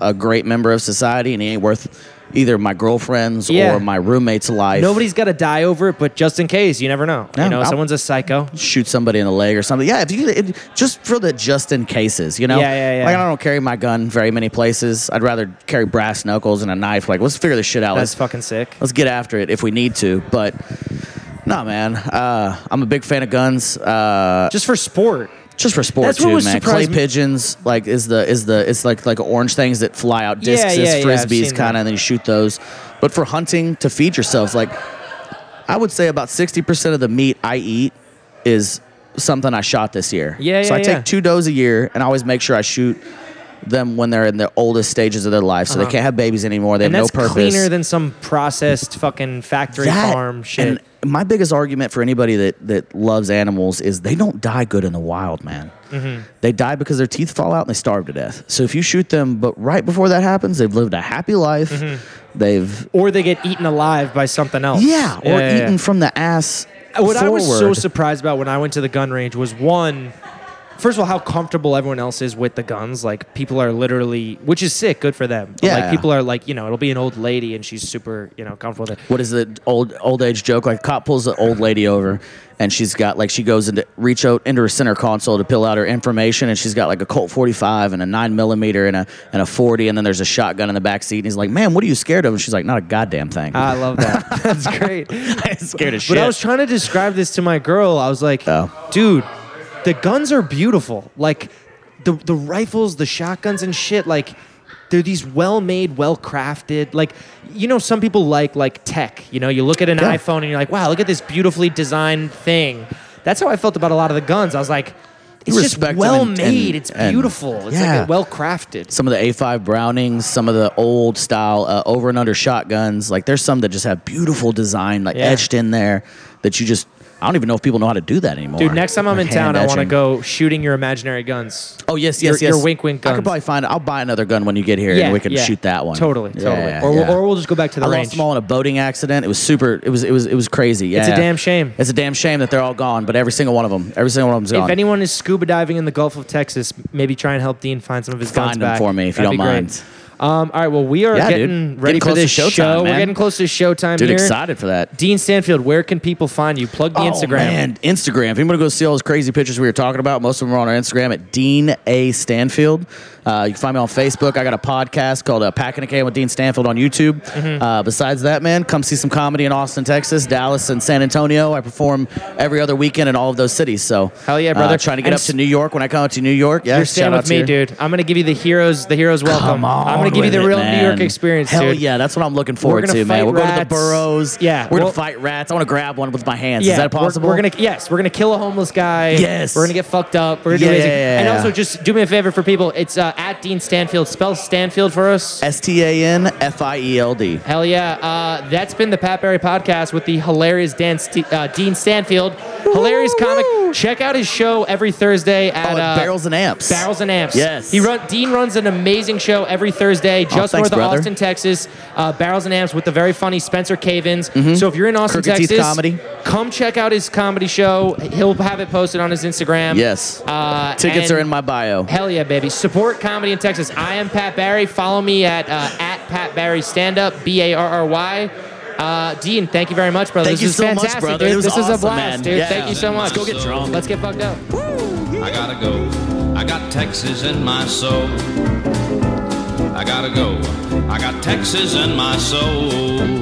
Speaker 1: a great member of society, and he ain't worth either my girlfriend's
Speaker 2: Yeah.
Speaker 1: or my roommate's life.
Speaker 2: Nobody's got to die over it, but just in case, you never know.
Speaker 1: Yeah,
Speaker 2: you know,
Speaker 1: I'll-
Speaker 2: someone's a psycho.
Speaker 1: shoot somebody in the leg or something. Yeah, if you it, just for the just in cases, you know.
Speaker 2: Yeah, yeah, yeah.
Speaker 1: Like I don't carry my gun very many places. I'd rather carry brass knuckles and a knife. Like let's figure this shit out.
Speaker 2: That's
Speaker 1: Let's
Speaker 2: fucking sick.
Speaker 1: let's get after it if we need to. But nah, man, uh, I'm a big fan of guns. Uh,
Speaker 2: Just for sport.
Speaker 1: just for sport
Speaker 2: That's what
Speaker 1: too,
Speaker 2: was
Speaker 1: man. Clay
Speaker 2: surprised me-
Speaker 1: pigeons, like is the is the it's like like orange things that fly out
Speaker 2: Yeah,
Speaker 1: discs
Speaker 2: yeah, yeah, I've
Speaker 1: as frisbees,
Speaker 2: seen that.
Speaker 1: kind of, and then you shoot those. But for hunting to feed yourselves, like I would say about sixty percent of the meat I eat is something I shot this year.
Speaker 2: Yeah,
Speaker 1: So
Speaker 2: yeah,
Speaker 1: I
Speaker 2: yeah.
Speaker 1: take two does a year, and I always make sure I shoot them when they're in the oldest stages of their life, so
Speaker 2: Uh-huh.
Speaker 1: they can't have babies anymore. They
Speaker 2: and
Speaker 1: have
Speaker 2: that's
Speaker 1: no purpose.
Speaker 2: cleaner than some processed fucking factory
Speaker 1: That-
Speaker 2: farm shit.
Speaker 1: And my biggest argument for anybody that that loves animals is they don't die good in the wild, man.
Speaker 2: Mm-hmm.
Speaker 1: They die because their teeth fall out and they starve to death. So if you shoot them, but right before that happens, they've lived a happy life. They've
Speaker 2: or they get eaten alive by something else.
Speaker 1: yeah, or
Speaker 2: Mm-hmm. yeah, yeah.
Speaker 1: eaten from the ass.
Speaker 2: What I was so
Speaker 1: forward.
Speaker 2: surprised about when I went to the gun range was one, first of all, how comfortable everyone else is with the guns. Like people are literally, which is sick, good for them. But, like
Speaker 1: Yeah.
Speaker 2: people are like, you know, it'll be an old lady and she's super, you know, comfortable with it.
Speaker 1: what is the old old age joke? Like cop pulls the old lady over, and she's got like she goes into reach out into her center console to pull out her information, and she's got like a Colt forty five and a nine millimeter and a and a forty, and then there's a shotgun in the back seat, and he's like, "Man, what are you scared of?" And she's like, "Not a goddamn thing."
Speaker 2: I love that. That's great.
Speaker 1: I'm scared of shit.
Speaker 2: Ah. But I was trying to describe this to my girl. I was like,
Speaker 1: Oh.
Speaker 2: dude, the guns are beautiful. Like the the rifles, the shotguns and shit, like they're these well-made, well-crafted. Like you know some people like like tech. You know, you look at an
Speaker 1: Yeah.
Speaker 2: iPhone and you're like, "Wow, look at this beautifully designed thing." That's how I felt about a lot of the guns. I was like, it's just
Speaker 1: respect them
Speaker 2: well
Speaker 1: and-
Speaker 2: made.
Speaker 1: and-
Speaker 2: it's
Speaker 1: and-
Speaker 2: beautiful. It's
Speaker 1: yeah.
Speaker 2: like well crafted.
Speaker 1: some of the A5 Brownings, some of the old style uh, over and under shotguns. Like there's some that just have beautiful design, like
Speaker 2: Yeah.
Speaker 1: etched in there that you just. I don't even know if people know how to do that anymore.
Speaker 2: Dude, next time I'm
Speaker 1: Like
Speaker 2: in town,
Speaker 1: hand
Speaker 2: I want to
Speaker 1: etching.
Speaker 2: go shooting your imaginary guns.
Speaker 1: Oh yes,
Speaker 2: Your-
Speaker 1: yes,
Speaker 2: your
Speaker 1: yes.
Speaker 2: wink, wink
Speaker 1: I
Speaker 2: guns.
Speaker 1: could probably find. I'll buy another gun when you get here, and we can shoot that one.
Speaker 2: Totally, totally.
Speaker 1: Yeah,
Speaker 2: or,
Speaker 1: yeah.
Speaker 2: or we'll just go back to the
Speaker 1: I
Speaker 2: range.
Speaker 1: lost them all in a boating accident. It was super. It was. It was. It was crazy. Yeah.
Speaker 2: It's a damn shame.
Speaker 1: It's a damn shame that they're all gone. But every single one of them. Every single one of them's
Speaker 2: If
Speaker 1: gone.
Speaker 2: anyone is scuba diving in the Gulf of Texas, maybe try and help Dean find some of his guns
Speaker 1: Find them
Speaker 2: back.
Speaker 1: for me if you
Speaker 2: That'd
Speaker 1: don't
Speaker 2: be great.
Speaker 1: mind.
Speaker 2: Um, all right, well, we are
Speaker 1: Yeah, dude.
Speaker 2: getting
Speaker 1: Getting
Speaker 2: ready for
Speaker 1: close to
Speaker 2: this
Speaker 1: showtime,
Speaker 2: show. We're
Speaker 1: man.
Speaker 2: getting close to showtime
Speaker 1: Dude,
Speaker 2: here.
Speaker 1: excited for that.
Speaker 2: Dean Stanfield, where can people find you? Plug the Instagram.
Speaker 1: Oh, Man, Instagram. If you want to go see all those crazy pictures we were talking about, most of them are on our Instagram at Dean A. Stanfield. Uh, you can find me on Facebook. I got a podcast called uh, Packing a Can with Dean Stanfield on YouTube.
Speaker 2: Mm-hmm.
Speaker 1: Uh, besides that, man, come see some comedy in Austin, Texas, Dallas, and San Antonio. I perform every other weekend in all of those cities. So
Speaker 2: Hell yeah, brother.
Speaker 1: Uh, trying to get
Speaker 2: And
Speaker 1: up to New York when I come up to New York. Yeah,
Speaker 2: You're staying
Speaker 1: shout out
Speaker 2: with
Speaker 1: to
Speaker 2: me,
Speaker 1: you.
Speaker 2: dude. I'm gonna give you the heroes, the heroes welcome.
Speaker 1: Come on,
Speaker 2: I'm gonna give you
Speaker 1: with
Speaker 2: the
Speaker 1: it,
Speaker 2: real New York
Speaker 1: man.
Speaker 2: experience,
Speaker 1: Hell
Speaker 2: dude.
Speaker 1: yeah, that's what I'm looking forward
Speaker 2: gonna
Speaker 1: to,
Speaker 2: fight
Speaker 1: man. We'll go to the
Speaker 2: rats.
Speaker 1: boroughs.
Speaker 2: Yeah,
Speaker 1: we're
Speaker 2: we'll-
Speaker 1: gonna fight rats. I want to grab one with my hands.
Speaker 2: Yeah,
Speaker 1: Is that
Speaker 2: we're-
Speaker 1: possible?
Speaker 2: We're, gonna yes, we're gonna kill a homeless guy.
Speaker 1: Yes.
Speaker 2: we're gonna get fucked up. We're gonna do
Speaker 1: Yeah,
Speaker 2: anything.
Speaker 1: yeah, yeah,
Speaker 2: and
Speaker 1: yeah.
Speaker 2: also, just do me a favor for people. It's uh, at Dean Stanfield. Spell Stanfield for us.
Speaker 1: S T A N F I E L D.
Speaker 2: Hell yeah! Uh, that's been the Pat Barry podcast with the hilarious Dan St- uh, Dean Stanfield, hilarious comic. Check out his show every Thursday at,
Speaker 1: Oh,
Speaker 2: uh,
Speaker 1: at Barrels and Amps.
Speaker 2: Barrels and Amps.
Speaker 1: Yes. Oh,
Speaker 2: He run, Dean runs an amazing show every Thursday just
Speaker 1: thanks,
Speaker 2: north of
Speaker 1: brother.
Speaker 2: Austin, Texas. Uh, Barrels and Amps with the very funny Spencer Cavins. So if you're in Austin,
Speaker 1: Mm-hmm. Crooked Teeth
Speaker 2: Texas,
Speaker 1: Comedy.
Speaker 2: come check out his comedy show. He'll have it posted on his Instagram.
Speaker 1: Yes.
Speaker 2: Uh,
Speaker 1: Tickets
Speaker 2: and-
Speaker 1: are in my bio.
Speaker 2: Hell yeah, baby. Support comedy in Texas. I am Pat Barry. Follow me at uh, at Pat Barry Stand Up, B A R R Y. Uh, Dean, thank you very much, brother.
Speaker 1: Thank
Speaker 2: this
Speaker 1: you
Speaker 2: is
Speaker 1: so much,
Speaker 2: fantastic,
Speaker 1: brother.
Speaker 2: dude.
Speaker 1: It was
Speaker 2: this is a
Speaker 1: awesome,
Speaker 2: blast,
Speaker 1: man.
Speaker 2: dude.
Speaker 1: Yeah.
Speaker 2: Thank you so much.
Speaker 1: Let's go get drunk.
Speaker 2: Let's get fucked up.
Speaker 3: I gotta go. I got Texas in my soul. I gotta go. I got Texas in my soul.